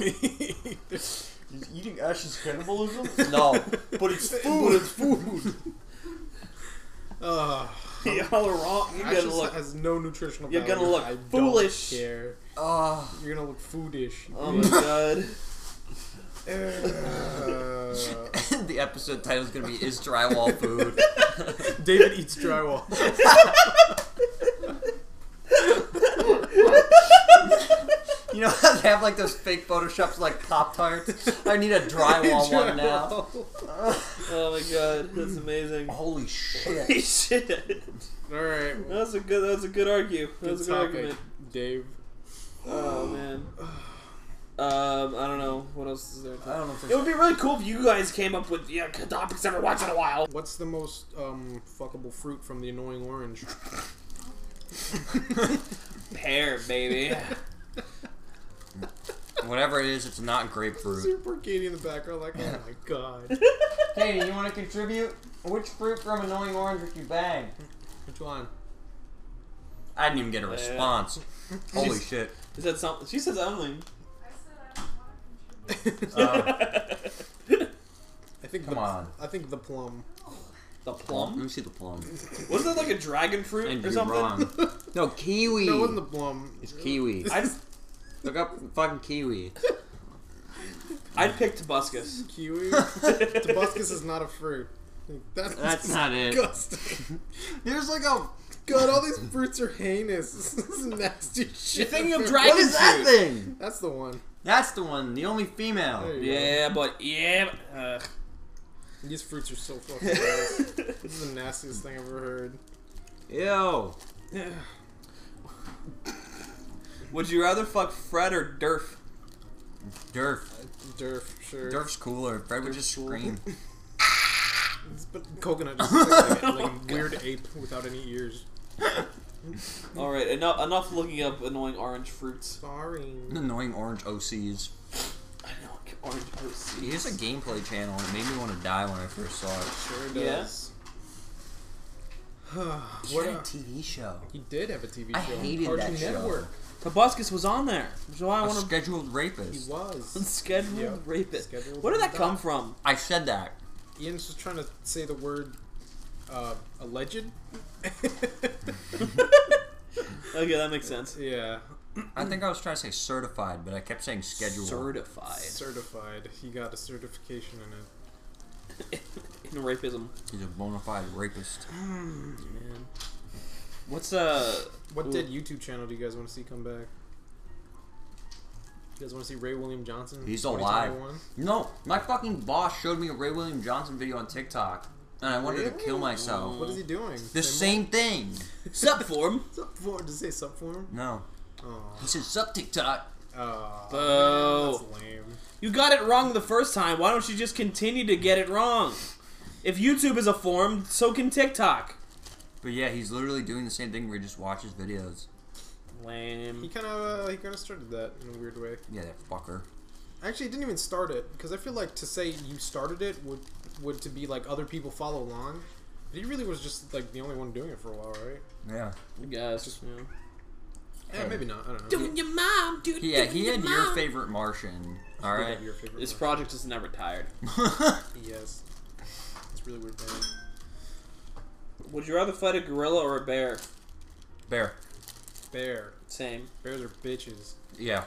[SPEAKER 3] Is eating ash is cannibalism? No. But it's
[SPEAKER 1] But it's food. Ugh.
[SPEAKER 2] Y'all are wrong. You're
[SPEAKER 1] Ashes
[SPEAKER 2] gonna look.
[SPEAKER 1] has no nutritional
[SPEAKER 2] You're gonna
[SPEAKER 1] value.
[SPEAKER 2] look
[SPEAKER 1] I don't
[SPEAKER 2] foolish.
[SPEAKER 1] care.
[SPEAKER 3] Uh,
[SPEAKER 1] You're gonna look foodish. you
[SPEAKER 2] Oh
[SPEAKER 3] Um.
[SPEAKER 2] my god.
[SPEAKER 1] bitch.
[SPEAKER 3] the episode title is gonna be "Is Drywall Food?"
[SPEAKER 1] Uh, David eats drywall.
[SPEAKER 3] you know how they have like those fake photoshops like Pop Tarts. I need a drywall one now.
[SPEAKER 2] Oh my god. That's amazing.
[SPEAKER 3] Holy shit!
[SPEAKER 2] Holy shit.
[SPEAKER 1] All right.
[SPEAKER 2] That was a good. That was a good argue. That was
[SPEAKER 1] Good
[SPEAKER 2] a good
[SPEAKER 1] topic,
[SPEAKER 2] argument.
[SPEAKER 1] Dave.
[SPEAKER 2] Oh man. Um, I don't know what else is there.
[SPEAKER 3] I don't know if
[SPEAKER 2] It
[SPEAKER 3] there's
[SPEAKER 2] would be really cool if you guys came up with yeah good topics every once in a while.
[SPEAKER 1] What's the most um, fuckable fruit from the annoying orange?
[SPEAKER 2] Pear, baby.
[SPEAKER 3] whatever it is, it's not grapefruit.
[SPEAKER 1] Super Katie in the background, like, oh my god.
[SPEAKER 3] Katie, you want to contribute? Which fruit from Annoying Orange would you bag?
[SPEAKER 1] Which one?
[SPEAKER 3] I didn't even get a response. Holy
[SPEAKER 2] She's-
[SPEAKER 3] shit.
[SPEAKER 2] Is that something? She said something. Oh.
[SPEAKER 3] Uh,
[SPEAKER 1] I think
[SPEAKER 3] Come
[SPEAKER 1] the,
[SPEAKER 3] on.
[SPEAKER 1] I think the plum.
[SPEAKER 2] The
[SPEAKER 3] Let
[SPEAKER 2] plum?
[SPEAKER 3] me see the plum.
[SPEAKER 2] Wasn't that like a dragon fruit
[SPEAKER 3] And
[SPEAKER 2] or
[SPEAKER 3] you're
[SPEAKER 2] something?
[SPEAKER 3] wrong. No, kiwi.
[SPEAKER 1] No, it wasn't the plum.
[SPEAKER 3] it's kiwi.
[SPEAKER 2] I'd,
[SPEAKER 3] Look up fucking kiwi.
[SPEAKER 2] I'd pick Tobuscus.
[SPEAKER 1] Kiwi. Tobuscus is not a fruit. That's,
[SPEAKER 3] That's not it.
[SPEAKER 1] disgusting. Here's like a god. All these fruits are heinous. This is nasty shit.
[SPEAKER 2] You're thinking of
[SPEAKER 3] What
[SPEAKER 2] dragon
[SPEAKER 3] is that
[SPEAKER 2] fruit.
[SPEAKER 3] thing?
[SPEAKER 1] That's the one.
[SPEAKER 3] That's the one, the only female.
[SPEAKER 1] There you
[SPEAKER 2] Yeah, but yeah. but- ugh.
[SPEAKER 1] go. These fruits are so fucking. gross. this is the nastiest thing I've ever heard.
[SPEAKER 3] Ew.
[SPEAKER 2] Would you rather fuck Fred or Durf?
[SPEAKER 3] Durf.
[SPEAKER 1] Durf, sure.
[SPEAKER 3] Durf's cooler. Fred would just
[SPEAKER 1] cool.
[SPEAKER 3] scream.
[SPEAKER 1] But coconut just looks like, a- like a weird ape without any ears.
[SPEAKER 2] All right, enough enough looking up annoying orange fruits.
[SPEAKER 1] Sorry.
[SPEAKER 3] Annoying orange OCs.
[SPEAKER 2] I know orange fruits.
[SPEAKER 3] He has a gameplay channel and it made me want to die when I first saw it.
[SPEAKER 1] Sure
[SPEAKER 2] Yeah.
[SPEAKER 1] does. what
[SPEAKER 3] What a
[SPEAKER 1] a-
[SPEAKER 3] TV show.
[SPEAKER 1] he did have a TV show.
[SPEAKER 3] I
[SPEAKER 1] on
[SPEAKER 3] hated
[SPEAKER 1] Cartoon
[SPEAKER 3] that show.
[SPEAKER 1] Network.
[SPEAKER 2] Tobuscus was on there, so I
[SPEAKER 3] A
[SPEAKER 2] want to
[SPEAKER 3] scheduled
[SPEAKER 1] He
[SPEAKER 3] rapist.
[SPEAKER 1] was.
[SPEAKER 2] scheduled
[SPEAKER 1] Yeah.
[SPEAKER 2] rapist.
[SPEAKER 1] Scheduled
[SPEAKER 2] Where did that
[SPEAKER 1] rapist.
[SPEAKER 2] come from?
[SPEAKER 3] I said that.
[SPEAKER 1] Ian's just trying to say the word uh, alleged.
[SPEAKER 2] Okay, that makes sense.
[SPEAKER 1] yeah,
[SPEAKER 3] I think I was trying to say certified, but I kept saying scheduled.
[SPEAKER 2] Certified
[SPEAKER 1] certified. He got a certification in it.
[SPEAKER 2] in rapism.
[SPEAKER 3] He's a bona fide rapist.
[SPEAKER 2] Man. What's uh?
[SPEAKER 1] What
[SPEAKER 2] Cool.
[SPEAKER 1] dead YouTube channel do you guys want to see come back? You guys want to see Ray William Johnson?
[SPEAKER 3] He's
[SPEAKER 1] 2021?
[SPEAKER 3] alive. No, my fucking boss showed me a Ray William Johnson video on TikTok, and I wanted to kill myself.
[SPEAKER 1] What is he doing?
[SPEAKER 3] the same thing.
[SPEAKER 2] Sup form?
[SPEAKER 1] Subform? Did it say subform?
[SPEAKER 3] No.
[SPEAKER 1] Oh,
[SPEAKER 3] He said, Sup, TikTok.
[SPEAKER 1] oh
[SPEAKER 2] Boo.
[SPEAKER 1] that's lame.
[SPEAKER 2] You got it wrong the first time. Why don't you just continue to get it wrong? If YouTube is a form, so can TikTok.
[SPEAKER 3] But yeah, he's literally doing the same thing where he just watches videos.
[SPEAKER 1] He
[SPEAKER 2] Lame.
[SPEAKER 1] kind of uh, he kind of started that in a weird way.
[SPEAKER 3] Yeah, that fucker.
[SPEAKER 1] Actually, he didn't even start it because I feel like to say you started it would would to be like other people follow along. But he really was just like the only one doing it for a while, right?
[SPEAKER 3] Yeah.
[SPEAKER 2] I guess. Yeah.
[SPEAKER 1] Yeah, maybe not. I don't know.
[SPEAKER 2] your mom, dude.
[SPEAKER 3] Yeah, he had your favorite Martian. All
[SPEAKER 1] Did
[SPEAKER 3] right.
[SPEAKER 1] have your favorite
[SPEAKER 2] This
[SPEAKER 1] one.
[SPEAKER 2] project is never tired.
[SPEAKER 1] Yes. It's really weird. Man.
[SPEAKER 2] Would you rather fight a gorilla or a bear?
[SPEAKER 3] Bear.
[SPEAKER 1] Bear.
[SPEAKER 2] Same.
[SPEAKER 1] Bears are bitches.
[SPEAKER 3] Yeah.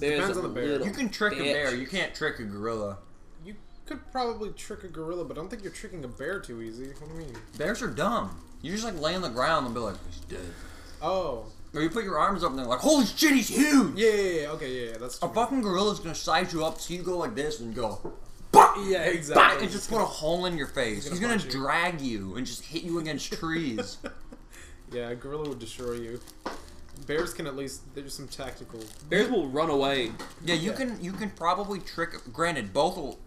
[SPEAKER 2] Bears
[SPEAKER 1] Depends
[SPEAKER 2] a
[SPEAKER 1] on the bear.
[SPEAKER 2] little
[SPEAKER 3] You can trick
[SPEAKER 2] bitch.
[SPEAKER 3] a bear. You can't trick a gorilla.
[SPEAKER 1] You could probably trick a gorilla, but I don't think you're tricking a bear too easy. What do you mean?
[SPEAKER 3] Bears are dumb. You just like lay on the ground and be like, he's dead.
[SPEAKER 1] Oh.
[SPEAKER 3] Or you put your arms up and they're like, holy shit, he's huge.
[SPEAKER 1] Yeah, yeah, yeah. Okay, yeah, yeah. That's
[SPEAKER 3] A fucking gorilla's gonna size you up so you go like this and go,
[SPEAKER 1] Yeah,
[SPEAKER 3] bah,
[SPEAKER 1] exactly.
[SPEAKER 3] and just put a hole in your face. He's
[SPEAKER 1] gonna
[SPEAKER 3] gonna,
[SPEAKER 1] punch you.
[SPEAKER 3] drag you and just hit you against trees.
[SPEAKER 1] Yeah, a gorilla would destroy you. Bears can at least there's some tactical.
[SPEAKER 2] Bears will run away.
[SPEAKER 3] Yeah, you
[SPEAKER 1] Yeah.
[SPEAKER 3] can you can probably trick. Granted, both. Will,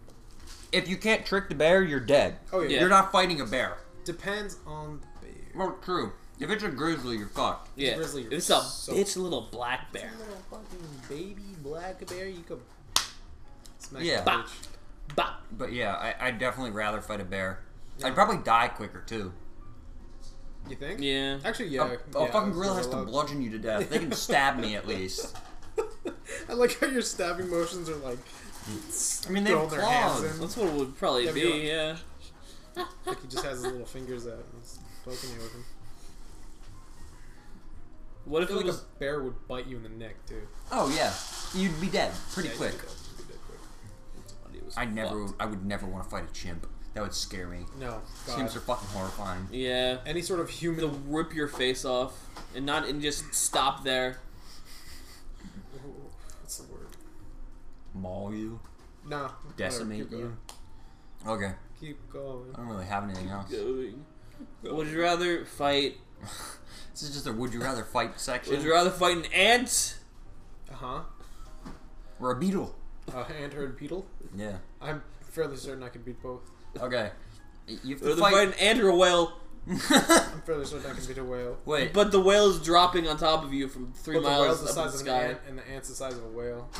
[SPEAKER 3] if you can't trick the bear, you're dead.
[SPEAKER 1] Oh yeah.
[SPEAKER 2] Yeah.
[SPEAKER 3] You're not fighting a bear.
[SPEAKER 1] Depends on the bear.
[SPEAKER 3] Well, true. If it's a grizzly, you're fucked.
[SPEAKER 2] Yeah.
[SPEAKER 1] grizzly
[SPEAKER 2] It's a
[SPEAKER 1] so-
[SPEAKER 2] bitch little black bear.
[SPEAKER 1] little fucking baby black bear, you could smack
[SPEAKER 3] Yeah.
[SPEAKER 1] that
[SPEAKER 3] Bah.
[SPEAKER 1] bitch.
[SPEAKER 2] Bop.
[SPEAKER 3] But yeah, I, I'd definitely rather fight a bear. I'd probably die quicker too.
[SPEAKER 1] You think?
[SPEAKER 2] Yeah.
[SPEAKER 1] Actually,
[SPEAKER 3] A,
[SPEAKER 1] yeah.
[SPEAKER 3] a
[SPEAKER 1] yeah,
[SPEAKER 3] fucking gorilla has to
[SPEAKER 1] gorilla.
[SPEAKER 3] bludgeon you to death. They can stab me at least.
[SPEAKER 1] I like how your stabbing motions are like
[SPEAKER 3] I mean, they
[SPEAKER 1] throwing
[SPEAKER 3] have
[SPEAKER 1] their hands
[SPEAKER 3] claws.
[SPEAKER 1] in.
[SPEAKER 2] That's what it would probably
[SPEAKER 1] That'd
[SPEAKER 2] be,
[SPEAKER 1] be like-
[SPEAKER 2] yeah.
[SPEAKER 1] Like he just has his little fingers out and he's poking you with him.
[SPEAKER 2] What if
[SPEAKER 1] I feel
[SPEAKER 2] it
[SPEAKER 1] like
[SPEAKER 2] was
[SPEAKER 1] a bear would bite you in the neck too.
[SPEAKER 3] Oh yeah, you'd be dead pretty
[SPEAKER 1] Yeah,
[SPEAKER 3] quick.
[SPEAKER 1] you'd be dead. You'd be dead quick.
[SPEAKER 2] it was
[SPEAKER 3] I never,
[SPEAKER 2] fucked.
[SPEAKER 3] I would never want to fight a chimp. That would scare me.
[SPEAKER 1] No.
[SPEAKER 3] Chimps are
[SPEAKER 1] God.
[SPEAKER 3] fucking horrifying.
[SPEAKER 2] Yeah.
[SPEAKER 1] Any sort of
[SPEAKER 2] To
[SPEAKER 1] human.
[SPEAKER 2] rip your face off and not and just stop there.
[SPEAKER 1] What's the word?
[SPEAKER 3] Maul you,
[SPEAKER 1] Nah.
[SPEAKER 3] decimate
[SPEAKER 1] whatever,
[SPEAKER 3] you. Okay,
[SPEAKER 1] Keep going.
[SPEAKER 3] I don't really have anything else.
[SPEAKER 2] Going. Would you rather fight
[SPEAKER 3] This is just a would you rather fight section.
[SPEAKER 2] would you rather fight an ant
[SPEAKER 1] Uh huh.
[SPEAKER 3] or a beetle?
[SPEAKER 1] Uh, and herd beetle.
[SPEAKER 3] Yeah.
[SPEAKER 1] I'm fairly certain I could beat both.
[SPEAKER 3] Okay. You have
[SPEAKER 2] or
[SPEAKER 3] to
[SPEAKER 2] the fight.
[SPEAKER 3] fight.
[SPEAKER 2] an ant or a whale,
[SPEAKER 1] I'm fairly certain I can beat a whale.
[SPEAKER 3] Wait,
[SPEAKER 2] but the whale is dropping on top of you from three
[SPEAKER 1] But the whale's
[SPEAKER 2] miles
[SPEAKER 1] the
[SPEAKER 2] up in the
[SPEAKER 1] size of an
[SPEAKER 2] sky.
[SPEAKER 1] ant, and the ant's the size of a whale.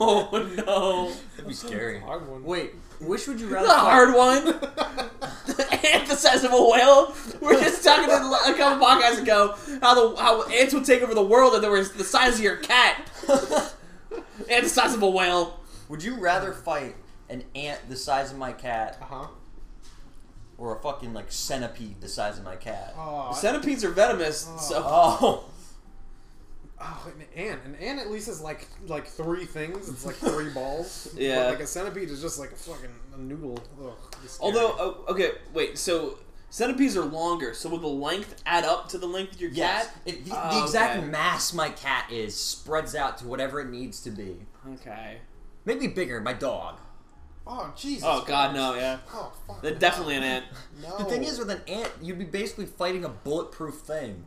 [SPEAKER 2] Oh no.
[SPEAKER 3] That'd be scary.
[SPEAKER 1] Hard one.
[SPEAKER 3] Wait, which would you rather?
[SPEAKER 2] The
[SPEAKER 3] fuck?
[SPEAKER 2] hard one.
[SPEAKER 1] Uh-huh.
[SPEAKER 2] the ant the size of a whale. We We're just talking to a couple podcasts ago how the how ants would take over the world and they were the size of your cat. ant the size of a whale.
[SPEAKER 3] Would you rather fight an ant the size of my cat
[SPEAKER 1] Uh huh.
[SPEAKER 3] or a fucking like centipede the size of my cat?
[SPEAKER 1] Oh, I-
[SPEAKER 2] Centipedes are venomous, so
[SPEAKER 3] Oh,
[SPEAKER 1] oh, an ant. An ant at least is like like three things. It's like three balls.
[SPEAKER 2] Yeah.
[SPEAKER 1] But like a centipede is just like a fucking a noodle. Ugh, it's scary.
[SPEAKER 2] although oh, okay, wait, so centipedes are longer, so will the length add up to the length of your
[SPEAKER 3] yes.
[SPEAKER 2] cat?
[SPEAKER 3] It, the,
[SPEAKER 2] Oh,
[SPEAKER 3] the exact
[SPEAKER 2] okay.
[SPEAKER 3] mass my cat is spreads out to whatever it needs to be.
[SPEAKER 2] Okay.
[SPEAKER 3] Maybe bigger, my dog.
[SPEAKER 1] Oh Jesus.
[SPEAKER 2] Oh god, no, yeah.
[SPEAKER 1] Oh fuck.
[SPEAKER 2] They're definitely an ant.
[SPEAKER 1] no.
[SPEAKER 3] The thing is, with an ant, you'd be basically fighting a bulletproof thing.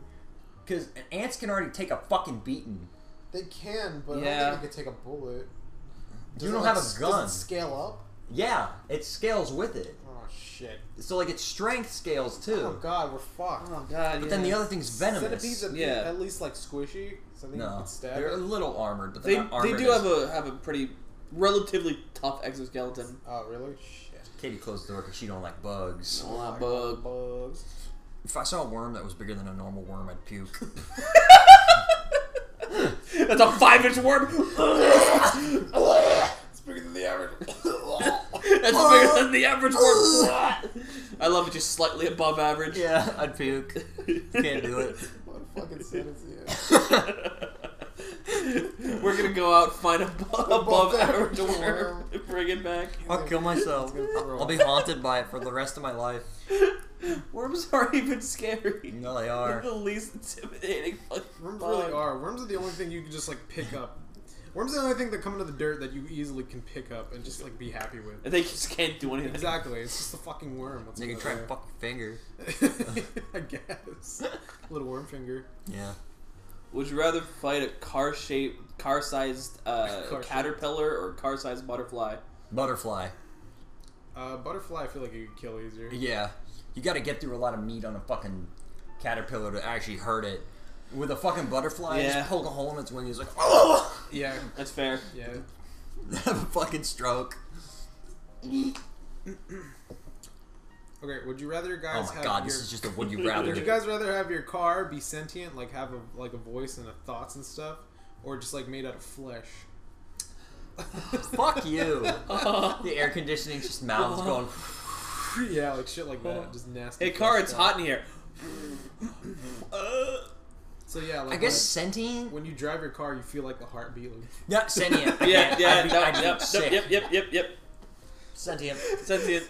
[SPEAKER 3] Because ants can already take a fucking beating.
[SPEAKER 1] they can, but I don't
[SPEAKER 2] Yeah.
[SPEAKER 1] think they could take a bullet. Does
[SPEAKER 3] You
[SPEAKER 1] it,
[SPEAKER 3] don't
[SPEAKER 1] like,
[SPEAKER 3] have a
[SPEAKER 1] s-
[SPEAKER 3] gun.
[SPEAKER 1] Does it scale up?
[SPEAKER 3] Yeah, it scales with it.
[SPEAKER 1] Oh shit.
[SPEAKER 3] So, like, its strength scales too.
[SPEAKER 1] Oh god, we're fucked.
[SPEAKER 2] Oh god,
[SPEAKER 3] But then the other thing's venomous.
[SPEAKER 1] Centipedes at,
[SPEAKER 2] Yeah.
[SPEAKER 1] at least like squishy. So I think you
[SPEAKER 3] no,
[SPEAKER 1] could stab
[SPEAKER 3] they're a
[SPEAKER 1] it.
[SPEAKER 3] little armored, but
[SPEAKER 2] They,
[SPEAKER 3] they're not armored.
[SPEAKER 2] they do
[SPEAKER 3] as-
[SPEAKER 2] have a have a pretty relatively tough exoskeleton.
[SPEAKER 1] Oh really? Shit.
[SPEAKER 3] Katie closed the door because she don't like bugs.
[SPEAKER 2] Oh,
[SPEAKER 1] Fucking
[SPEAKER 2] that bug.
[SPEAKER 1] Bugs.
[SPEAKER 3] If I saw a worm that was bigger than a normal worm, I'd puke.
[SPEAKER 2] That's a five inch worm.
[SPEAKER 1] It's bigger than the average.
[SPEAKER 2] That's bigger than the average worm. I love it just slightly above average.
[SPEAKER 3] yeah, I'd puke. Can't do it.
[SPEAKER 1] what a fucking sentence? Yeah.
[SPEAKER 2] We're gonna go out find a bu- above average
[SPEAKER 1] average
[SPEAKER 2] worm
[SPEAKER 1] worm.
[SPEAKER 2] and bring it back.
[SPEAKER 3] I'll kill myself. I'll be haunted by it for the rest of my life.
[SPEAKER 2] Worms aren't even scary.
[SPEAKER 3] No, they
[SPEAKER 2] They're
[SPEAKER 3] are.
[SPEAKER 2] the least intimidating fucking
[SPEAKER 1] Worms
[SPEAKER 2] bug.
[SPEAKER 1] really are. Worms are the only thing you can just like pick up. Worms are the only thing that come into the dirt that you easily can pick up and just like be happy with.
[SPEAKER 2] They just can't do anything.
[SPEAKER 1] Exactly. It's just a fucking worm. What's
[SPEAKER 3] They can
[SPEAKER 1] over
[SPEAKER 3] try and fuck your finger.
[SPEAKER 1] there? I guess. Little worm finger.
[SPEAKER 3] Yeah.
[SPEAKER 2] Would you rather fight a car shaped, car sized uh,
[SPEAKER 1] Car-shaped.
[SPEAKER 2] caterpillar or car sized butterfly?
[SPEAKER 3] Butterfly.
[SPEAKER 1] Uh, butterfly. I feel like you could kill easier.
[SPEAKER 3] Yeah. You gotta get through a lot of meat on a fucking caterpillar to actually hurt it. With a fucking butterfly, you
[SPEAKER 2] Yeah.
[SPEAKER 3] just poke a hole in its wing, it's like, oh!
[SPEAKER 1] Yeah.
[SPEAKER 2] That's fair.
[SPEAKER 1] Yeah.
[SPEAKER 3] Have a fucking stroke.
[SPEAKER 1] Okay. Would you rather
[SPEAKER 3] Oh
[SPEAKER 1] guys?
[SPEAKER 3] my
[SPEAKER 1] have
[SPEAKER 3] god,
[SPEAKER 1] your...
[SPEAKER 3] this is just a would you rather.
[SPEAKER 1] Would you guys rather have your car be sentient, like have a like a voice and a thoughts and stuff, or just like made out of flesh?
[SPEAKER 3] Fuck you. the air conditioning's just mouths
[SPEAKER 1] Uh-huh.
[SPEAKER 3] going.
[SPEAKER 1] yeah, like shit like that, just nasty.
[SPEAKER 2] Hey, car,
[SPEAKER 1] flesh
[SPEAKER 2] it's
[SPEAKER 1] stuff.
[SPEAKER 2] hot in here. Uh,
[SPEAKER 1] So yeah, like
[SPEAKER 3] I guess sentient.
[SPEAKER 1] when, when you drive your car, you feel like the heartbeat. Like,
[SPEAKER 3] Yeah, sentient.
[SPEAKER 2] yeah, yeah,
[SPEAKER 3] I'd be,
[SPEAKER 2] no,
[SPEAKER 3] I'd be
[SPEAKER 2] yep,
[SPEAKER 3] sick.
[SPEAKER 2] yep, yep, yep, yep.
[SPEAKER 3] Sentient.
[SPEAKER 2] Sentient.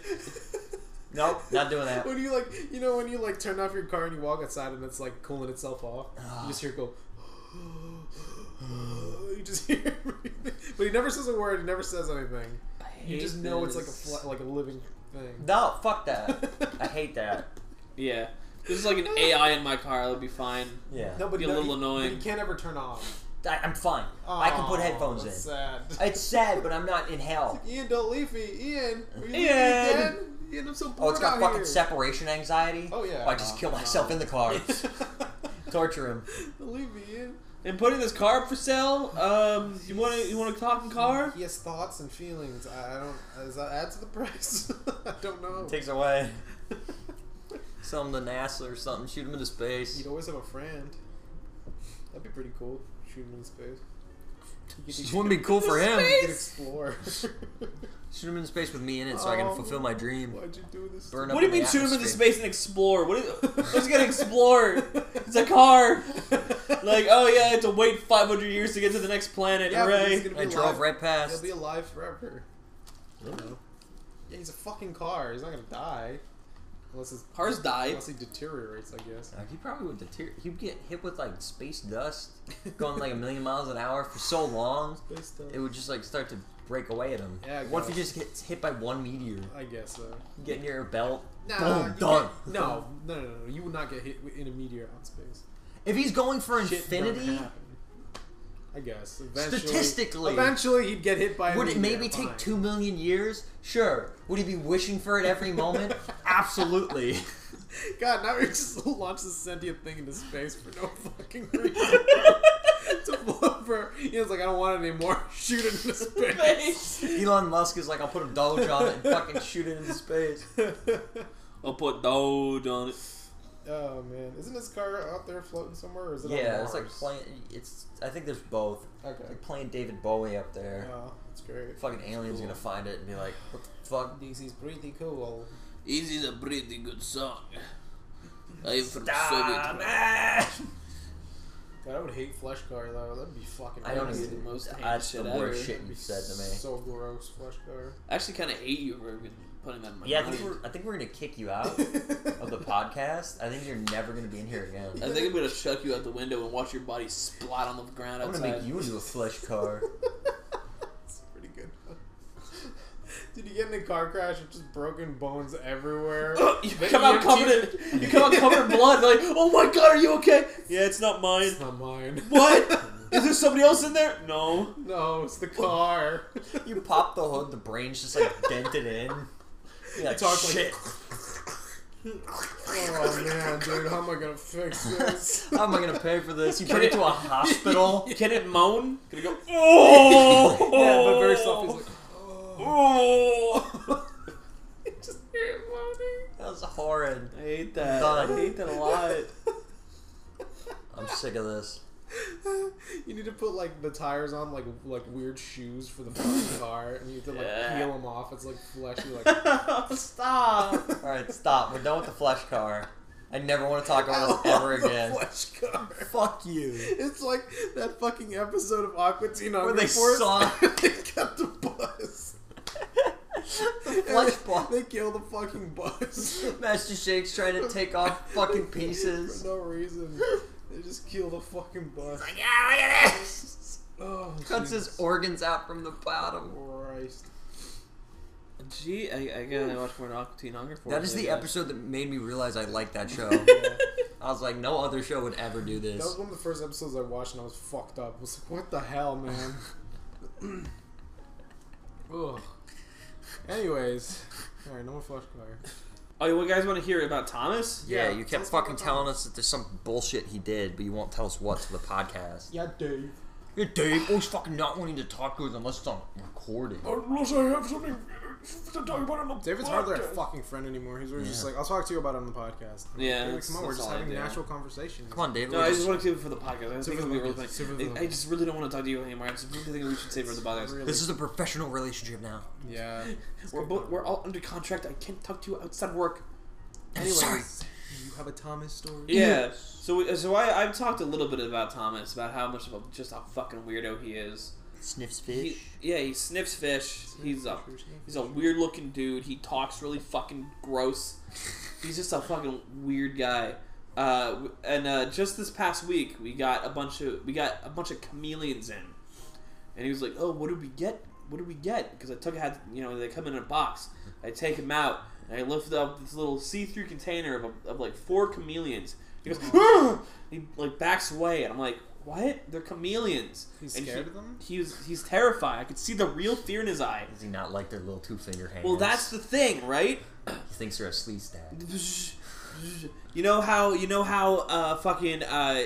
[SPEAKER 3] Nope, not doing that.
[SPEAKER 1] when you like, you know, when you like turn off your car and you walk outside and it's like cooling itself off,
[SPEAKER 2] Ah.
[SPEAKER 1] you just hear it go. You just hear, everything. but he never says a word. He never says anything. You just know it's like a fl- like a living thing.
[SPEAKER 3] No, fuck that. I hate that.
[SPEAKER 2] yeah. This is like an AI in my car. That'll be fine.
[SPEAKER 3] Yeah.
[SPEAKER 1] No, but
[SPEAKER 2] Be a
[SPEAKER 1] no,
[SPEAKER 2] little
[SPEAKER 1] you-
[SPEAKER 2] annoying.
[SPEAKER 1] But you can't ever turn off.
[SPEAKER 3] I, I'm fine. I can put
[SPEAKER 1] Aw,
[SPEAKER 3] headphones in.
[SPEAKER 1] that's Sad.
[SPEAKER 3] It's sad, but I'm not in hell.
[SPEAKER 1] Ian, don't leave me. Ian, are you
[SPEAKER 2] Ian!
[SPEAKER 1] Ian. Ian, I'm so bored
[SPEAKER 3] Oh, it's got
[SPEAKER 1] out
[SPEAKER 3] fucking
[SPEAKER 1] here.
[SPEAKER 3] separation anxiety.
[SPEAKER 1] Oh, yeah.
[SPEAKER 3] I just kill myself in the car. Torture him.
[SPEAKER 1] Don't leave me, Ian.
[SPEAKER 2] And putting this car up for sale. Um, you want to you want a talking car?
[SPEAKER 1] He has thoughts and feelings. I I don't. Does that add to the price? I don't know.
[SPEAKER 3] Takes away. Sell him to NASA or something. Shoot him into space.
[SPEAKER 1] You'd always have a friend. That'd be pretty cool. Shoot him in space. You could,
[SPEAKER 3] This
[SPEAKER 1] you
[SPEAKER 3] wouldn't be cool for him.
[SPEAKER 1] could explore.
[SPEAKER 3] Shoot him into space with me in it, so I can
[SPEAKER 1] Oh.
[SPEAKER 3] fulfill my dream.
[SPEAKER 1] Why'd you do this?
[SPEAKER 3] Burn
[SPEAKER 1] to
[SPEAKER 3] up
[SPEAKER 2] What do you
[SPEAKER 3] in the
[SPEAKER 2] mean shoot him into
[SPEAKER 3] atmosphere.
[SPEAKER 2] space and explore? What is, what's he gonna explore? It's a car. Like, oh yeah, I have to wait 500 years to get to the next planet.
[SPEAKER 1] Yeah, but he's
[SPEAKER 2] Hooray.
[SPEAKER 1] gonna be
[SPEAKER 3] I drove
[SPEAKER 1] alive.
[SPEAKER 3] right
[SPEAKER 1] He'll
[SPEAKER 3] past.
[SPEAKER 1] be alive forever. I don't know. Yeah, he's a fucking car. He's not gonna die. Unless his
[SPEAKER 2] Cars die.
[SPEAKER 1] Unless he deteriorates, I guess.
[SPEAKER 3] Uh, he probably would deter- He'd get hit with like space dust, going like a million miles an hour for so long,
[SPEAKER 1] Based on-
[SPEAKER 3] it would just like start to break away at him.
[SPEAKER 1] Yeah, I
[SPEAKER 3] what if he
[SPEAKER 1] guess.
[SPEAKER 3] just gets hit by one meteor?
[SPEAKER 1] I guess so.
[SPEAKER 3] Get near a belt.
[SPEAKER 1] Nah,
[SPEAKER 3] boom,
[SPEAKER 1] you
[SPEAKER 3] done.
[SPEAKER 1] can't- No, no, no, no, no. You would not get hit in a meteor out in space.
[SPEAKER 3] If he's going for
[SPEAKER 1] Shit don't
[SPEAKER 3] infinity,
[SPEAKER 1] happen. I guess. Eventually,
[SPEAKER 3] Statistically.
[SPEAKER 1] eventually he'd get hit by. a
[SPEAKER 3] would it
[SPEAKER 1] meteor,
[SPEAKER 3] maybe
[SPEAKER 1] fine.
[SPEAKER 3] take two million years? Sure. Would he be wishing for it every moment? Absolutely.
[SPEAKER 1] God, now we just launched this sentient thing into space for no fucking reason. to Flipper. Ian's like, I don't want it anymore. Shoot it into space.
[SPEAKER 3] Elon Musk is like, I'll put a doge on it and fucking shoot it into space.
[SPEAKER 2] I'll put Doge on it.
[SPEAKER 1] oh man, isn't his car out there floating somewhere? Or is it on
[SPEAKER 3] Yeah, it's like
[SPEAKER 1] Mars?
[SPEAKER 3] playing. It's I think there's both.
[SPEAKER 1] Okay.
[SPEAKER 3] Like playing David Bowie up there.
[SPEAKER 1] Oh, that's great.
[SPEAKER 3] Fucking aliens gonna find it and be like, what the fuck?
[SPEAKER 1] DC's pretty cool.
[SPEAKER 2] Easy's a pretty good song. I'm from
[SPEAKER 3] Ah, man!
[SPEAKER 1] God, I would hate flesh car though. That'd be fucking.
[SPEAKER 3] I don't
[SPEAKER 1] crazy.
[SPEAKER 3] even-
[SPEAKER 2] the most hated
[SPEAKER 3] That's the
[SPEAKER 2] shit
[SPEAKER 3] worst
[SPEAKER 2] ever.
[SPEAKER 3] shit you said to me.
[SPEAKER 1] So gross, flesh car.
[SPEAKER 2] I actually kind of hate you for even putting that in my
[SPEAKER 3] Yeah, I
[SPEAKER 2] mind.
[SPEAKER 3] think we're I think we're gonna kick you out of the podcast. I think you're never gonna be in here again.
[SPEAKER 2] I think I'm gonna chuck you out the window and watch your body splat on the ground
[SPEAKER 3] I'm
[SPEAKER 2] outside.
[SPEAKER 3] gonna make you into a flesh car.
[SPEAKER 1] That's pretty good. Did you get in a car crash with just broken bones everywhere?
[SPEAKER 2] you come out covered in you come out covered in blood. Like, oh my god, are you okay? Yeah, it's not mine.
[SPEAKER 1] It's not mine.
[SPEAKER 2] What? Is there somebody else in there? No.
[SPEAKER 1] No, it's the car.
[SPEAKER 3] You pop the hood, the brain's just like dented in. You're like,
[SPEAKER 1] talk like-
[SPEAKER 3] shit.
[SPEAKER 1] oh man, dude, how am I gonna fix this?
[SPEAKER 3] How am I gonna pay for this? You put it to a hospital.
[SPEAKER 2] Can it moan? Can it go? Oh.
[SPEAKER 1] yeah, but very soft. He's like,
[SPEAKER 2] Oh.
[SPEAKER 1] just hear it moaning.
[SPEAKER 3] That was horrid.
[SPEAKER 2] I hate that.
[SPEAKER 3] Done.
[SPEAKER 2] I hate that a lot.
[SPEAKER 1] Oh.
[SPEAKER 3] I'm sick of this.
[SPEAKER 1] You need to put like the tires on like like weird shoes for the fucking car, and you have to like
[SPEAKER 2] Yeah.
[SPEAKER 1] peel them off. It's like fleshy. Like
[SPEAKER 2] Stop.
[SPEAKER 3] All right, stop. We're done with the flesh car. I never want to talk about this ever
[SPEAKER 1] the
[SPEAKER 3] again.
[SPEAKER 1] flesh car.
[SPEAKER 3] Fuck you.
[SPEAKER 1] It's like that fucking episode of Aqua Teen Hunger
[SPEAKER 3] Where they
[SPEAKER 1] Force.
[SPEAKER 3] saw-
[SPEAKER 1] they got the bus.
[SPEAKER 3] Flesh ball.
[SPEAKER 1] They kill the fucking bus
[SPEAKER 3] Master Shake's trying to take off fucking pieces.
[SPEAKER 1] for no reason. They just kill the fucking bus.
[SPEAKER 3] Yeah, look at this.
[SPEAKER 1] Oh,
[SPEAKER 3] Cuts his
[SPEAKER 1] Jesus
[SPEAKER 3] organs out from the bottom.
[SPEAKER 1] Christ.
[SPEAKER 2] Gee, I, I gotta watch more Aqua Teen Hunger for
[SPEAKER 3] That is the
[SPEAKER 2] later.
[SPEAKER 3] episode that made me realize I liked that show. I was like, no other show would ever do
[SPEAKER 1] That was
[SPEAKER 3] this.
[SPEAKER 1] one of the first episodes I watched, and I was fucked up. I was like, "What the hell, man?" Ugh. Anyways, all right, no more flush car.
[SPEAKER 2] Oh, you guys want to hear about Thomas?
[SPEAKER 3] Yeah,
[SPEAKER 1] Yeah,
[SPEAKER 3] you
[SPEAKER 1] tell
[SPEAKER 3] kept
[SPEAKER 1] us about
[SPEAKER 3] fucking
[SPEAKER 1] the
[SPEAKER 3] telling us that there's some bullshit he did, but you won't tell us what to the podcast.
[SPEAKER 1] Yeah, Dave.
[SPEAKER 3] Yeah, Dave, always fucking not wanting to talk to us unless it's on recording.
[SPEAKER 5] Unless I have something to talk about on the
[SPEAKER 1] David's hardly our fucking friend anymore. He's always just
[SPEAKER 3] Yeah.
[SPEAKER 1] like, "I'll talk to you about it on the podcast." I'm like,
[SPEAKER 2] Yeah,
[SPEAKER 1] "Dude,
[SPEAKER 2] that's-
[SPEAKER 1] come on, we're
[SPEAKER 2] that's
[SPEAKER 1] just
[SPEAKER 2] all I
[SPEAKER 1] having
[SPEAKER 2] do.
[SPEAKER 1] natural conversation.
[SPEAKER 3] Come on, David.
[SPEAKER 2] No,
[SPEAKER 3] we're
[SPEAKER 2] I
[SPEAKER 3] just-
[SPEAKER 2] just want to keep it for the podcast. I just
[SPEAKER 1] Save
[SPEAKER 2] think
[SPEAKER 1] it
[SPEAKER 2] it'll
[SPEAKER 1] for
[SPEAKER 2] be
[SPEAKER 1] the
[SPEAKER 2] really
[SPEAKER 1] podcast.
[SPEAKER 2] funny.
[SPEAKER 1] Save it for the
[SPEAKER 2] I- I just really don't want to talk to you anymore. I just really think we should save it for the podcast.
[SPEAKER 1] Really-
[SPEAKER 3] This is a professional relationship now.
[SPEAKER 1] yeah.
[SPEAKER 2] We're both, we're all under contract. I can't talk to you outside work.
[SPEAKER 3] I'm sorry.
[SPEAKER 1] You have a Thomas story?
[SPEAKER 2] Yeah. So we- so I I've talked a little bit about Thomas about how much of a just how fucking weirdo he is.
[SPEAKER 3] Sniffs
[SPEAKER 2] He,
[SPEAKER 3] fish.
[SPEAKER 2] yeah, he sniffs fish. He's a he's a weird looking dude. He talks really fucking gross. He's just a fucking weird guy. Uh, w- and uh, just this past week, we got a bunch of we got a bunch of chameleons in, and he was like, "Oh, what did we get? What did we get?" Because I took had you know they come in a box. I take them out and I lift up this little see-through container of, a, of like four chameleons. He goes, "Ah!" he like backs away, and I'm like, "What? They're chameleons."
[SPEAKER 1] He's
[SPEAKER 2] And he-
[SPEAKER 1] scared of them?
[SPEAKER 2] He was he's terrified. I could see the real fear in his eye.
[SPEAKER 3] Does he not like their little two finger hands?
[SPEAKER 2] Well, that's the thing, right?
[SPEAKER 3] He thinks they're a sleaze stab.
[SPEAKER 2] You know how you know how uh, fucking uh, uh,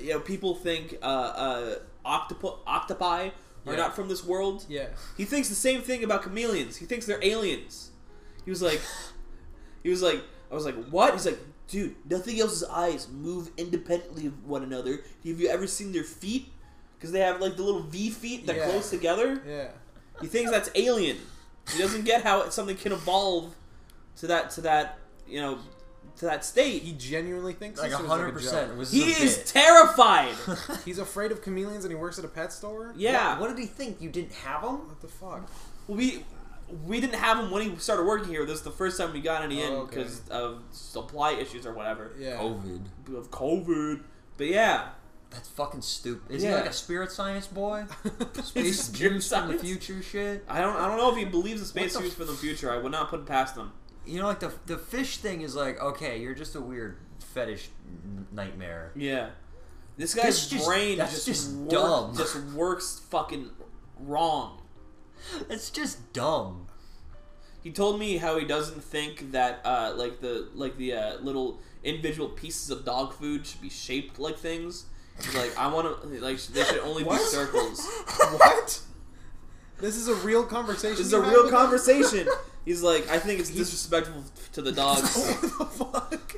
[SPEAKER 2] you know people think uh, uh, octopu- octopi are
[SPEAKER 1] Yeah.
[SPEAKER 2] not from this world.
[SPEAKER 1] Yeah.
[SPEAKER 2] He thinks the same thing about chameleons. He thinks they're aliens. He was like, he was like, I was like, what? He's like, dude, nothing else's eyes move independently of one another. Have you ever seen their feet? Because they have like the little V feet that
[SPEAKER 1] Yeah.
[SPEAKER 2] close together.
[SPEAKER 1] Yeah.
[SPEAKER 2] He thinks that's alien. He doesn't get how something can evolve to that to that you know to that state.
[SPEAKER 1] He genuinely thinks
[SPEAKER 3] Like
[SPEAKER 1] this was
[SPEAKER 3] hundred
[SPEAKER 1] a
[SPEAKER 3] percent.
[SPEAKER 1] joke.
[SPEAKER 3] Was
[SPEAKER 2] He
[SPEAKER 3] this a
[SPEAKER 2] is
[SPEAKER 3] bit?
[SPEAKER 2] terrified.
[SPEAKER 1] He's afraid of chameleons and he works at a pet store?
[SPEAKER 2] Yeah.
[SPEAKER 3] What did he think? You didn't have him?
[SPEAKER 1] What the fuck?
[SPEAKER 2] we we didn't have him when he started working here. This is the first time we got any
[SPEAKER 1] Oh,
[SPEAKER 2] in
[SPEAKER 1] okay.
[SPEAKER 2] because of supply issues or whatever
[SPEAKER 1] Yeah.
[SPEAKER 3] COVID.
[SPEAKER 2] of COVID. But yeah,
[SPEAKER 3] That's fucking stupid. Is he
[SPEAKER 2] Yeah.
[SPEAKER 3] like a spirit science boy?
[SPEAKER 2] He's
[SPEAKER 3] Space
[SPEAKER 2] a
[SPEAKER 3] juice
[SPEAKER 2] spirit
[SPEAKER 3] from the
[SPEAKER 2] science-
[SPEAKER 3] future shit?
[SPEAKER 2] I don't I don't know if he believes in space
[SPEAKER 3] the
[SPEAKER 2] suits for the future. I would not put it past him.
[SPEAKER 3] You know, like the the fish thing is like, okay, you're just a weird fetish n- nightmare.
[SPEAKER 2] Yeah, this guy's
[SPEAKER 3] That's just-
[SPEAKER 2] brain
[SPEAKER 3] that's
[SPEAKER 2] just
[SPEAKER 3] just
[SPEAKER 2] work-
[SPEAKER 3] dumb.
[SPEAKER 2] just works fucking wrong.
[SPEAKER 3] It's just dumb.
[SPEAKER 2] He told me how he doesn't think that uh, like the like the uh, little individual pieces of dog food should be shaped like things. Like I want to like they should only be
[SPEAKER 1] What?
[SPEAKER 2] circles.
[SPEAKER 1] What? This is a real conversation.
[SPEAKER 2] This is
[SPEAKER 1] you
[SPEAKER 2] a
[SPEAKER 1] had
[SPEAKER 2] real
[SPEAKER 1] with them?
[SPEAKER 2] conversation. He's like, I think it's disrespectful to the dogs.
[SPEAKER 1] What the fuck?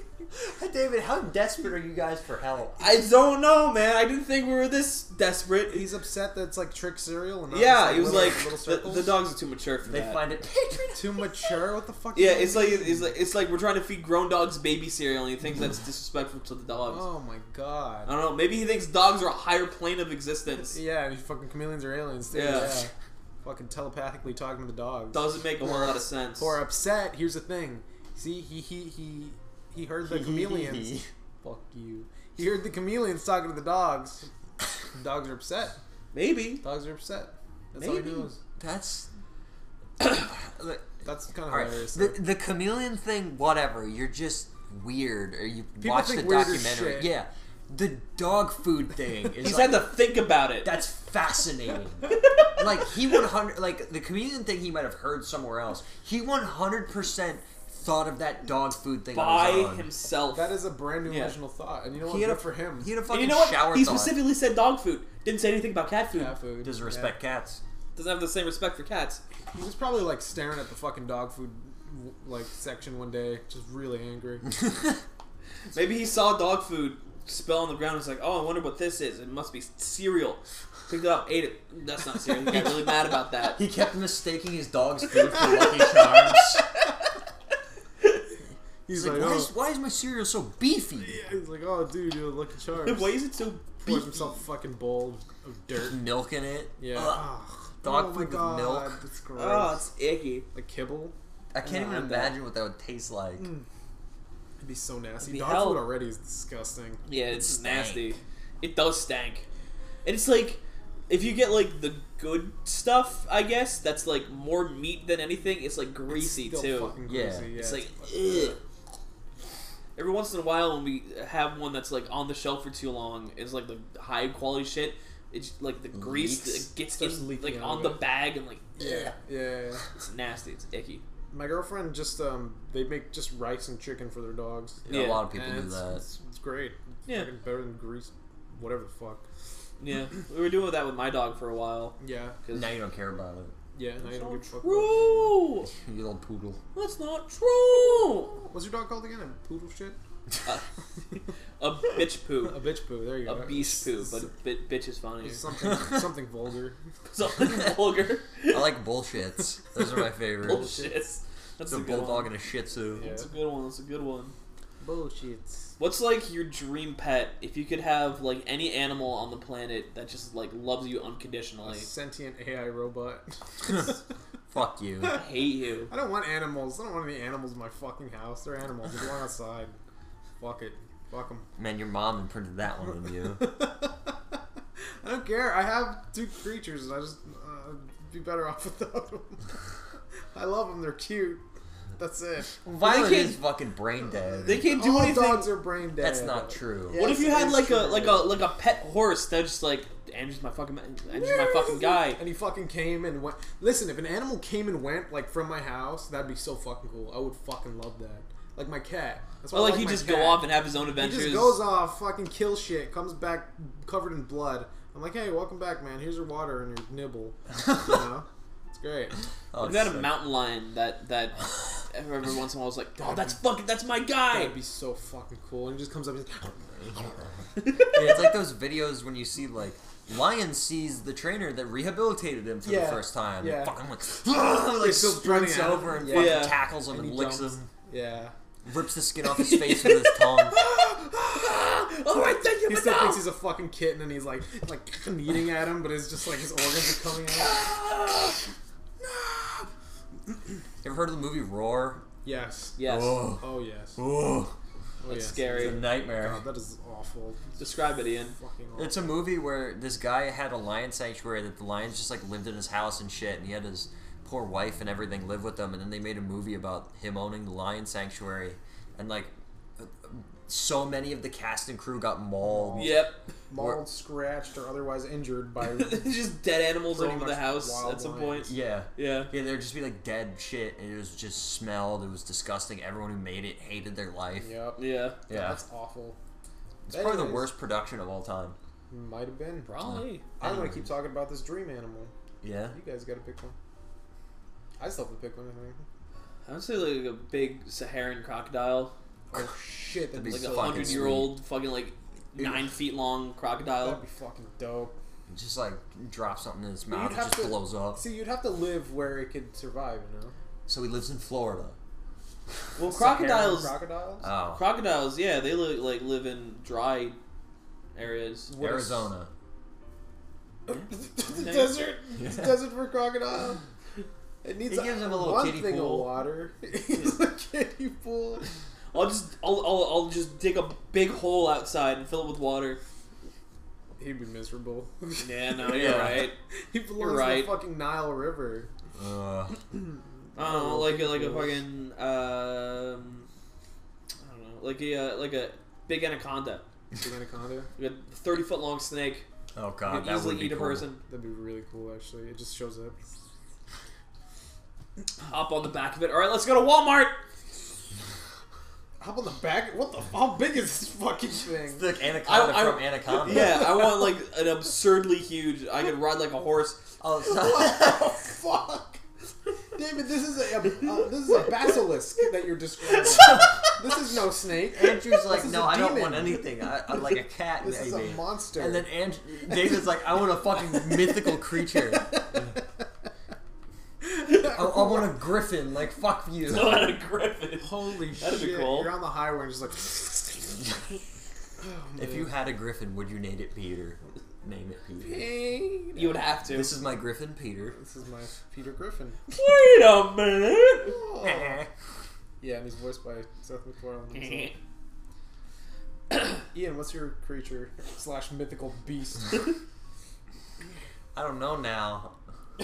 [SPEAKER 3] David, how desperate are you guys for help?
[SPEAKER 2] I don't know, man. I didn't think we were this desperate.
[SPEAKER 1] He's upset that it's like trick cereal and not
[SPEAKER 2] yeah,
[SPEAKER 1] just,
[SPEAKER 2] he was
[SPEAKER 1] little-
[SPEAKER 2] like,
[SPEAKER 1] little
[SPEAKER 2] the,
[SPEAKER 1] circles.
[SPEAKER 2] the dogs are too mature for
[SPEAKER 3] They
[SPEAKER 2] that.
[SPEAKER 3] find it
[SPEAKER 1] too mature. What the fuck?
[SPEAKER 2] yeah,
[SPEAKER 1] is
[SPEAKER 2] it's
[SPEAKER 1] that?
[SPEAKER 2] like it's like it's like we're trying to feed grown dogs baby cereal, and he thinks that's disrespectful to the dogs.
[SPEAKER 1] Oh my
[SPEAKER 2] I
[SPEAKER 1] god.
[SPEAKER 2] don't know. Maybe he thinks dogs are a higher plane of existence.
[SPEAKER 1] Yeah, and you fucking chameleons are aliens. Too.
[SPEAKER 2] Yeah.
[SPEAKER 1] Yeah. Fucking telepathically talking to dogs.
[SPEAKER 2] Doesn't make a whole lot of sense.
[SPEAKER 1] Or upset. Here's the thing. See, he he he he heard the chameleons. fuck you. He heard the chameleons talking to the dogs. dogs are upset.
[SPEAKER 2] Maybe.
[SPEAKER 1] Dogs are upset. That's all he
[SPEAKER 2] Maybe.
[SPEAKER 1] knows.
[SPEAKER 3] That's.
[SPEAKER 1] That's kind of
[SPEAKER 3] All right.
[SPEAKER 1] hilarious.
[SPEAKER 3] The, the chameleon thing, whatever. You're just weird, or you
[SPEAKER 1] People
[SPEAKER 3] watch
[SPEAKER 1] think
[SPEAKER 3] the
[SPEAKER 1] weird as
[SPEAKER 3] documentary.
[SPEAKER 1] shit.
[SPEAKER 3] Yeah, the dog food thing is.
[SPEAKER 2] He's
[SPEAKER 3] like,
[SPEAKER 2] had to think about it.
[SPEAKER 3] that's fascinating. like he would hundred like the chameleon thing he might have heard somewhere else. He one hundred percent thought of that dog food thing
[SPEAKER 2] by
[SPEAKER 3] on his own.
[SPEAKER 2] himself.
[SPEAKER 1] That is a brand new
[SPEAKER 2] Yeah.
[SPEAKER 1] original thought, and you know what?
[SPEAKER 3] He had a
[SPEAKER 1] Good for him.
[SPEAKER 3] He had a
[SPEAKER 2] and
[SPEAKER 3] fucking
[SPEAKER 2] you know what?
[SPEAKER 3] shower
[SPEAKER 2] He
[SPEAKER 3] thought.
[SPEAKER 2] specifically said dog food. Didn't say anything about cat food.
[SPEAKER 1] cat food.
[SPEAKER 3] doesn't
[SPEAKER 1] Yeah.
[SPEAKER 3] respect cats.
[SPEAKER 2] Doesn't have the same respect for cats.
[SPEAKER 1] He was probably like staring at the fucking dog food like section one day, just really angry.
[SPEAKER 2] Maybe he saw dog food spill on the ground and was like, oh, I wonder what this is. It must be cereal. Picked it up, ate it. That's not cereal. He got really mad about that.
[SPEAKER 3] He kept mistaking his dog's food for Lucky Charms.
[SPEAKER 1] He's
[SPEAKER 3] He's like,
[SPEAKER 1] like,
[SPEAKER 3] why
[SPEAKER 1] oh,
[SPEAKER 3] is, why is my cereal so beefy?
[SPEAKER 1] he's like, oh, dude, you're lucky charms.
[SPEAKER 2] Why is it so
[SPEAKER 1] Pours
[SPEAKER 2] beefy?
[SPEAKER 1] himself a fucking bowl of dirt.
[SPEAKER 3] Milk in it.
[SPEAKER 1] Yeah.
[SPEAKER 3] Ugh.
[SPEAKER 1] Ugh.
[SPEAKER 3] Dog
[SPEAKER 1] oh
[SPEAKER 3] food
[SPEAKER 1] my
[SPEAKER 3] with
[SPEAKER 1] God,
[SPEAKER 3] milk.
[SPEAKER 1] That's gross.
[SPEAKER 2] Oh, it's icky.
[SPEAKER 1] like kibble.
[SPEAKER 3] I can't even
[SPEAKER 2] I'm not.
[SPEAKER 3] imagine what that would taste like.
[SPEAKER 1] It'd be so nasty.
[SPEAKER 2] be
[SPEAKER 1] dog
[SPEAKER 2] hell.
[SPEAKER 1] food already is disgusting.
[SPEAKER 2] Yeah, it's
[SPEAKER 3] stank.
[SPEAKER 2] nasty. It does stank. And it's like if you get like the good stuff, I guess that's like more meat than anything. It's like greasy
[SPEAKER 1] Still
[SPEAKER 2] too.
[SPEAKER 1] fucking
[SPEAKER 3] Yeah.
[SPEAKER 1] greasy, yeah.
[SPEAKER 2] it's like ugh. every once in a while when we have one that's like on the shelf for too long, it's like the high quality shit. It's like the grease
[SPEAKER 3] Leaks.
[SPEAKER 2] that gets
[SPEAKER 1] Starts
[SPEAKER 2] in,
[SPEAKER 1] leaking
[SPEAKER 2] like
[SPEAKER 1] out
[SPEAKER 2] on
[SPEAKER 1] of
[SPEAKER 2] the
[SPEAKER 1] it.
[SPEAKER 2] bag and like
[SPEAKER 1] yeah, yeah. yeah.
[SPEAKER 2] it's nasty. It's icky.
[SPEAKER 1] My girlfriend just um, they make just rice and chicken for their dogs.
[SPEAKER 3] You know,
[SPEAKER 2] Yeah.
[SPEAKER 3] a lot of people
[SPEAKER 1] And
[SPEAKER 3] do
[SPEAKER 1] it's,
[SPEAKER 3] that.
[SPEAKER 1] It's, it's great. It's
[SPEAKER 2] Yeah.
[SPEAKER 1] fucking better than grease, whatever the fuck.
[SPEAKER 2] Yeah, we were doing that with my dog for a while.
[SPEAKER 1] Yeah,
[SPEAKER 3] Now you don't care about it.
[SPEAKER 1] yeah. Now you don't give a fuck. about-
[SPEAKER 2] True.
[SPEAKER 3] You little poodle.
[SPEAKER 2] That's not true.
[SPEAKER 1] What's your dog called again? A poodle shit?
[SPEAKER 2] a, a bitch
[SPEAKER 1] A
[SPEAKER 2] poo.
[SPEAKER 1] bitch poo. There you
[SPEAKER 2] A
[SPEAKER 1] go.
[SPEAKER 2] beast poo, but a bit, bitch is funny.
[SPEAKER 1] something something vulgar.
[SPEAKER 2] Something vulgar.
[SPEAKER 3] I like bullshits. Those are my favorites.
[SPEAKER 2] Bullshit. That's
[SPEAKER 3] The
[SPEAKER 2] a good
[SPEAKER 3] bulldog
[SPEAKER 2] one.
[SPEAKER 3] and a Shih Tzu.
[SPEAKER 1] Yeah.
[SPEAKER 2] That's a good one. That's a good one.
[SPEAKER 1] Bullshit.
[SPEAKER 2] What's like your dream pet if you could have like any animal on the planet that just like loves you unconditionally?
[SPEAKER 1] Sentient AI robot.
[SPEAKER 3] Fuck you.
[SPEAKER 2] I hate you.
[SPEAKER 1] I don't want animals. I don't want any animals in my fucking house. They're animals. They belong outside. Fuck it. Fuck them.
[SPEAKER 3] Man, your mom imprinted that one on you.
[SPEAKER 1] I don't care. I have two creatures, and I just uh, be better off without them. I love them. They're cute. That's it.
[SPEAKER 3] Violet
[SPEAKER 2] can't-
[SPEAKER 3] is fucking brain dead.
[SPEAKER 2] They can't do
[SPEAKER 1] All
[SPEAKER 2] anything.
[SPEAKER 1] Oh, dogs are brain dead.
[SPEAKER 3] That's not true.
[SPEAKER 1] Yeah.
[SPEAKER 2] what if you
[SPEAKER 1] Yes,
[SPEAKER 2] had
[SPEAKER 1] it's
[SPEAKER 2] like a
[SPEAKER 1] true.
[SPEAKER 2] like a like a pet horse that's just like Andrew's my fucking ma- Andrew's my fucking guy.
[SPEAKER 1] And he fucking came and went. Listen, if an animal came and went like from my house, that'd be so fucking cool. I would fucking love that. Like my cat. That's why
[SPEAKER 2] Or
[SPEAKER 1] I
[SPEAKER 2] like
[SPEAKER 1] like
[SPEAKER 2] he
[SPEAKER 1] my
[SPEAKER 2] just
[SPEAKER 1] cat.
[SPEAKER 2] go off and have his own
[SPEAKER 1] He
[SPEAKER 2] adventures.
[SPEAKER 1] just goes off, fucking kills shit, comes back covered in blood. I'm like, hey, welcome back, man. Here's your water and your nibble. you know, it's great.
[SPEAKER 3] Oh,
[SPEAKER 2] Is that
[SPEAKER 3] sick.
[SPEAKER 2] a mountain lion that that every once in a while was like, oh, that's fucking, that's my guy.
[SPEAKER 1] That'd be so fucking cool. And he just comes up and he's
[SPEAKER 3] Yeah, it's like those videos when you see like Lion sees the trainer that rehabilitated him for the
[SPEAKER 1] Yeah,
[SPEAKER 3] first time.
[SPEAKER 1] yeah.
[SPEAKER 3] Fucking like, like
[SPEAKER 1] still
[SPEAKER 3] sprints
[SPEAKER 1] running at him.
[SPEAKER 3] over and
[SPEAKER 1] Yeah.
[SPEAKER 3] fucking
[SPEAKER 2] Yeah.
[SPEAKER 3] tackles him and,
[SPEAKER 1] And he
[SPEAKER 3] licks
[SPEAKER 1] jumps.
[SPEAKER 3] him,
[SPEAKER 1] yeah.
[SPEAKER 3] rips the skin off his face with his tongue.
[SPEAKER 2] All right, thank you,
[SPEAKER 1] He
[SPEAKER 2] but
[SPEAKER 1] still
[SPEAKER 2] no.
[SPEAKER 1] thinks he's a fucking kitten and he's like, like eating at him, but it's just like his organs are coming out.
[SPEAKER 3] You ever heard of the movie Roar?
[SPEAKER 1] Yes.
[SPEAKER 2] yes,
[SPEAKER 3] Oh,
[SPEAKER 1] Oh yes. Oh,
[SPEAKER 3] oh,
[SPEAKER 1] yes.
[SPEAKER 3] it's
[SPEAKER 2] scary.
[SPEAKER 3] a nightmare.
[SPEAKER 1] God, that is awful.
[SPEAKER 2] Describe it, Ian.
[SPEAKER 1] Fucking awful.
[SPEAKER 3] It's a movie where this guy had a lion sanctuary that the lions just like lived in his house and shit, and he had his poor wife and everything live with them, and then they made a movie about him owning the lion sanctuary, and like so many of the cast and crew got mauled.
[SPEAKER 2] Yep,
[SPEAKER 1] mauled, scratched, or otherwise injured by.
[SPEAKER 2] just dead animals
[SPEAKER 1] Pretty
[SPEAKER 2] over the
[SPEAKER 1] much
[SPEAKER 2] house
[SPEAKER 1] wild
[SPEAKER 2] at some
[SPEAKER 1] lions.
[SPEAKER 2] point.
[SPEAKER 3] Yeah.
[SPEAKER 2] Yeah,
[SPEAKER 3] Yeah, there'd just be like dead shit, and it was just smelled. It was disgusting. Everyone who made it hated their life.
[SPEAKER 1] yep.
[SPEAKER 2] yeah.
[SPEAKER 3] Yeah,
[SPEAKER 1] That's awful.
[SPEAKER 3] it's probably the
[SPEAKER 1] Anyways.
[SPEAKER 3] worst production of all time.
[SPEAKER 1] Might have been.
[SPEAKER 2] Probably.
[SPEAKER 1] I want to keep talking about this dream animal.
[SPEAKER 3] Yeah.
[SPEAKER 1] You guys got to pick one. I still have to pick one. I think.
[SPEAKER 2] I would say like a big Saharan crocodile,
[SPEAKER 1] Oh shit, that'd be
[SPEAKER 3] That'd
[SPEAKER 2] like
[SPEAKER 3] be
[SPEAKER 1] so.
[SPEAKER 2] a
[SPEAKER 3] fucking
[SPEAKER 2] hundred year old fucking like
[SPEAKER 1] Ew.
[SPEAKER 2] nine feet long
[SPEAKER 1] That'd
[SPEAKER 2] crocodile.
[SPEAKER 1] be fucking dope.
[SPEAKER 3] Just like drop something in his
[SPEAKER 1] you'd
[SPEAKER 3] mouth, it
[SPEAKER 1] have
[SPEAKER 3] just
[SPEAKER 1] to-
[SPEAKER 3] blows up.
[SPEAKER 1] See, you'd have to live where it could survive, you know.
[SPEAKER 3] So he lives in Florida.
[SPEAKER 2] Well, crocodiles,
[SPEAKER 1] Saharan crocodiles.
[SPEAKER 3] Oh,
[SPEAKER 2] crocodiles, yeah, they li- like live in dry areas.
[SPEAKER 1] What a s-
[SPEAKER 3] Arizona.
[SPEAKER 1] the desert, the desert for crocodile. It needs
[SPEAKER 3] It gives him a little
[SPEAKER 1] one
[SPEAKER 3] kiddie
[SPEAKER 1] thing
[SPEAKER 3] pool.
[SPEAKER 1] of water. It's a kiddie pool.
[SPEAKER 2] I'll just I'll, I'll I'll just dig a big hole outside and fill it with water.
[SPEAKER 1] He'd be miserable.
[SPEAKER 2] Yeah, no, you're right.
[SPEAKER 1] he belongs
[SPEAKER 2] right.
[SPEAKER 1] in the fucking Nile River.
[SPEAKER 3] Uh,
[SPEAKER 2] Oh, like a, like a fucking um, I don't know, like a uh, like a big anaconda,
[SPEAKER 1] Big anaconda.
[SPEAKER 2] like a thirty foot long snake.
[SPEAKER 3] oh
[SPEAKER 2] You
[SPEAKER 3] god,
[SPEAKER 2] can
[SPEAKER 3] that
[SPEAKER 2] easily
[SPEAKER 3] would be
[SPEAKER 2] eat a
[SPEAKER 3] cool.
[SPEAKER 2] person.
[SPEAKER 1] That'd be really cool, actually. It just shows up.
[SPEAKER 2] Hop on the back of it. All right, let's go to Walmart.
[SPEAKER 1] Hop on the back. What the? How big is this fucking thing?
[SPEAKER 3] It's like Anaconda
[SPEAKER 2] I- I-
[SPEAKER 3] from Anaconda.
[SPEAKER 2] Yeah, I want like an absurdly huge. I could ride like a horse.
[SPEAKER 3] Oh,
[SPEAKER 1] What the
[SPEAKER 3] so,
[SPEAKER 1] fuck? David, this is a, a- this is a basilisk that you're describing. this is no snake.
[SPEAKER 3] Andrew's like,
[SPEAKER 1] This is
[SPEAKER 3] no,
[SPEAKER 1] a
[SPEAKER 3] I don't
[SPEAKER 1] demon.
[SPEAKER 3] want anything. I, I like a cat,
[SPEAKER 1] This
[SPEAKER 3] maybe.
[SPEAKER 1] is a monster.
[SPEAKER 3] And then Andrew, David's like, I want a fucking mythical creature. I, I want a griffin. Like, fuck you.
[SPEAKER 2] Not a griffin.
[SPEAKER 1] Holy
[SPEAKER 2] That'd be
[SPEAKER 1] shit!
[SPEAKER 2] cool.
[SPEAKER 1] You're on the highway and just like. oh
[SPEAKER 3] If you had a griffin, would you name it Peter? Name it Peter.
[SPEAKER 2] You would have to.
[SPEAKER 3] This is my griffin, Peter.
[SPEAKER 1] This is my Peter Griffin.
[SPEAKER 2] Wait a minute.
[SPEAKER 1] Yeah, and he's voiced by Seth MacFarlane. Ian, what's your creature slash mythical beast?
[SPEAKER 3] I don't know now.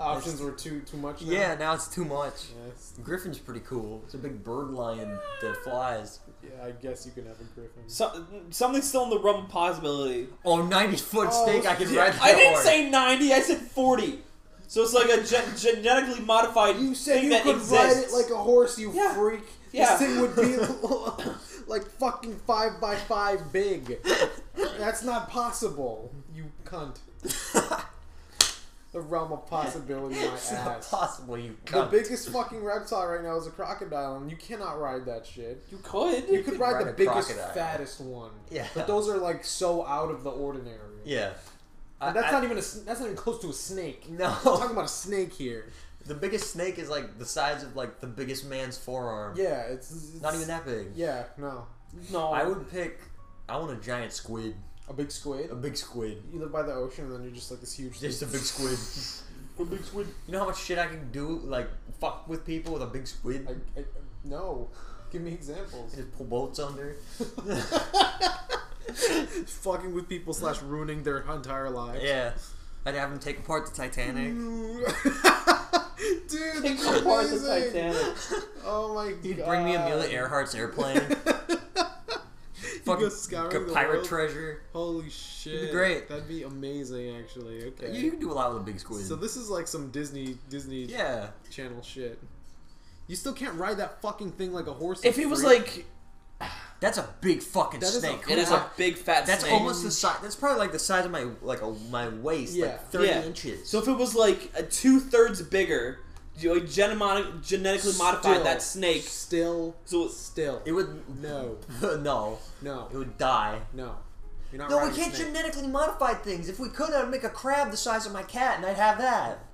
[SPEAKER 1] Options were too too much. Now.
[SPEAKER 3] Yeah, now it's too much.
[SPEAKER 1] Yes.
[SPEAKER 3] Griffin's pretty cool. It's a big bird lion that flies.
[SPEAKER 1] Yeah, I guess you can have a griffin.
[SPEAKER 2] So, something's still in the realm of possibility.
[SPEAKER 3] Oh, 90 foot
[SPEAKER 1] Oh,
[SPEAKER 3] snake. I can
[SPEAKER 1] shit.
[SPEAKER 3] ride that
[SPEAKER 2] I didn't
[SPEAKER 3] hard.
[SPEAKER 2] say 90, I said 40. So it's like a gen- genetically modified
[SPEAKER 1] You said
[SPEAKER 2] thing
[SPEAKER 1] you
[SPEAKER 2] that
[SPEAKER 1] could ride it
[SPEAKER 2] exists.
[SPEAKER 1] like a horse, you
[SPEAKER 2] Yeah.
[SPEAKER 1] freak.
[SPEAKER 2] Yeah.
[SPEAKER 1] This thing would be like fucking five by five big. That's not possible, you cunt. the realm of possibility, my
[SPEAKER 3] It's not
[SPEAKER 1] ass.
[SPEAKER 3] possible, you
[SPEAKER 1] The
[SPEAKER 3] cunt.
[SPEAKER 1] biggest fucking reptile right now is a crocodile, and you cannot ride that shit.
[SPEAKER 2] you could.
[SPEAKER 1] You could ride,
[SPEAKER 3] ride
[SPEAKER 1] the
[SPEAKER 3] a
[SPEAKER 1] biggest,
[SPEAKER 3] crocodile.
[SPEAKER 1] fattest one.
[SPEAKER 3] Yeah.
[SPEAKER 1] But those are like so out of the ordinary.
[SPEAKER 3] Yeah. I-
[SPEAKER 1] And that's
[SPEAKER 3] I-
[SPEAKER 1] not even a. sn- That's not even close to a snake. We're
[SPEAKER 3] No.
[SPEAKER 1] talking about a snake here.
[SPEAKER 3] The biggest snake is like the size of like the biggest man's forearm.
[SPEAKER 1] Yeah, it's, it's
[SPEAKER 3] Not even that big.
[SPEAKER 1] Yeah, no.
[SPEAKER 2] No.
[SPEAKER 3] I would pick. I want a giant squid.
[SPEAKER 1] A big squid.
[SPEAKER 3] A big squid.
[SPEAKER 1] You live by the ocean, and then you're just like this huge.
[SPEAKER 3] Just a
[SPEAKER 1] thing.
[SPEAKER 3] big squid. You know how much shit I can do? Like fuck with people with a big squid.
[SPEAKER 1] I, I, no, give me examples.
[SPEAKER 3] just pull boats under.
[SPEAKER 1] Fucking with people slash ruining their entire lives.
[SPEAKER 3] Yeah. I'd have them take apart the Titanic.
[SPEAKER 1] Dude, that's
[SPEAKER 2] Part the
[SPEAKER 1] amazing.
[SPEAKER 2] Titanic.
[SPEAKER 1] Oh my god.
[SPEAKER 3] You'd bring me Amelia Earhart's airplane.
[SPEAKER 1] go
[SPEAKER 3] Fucking
[SPEAKER 1] scouring
[SPEAKER 3] good
[SPEAKER 1] the
[SPEAKER 3] pirate
[SPEAKER 1] world.
[SPEAKER 3] treasure.
[SPEAKER 1] Holy shit.
[SPEAKER 3] great.
[SPEAKER 1] That'd be amazing, actually. Okay.
[SPEAKER 3] You can do a lot with a big squid.
[SPEAKER 1] so this is like some Disney Disney
[SPEAKER 3] yeah.
[SPEAKER 1] Channel shit. You still can't ride that fucking thing like a horse.
[SPEAKER 2] If
[SPEAKER 1] you
[SPEAKER 2] he was
[SPEAKER 1] freak.
[SPEAKER 2] like,
[SPEAKER 3] That's a big fucking
[SPEAKER 1] That is a
[SPEAKER 3] snake.
[SPEAKER 2] it is a big fat
[SPEAKER 3] That's
[SPEAKER 2] snake.
[SPEAKER 3] almost the size. That's probably like the size of my like a, my waist,
[SPEAKER 1] Yeah.
[SPEAKER 3] like thirty
[SPEAKER 2] Yeah.
[SPEAKER 3] inches.
[SPEAKER 2] So if it was like a two thirds bigger, you like genemoni- genetically modified
[SPEAKER 1] Still.
[SPEAKER 2] that snake.
[SPEAKER 1] still,
[SPEAKER 2] So
[SPEAKER 1] still,
[SPEAKER 3] it would
[SPEAKER 1] no,
[SPEAKER 3] no,
[SPEAKER 1] no,
[SPEAKER 3] it would die.
[SPEAKER 1] no. You're not
[SPEAKER 3] No, we
[SPEAKER 1] riding a
[SPEAKER 3] can't
[SPEAKER 1] snake.
[SPEAKER 3] genetically modify things. If we could, I'd make a crab the size of my cat, and I'd have that.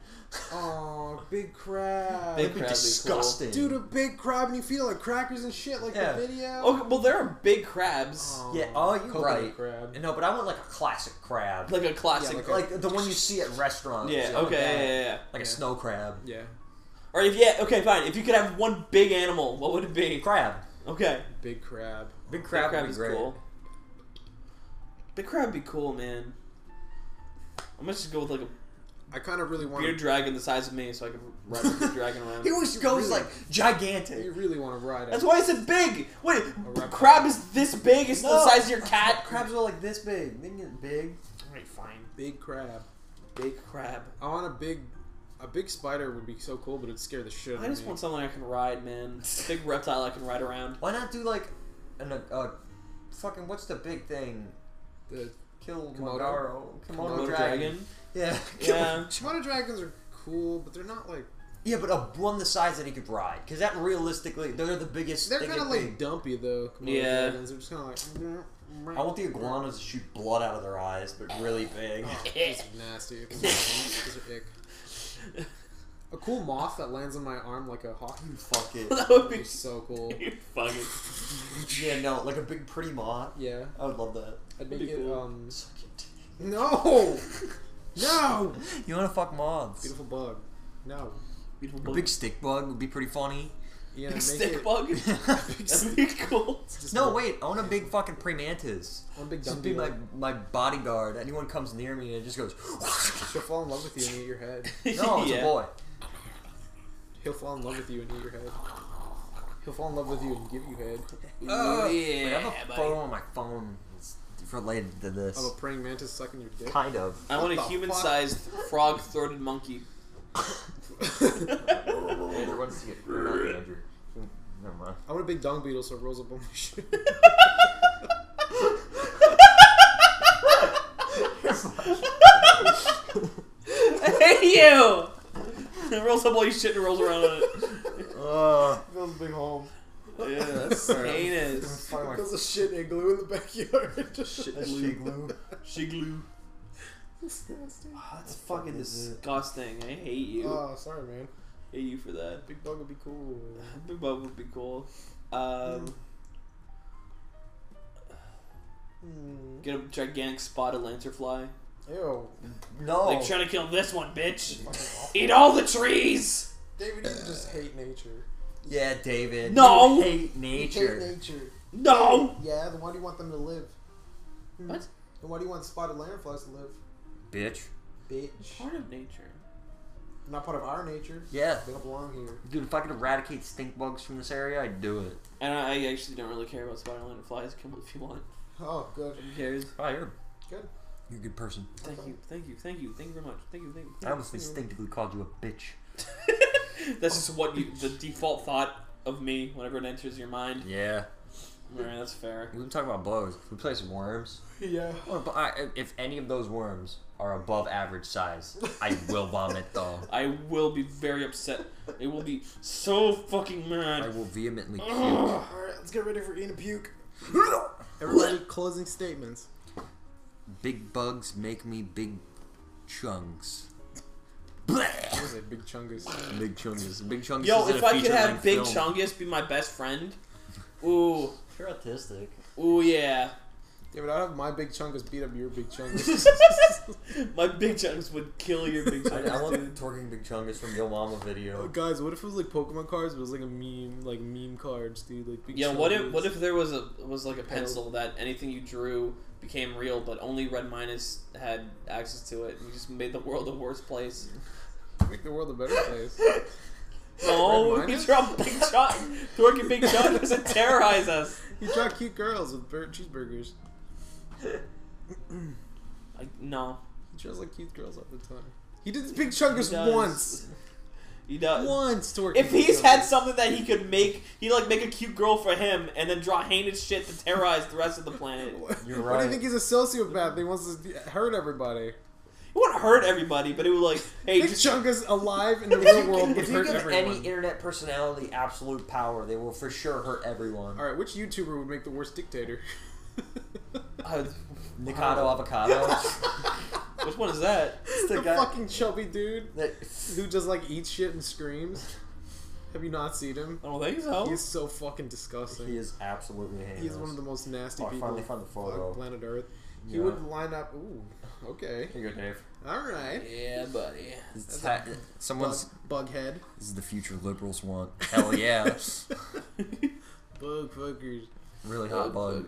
[SPEAKER 1] Oh, big crab.
[SPEAKER 2] Big
[SPEAKER 3] It'd be
[SPEAKER 2] Crab be cool.
[SPEAKER 3] disgusting,
[SPEAKER 1] Dude, a big crab and you feed it like crackers and shit, like
[SPEAKER 3] Yeah. Oh,
[SPEAKER 1] the video.
[SPEAKER 2] okay, well there are big crabs,
[SPEAKER 1] Oh,
[SPEAKER 3] Yeah. Oh, you're
[SPEAKER 1] coconut
[SPEAKER 3] right.
[SPEAKER 1] crab.
[SPEAKER 3] No, but I want like a classic crab, like,
[SPEAKER 2] like a classic.
[SPEAKER 1] Yeah,
[SPEAKER 2] Yeah.
[SPEAKER 1] like a-
[SPEAKER 3] the one you see at restaurants. you know, like
[SPEAKER 2] okay.
[SPEAKER 3] that.
[SPEAKER 2] Yeah, yeah, yeah.
[SPEAKER 3] Like
[SPEAKER 1] Yeah.
[SPEAKER 3] a snow crab.
[SPEAKER 1] Yeah,
[SPEAKER 2] Or if yeah, okay, fine. If you could have one big animal, what would it be?
[SPEAKER 3] Crab.
[SPEAKER 2] Okay.
[SPEAKER 1] big crab.
[SPEAKER 3] Big crab, would
[SPEAKER 2] Big crab
[SPEAKER 3] be
[SPEAKER 2] is
[SPEAKER 3] great.
[SPEAKER 2] cool. Big crab would be cool, man. I'm gonna just go with like a
[SPEAKER 1] I kind of really want.
[SPEAKER 2] bearded
[SPEAKER 1] to
[SPEAKER 2] dragon the size of me, so I can ride a bearded dragon around.
[SPEAKER 3] He always goes
[SPEAKER 1] Really?
[SPEAKER 3] like gigantic.
[SPEAKER 1] You really want to ride it?
[SPEAKER 2] That's why I said big. Wait,
[SPEAKER 1] reptile.
[SPEAKER 2] crab is this big. It's the
[SPEAKER 3] No.
[SPEAKER 2] size of your cat.
[SPEAKER 3] Crabs are like this big. They can get big.
[SPEAKER 2] Alright, fine.
[SPEAKER 1] big crab.
[SPEAKER 2] Big crab.
[SPEAKER 1] I want a big, a big spider would be so cool, but it'd scare the shit out
[SPEAKER 2] I
[SPEAKER 1] of
[SPEAKER 2] just
[SPEAKER 1] me.
[SPEAKER 2] want something I can ride, man. A big reptile I can ride around.
[SPEAKER 3] Why not do like an uh, uh, fucking what's the big thing?
[SPEAKER 1] the
[SPEAKER 3] Kill
[SPEAKER 1] Komodo?
[SPEAKER 3] Modaro. Komodo,
[SPEAKER 1] Komodo
[SPEAKER 3] dragon.
[SPEAKER 2] Dragon.
[SPEAKER 3] Yeah. Kill-
[SPEAKER 2] Yeah.
[SPEAKER 1] Shimano dragons are cool, but they're not like
[SPEAKER 3] yeah, but a one the size that he could ride. Because that realistically, they're the biggest.
[SPEAKER 1] they're
[SPEAKER 3] they
[SPEAKER 1] kind of
[SPEAKER 3] get
[SPEAKER 1] like
[SPEAKER 3] big.
[SPEAKER 1] dumpy though. Komodo
[SPEAKER 2] Yeah.
[SPEAKER 1] dragons. they're just kind of like.
[SPEAKER 3] I want the iguanas to shoot blood out of their eyes, but really big.
[SPEAKER 1] Oh, These are nasty. These are ick. A cool moth that lands on my arm like a hawk.
[SPEAKER 3] Fuck it.
[SPEAKER 2] that would
[SPEAKER 1] That'd
[SPEAKER 2] be
[SPEAKER 1] be so cool.
[SPEAKER 2] fucking.
[SPEAKER 3] Yeah, no, like a big pretty moth.
[SPEAKER 1] Yeah,
[SPEAKER 3] I would love that.
[SPEAKER 1] I'd
[SPEAKER 2] That'd
[SPEAKER 1] make
[SPEAKER 2] be
[SPEAKER 1] it.
[SPEAKER 2] cool.
[SPEAKER 1] Um,
[SPEAKER 3] Suck it.
[SPEAKER 1] no, no.
[SPEAKER 3] You want to fuck moths?
[SPEAKER 1] Beautiful bug. No.
[SPEAKER 2] Beautiful
[SPEAKER 3] A
[SPEAKER 2] bug.
[SPEAKER 3] big stick bug would be pretty funny.
[SPEAKER 1] Yeah,
[SPEAKER 2] Big
[SPEAKER 1] make
[SPEAKER 2] stick
[SPEAKER 1] it
[SPEAKER 2] bug. That'd be cool.
[SPEAKER 1] just
[SPEAKER 3] No,
[SPEAKER 1] one-
[SPEAKER 3] wait. I want a big fucking pre mantis.
[SPEAKER 1] One big
[SPEAKER 3] Just
[SPEAKER 1] dumb
[SPEAKER 3] be
[SPEAKER 1] bee.
[SPEAKER 3] my my bodyguard. Anyone comes near me and it just goes.
[SPEAKER 1] She'll fall in love with you and eat your head.
[SPEAKER 3] No, it's a boy.
[SPEAKER 1] He'll fall in love with you and eat your head. He'll fall in love with you and give you head. Oh.
[SPEAKER 3] Uh,
[SPEAKER 2] yeah,
[SPEAKER 3] wait, I have a
[SPEAKER 2] buddy.
[SPEAKER 3] photo on my phone that's related to
[SPEAKER 1] Of a
[SPEAKER 3] this.
[SPEAKER 1] praying mantis sucking your dick.
[SPEAKER 3] Kind of.
[SPEAKER 2] I want a
[SPEAKER 1] What the
[SPEAKER 2] human
[SPEAKER 1] fuck?
[SPEAKER 2] sized frog throated monkey.
[SPEAKER 3] Andrew wants to get. Not Andrew. Never mind.
[SPEAKER 1] I want a big dung beetle so it rolls up on my shit.
[SPEAKER 2] I hate you! It rolls up all your shit and rolls around on it.
[SPEAKER 3] Uh,
[SPEAKER 1] Builds a big home.
[SPEAKER 2] Yeah, that's heinous.
[SPEAKER 3] find my
[SPEAKER 1] Builds a shit igloo in the backyard.
[SPEAKER 2] Shit
[SPEAKER 3] That's
[SPEAKER 2] glue.
[SPEAKER 3] Shigloo.
[SPEAKER 2] Shit glue.
[SPEAKER 1] That's nasty.
[SPEAKER 3] That's fucking dis-
[SPEAKER 2] Ah, Disgusting. I hate you.
[SPEAKER 1] Oh, sorry, man.
[SPEAKER 2] hate you for that.
[SPEAKER 1] Big bug would be cool.
[SPEAKER 2] Big Bob would be cool. Um,
[SPEAKER 1] Mm.
[SPEAKER 2] get a gigantic spotted lancerfly.
[SPEAKER 1] Ew.
[SPEAKER 3] No.
[SPEAKER 2] Like, trying to kill this one, bitch. Eat all the trees!
[SPEAKER 1] David, you just hate nature.
[SPEAKER 3] yeah, David.
[SPEAKER 2] No.
[SPEAKER 3] You hate nature.
[SPEAKER 1] Hate nature.
[SPEAKER 2] No!
[SPEAKER 1] Yeah, then why do you want them to live?
[SPEAKER 2] What?
[SPEAKER 1] Then why do you want spotted lanternflies to live?
[SPEAKER 3] Bitch.
[SPEAKER 1] Bitch.
[SPEAKER 2] Part of nature.
[SPEAKER 1] Not part of our nature.
[SPEAKER 3] Yeah.
[SPEAKER 1] They don't belong here.
[SPEAKER 3] Dude, if I could eradicate stink bugs from this area, I'd do it.
[SPEAKER 2] And I I actually don't really care about spotted lancerflies. Come if you want.
[SPEAKER 1] Oh, good.
[SPEAKER 2] Who cares?
[SPEAKER 3] Oh, you're
[SPEAKER 1] Good.
[SPEAKER 3] you're a good person.
[SPEAKER 2] Thank you, thank you, thank you, thank you very much. Thank you, thank you.
[SPEAKER 3] I
[SPEAKER 2] Thank
[SPEAKER 3] almost instinctively called you a bitch.
[SPEAKER 2] you. That's just what you, the default thought of me whenever it enters your mind.
[SPEAKER 3] Yeah.
[SPEAKER 2] Alright, that's fair.
[SPEAKER 3] We can talk about bugs. We play some worms.
[SPEAKER 1] Yeah.
[SPEAKER 3] I wanna bu- I- If any of those worms are above average size, I will vomit though.
[SPEAKER 2] I will be very upset. I will be so fucking
[SPEAKER 3] I
[SPEAKER 2] mad.
[SPEAKER 3] will vehemently puke.
[SPEAKER 1] Alright, let's get ready for eating a puke. Everybody, closing statements.
[SPEAKER 3] Big bugs make me big chungs.
[SPEAKER 1] What is it, Big Chungus?
[SPEAKER 3] Big chungus. Big chungus.
[SPEAKER 2] Yo,
[SPEAKER 3] is in
[SPEAKER 2] if
[SPEAKER 3] a
[SPEAKER 2] I could
[SPEAKER 3] feature-length
[SPEAKER 2] have Big
[SPEAKER 3] film.
[SPEAKER 2] Chungus be my best friend, ooh,
[SPEAKER 3] You're autistic.
[SPEAKER 2] ooh yeah,
[SPEAKER 1] Yeah, but I'd have my Big Chungus beat up your Big Chungus.
[SPEAKER 2] my Big Chungus would kill your Big
[SPEAKER 3] I, I
[SPEAKER 2] Chungus,
[SPEAKER 3] want
[SPEAKER 2] dude.
[SPEAKER 3] the twerking big chungus from Yo Mama video.
[SPEAKER 1] Oh, Guys, what if it was like Pokemon cards, but it was like a meme, like meme cards, dude? Like Big
[SPEAKER 2] Yeah, what if
[SPEAKER 1] Chungus.
[SPEAKER 2] what if there was a was like a pencil that anything you drew became real, but only Red Minus had access to it, and you just made the world a worse place.
[SPEAKER 1] Make the world a better place.
[SPEAKER 2] No,
[SPEAKER 1] Red
[SPEAKER 2] he
[SPEAKER 1] Minus?
[SPEAKER 2] Oh, dropped Big Chun, twerking Big Chungus, and terrorize us.
[SPEAKER 1] You draw cute girls with bur- cheeseburgers.
[SPEAKER 2] I, no,
[SPEAKER 1] He draws like cute girls all the time. He did Big Chungus
[SPEAKER 2] He does.
[SPEAKER 1] once.
[SPEAKER 2] he does.
[SPEAKER 1] Once to work.
[SPEAKER 2] If he's had something that he could make, he'd like make a cute girl for him and then draw hated shit to terrorize the rest of the planet. It
[SPEAKER 1] You're
[SPEAKER 3] You're
[SPEAKER 1] right. What do you
[SPEAKER 3] right.
[SPEAKER 1] think he's a sociopath? that He wants to hurt everybody.
[SPEAKER 2] wouldn't hurt everybody, but it would like, hey,
[SPEAKER 1] Big
[SPEAKER 2] just
[SPEAKER 1] Chungus alive in the real world would
[SPEAKER 3] If you
[SPEAKER 1] hurt
[SPEAKER 3] give
[SPEAKER 1] everyone.
[SPEAKER 3] any internet personality absolute power, they will for sure hurt everyone.
[SPEAKER 1] All right, which YouTuber would make the worst dictator?
[SPEAKER 2] Uh,
[SPEAKER 3] Nikado avocado.
[SPEAKER 2] which one is that?
[SPEAKER 3] It's
[SPEAKER 1] the
[SPEAKER 3] the guy
[SPEAKER 1] fucking chubby dude
[SPEAKER 3] that-
[SPEAKER 1] who just like eats shit and screams. Have you not seen him?
[SPEAKER 2] I don't think so.
[SPEAKER 1] He is so fucking disgusting.
[SPEAKER 3] he is absolutely heinous.
[SPEAKER 1] He's one of the most nasty
[SPEAKER 3] Oh, I
[SPEAKER 1] people
[SPEAKER 3] finally found the
[SPEAKER 1] on
[SPEAKER 3] photo.
[SPEAKER 1] planet Earth. He
[SPEAKER 3] Yeah.
[SPEAKER 1] would line up. Ooh, okay,
[SPEAKER 3] Here you go, Dave.
[SPEAKER 1] all right.
[SPEAKER 2] Yeah, buddy.
[SPEAKER 3] It's ta-
[SPEAKER 1] Bug,
[SPEAKER 3] someone's.
[SPEAKER 1] bughead,
[SPEAKER 3] This is the future liberals want. Hell yeah.
[SPEAKER 1] bug fuckers.
[SPEAKER 3] really hot bug.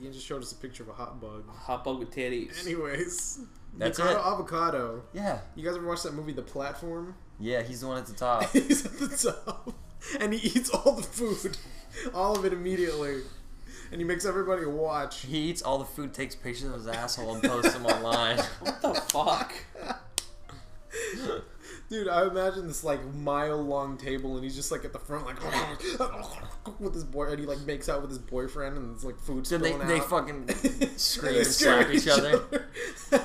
[SPEAKER 1] You just showed us a picture of a hot bug.
[SPEAKER 2] Hot bug with titties.
[SPEAKER 1] Anyways,
[SPEAKER 3] That's
[SPEAKER 1] Nikado
[SPEAKER 3] it.
[SPEAKER 1] Avocado.
[SPEAKER 3] Yeah.
[SPEAKER 1] You guys ever watch that movie, The Platform?
[SPEAKER 3] Yeah, he's the one at the top.
[SPEAKER 1] He's at the top, and he eats all the food, all of it immediately, and he makes everybody watch.
[SPEAKER 3] He eats all the food, takes pictures of his asshole, and posts them online.
[SPEAKER 2] What the fuck?
[SPEAKER 1] Dude, I imagine this like mile long table, and he's just like at the front, like with his boy, and he like makes out with his boyfriend, and it's like food
[SPEAKER 3] Then they,
[SPEAKER 1] spilling
[SPEAKER 3] they
[SPEAKER 1] out.
[SPEAKER 3] fucking
[SPEAKER 1] And
[SPEAKER 3] scream
[SPEAKER 1] they
[SPEAKER 3] and slap each other.
[SPEAKER 1] other.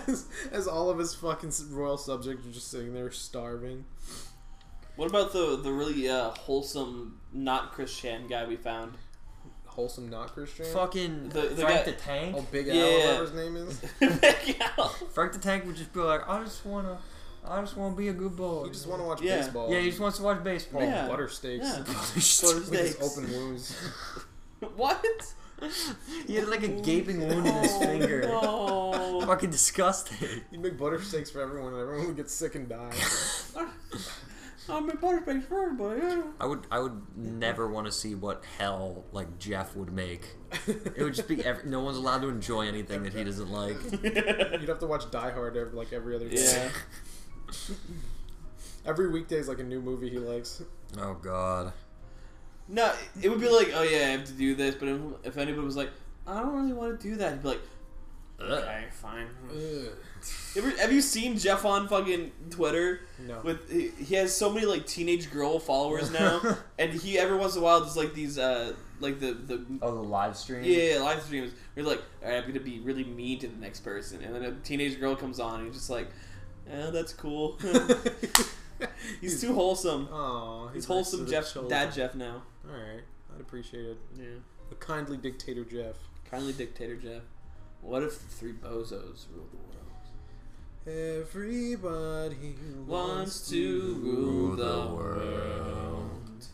[SPEAKER 1] as, as all of his fucking s- royal subjects are just sitting there starving.
[SPEAKER 2] What about the the really uh, wholesome, not Christian guy we found?
[SPEAKER 1] Wholesome, not Christian.
[SPEAKER 3] Fucking
[SPEAKER 2] The- the
[SPEAKER 3] Frank
[SPEAKER 2] guy-
[SPEAKER 3] the Tank.
[SPEAKER 1] Oh, Big
[SPEAKER 2] Yeah.
[SPEAKER 1] Al, whatever his name is.
[SPEAKER 3] Frank the Tank would just be like, I just wanna, I just wanna be a good boy.
[SPEAKER 1] You just want to watch
[SPEAKER 2] Yeah.
[SPEAKER 1] baseball.
[SPEAKER 3] yeah, he just wants to watch baseball.
[SPEAKER 2] Yeah.
[SPEAKER 1] butter steaks.
[SPEAKER 2] Yeah.
[SPEAKER 3] he
[SPEAKER 1] With his
[SPEAKER 2] Steaks.
[SPEAKER 1] open wounds.
[SPEAKER 2] what?
[SPEAKER 3] had like a gaping wound in his finger.
[SPEAKER 2] Oh, no.
[SPEAKER 3] Fucking disgusting.
[SPEAKER 1] You'd make butter steaks for everyone, and everyone would get sick and die.
[SPEAKER 2] I'm in Butterspace for everybody.
[SPEAKER 3] I would, I would never want to see what hell like Jeff would make. It would just be every, no one's allowed to enjoy anything that he doesn't like.
[SPEAKER 1] You'd have to watch Die Hard every, like every other day.
[SPEAKER 2] Yeah.
[SPEAKER 1] Every weekday is like a new movie he likes.
[SPEAKER 3] Oh God.
[SPEAKER 2] No, it would be like, oh yeah, I have to do this. But if, if anybody was like, I don't really want to do that, he'd be like,
[SPEAKER 3] Ugh.
[SPEAKER 2] okay, fine. Ever, have you seen Jeff on fucking Twitter?
[SPEAKER 1] No.
[SPEAKER 2] With he, he has so many like teenage girl followers now, and he every once in a while does like these uh like the the
[SPEAKER 3] Oh, the live stream.
[SPEAKER 2] yeah live streams. Where he's like, all right, I'm gonna be really mean to the next person, and then a teenage girl comes on, and he's just like, eh, that's cool. he's too wholesome.
[SPEAKER 1] Aw,
[SPEAKER 2] Oh, He's
[SPEAKER 1] nice to
[SPEAKER 2] wholesome
[SPEAKER 1] the
[SPEAKER 2] Jeff,
[SPEAKER 1] children.
[SPEAKER 2] dad Jeff now.
[SPEAKER 1] All right, I'd appreciate it.
[SPEAKER 2] Yeah,
[SPEAKER 1] The kindly dictator Jeff.
[SPEAKER 2] kindly dictator Jeff. What if the three bozos ruled the world?
[SPEAKER 1] Everybody
[SPEAKER 2] Wants to rule the world.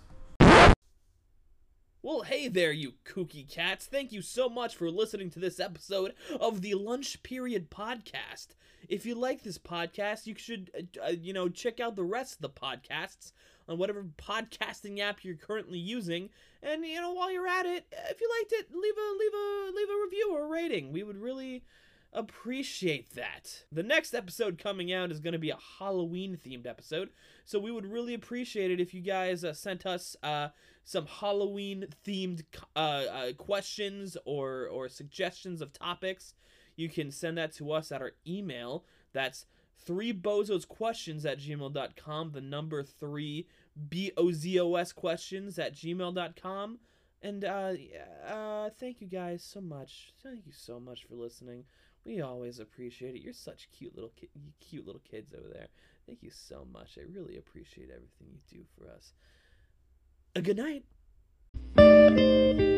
[SPEAKER 2] Well, hey there, you kooky cats. Thank you so much for listening to this episode of the Lunch Period Podcast. If you like this podcast, you should, uh, uh, you know, check out the rest of the podcasts on whatever podcasting app you're currently using. And, you know, while you're at it, if you liked it, leave a, leave a, leave a review or a rating. We would really appreciate that. The next episode coming out is going to be a Halloween themed episode, so we would really appreciate it if you guys uh, sent us uh, some Halloween themed uh, uh, questions or or suggestions of topics. You can send that to us at our email. That's three bozos questions at gmail.com the number three b-o-z-o-s questions at gmail.com and uh, yeah, uh thank you guys so much thank you so much for listening we always appreciate it. You're such cute little ki- you cute little kids over there. Thank you so much. I really Uh, appreciate everything you do for us. A good night.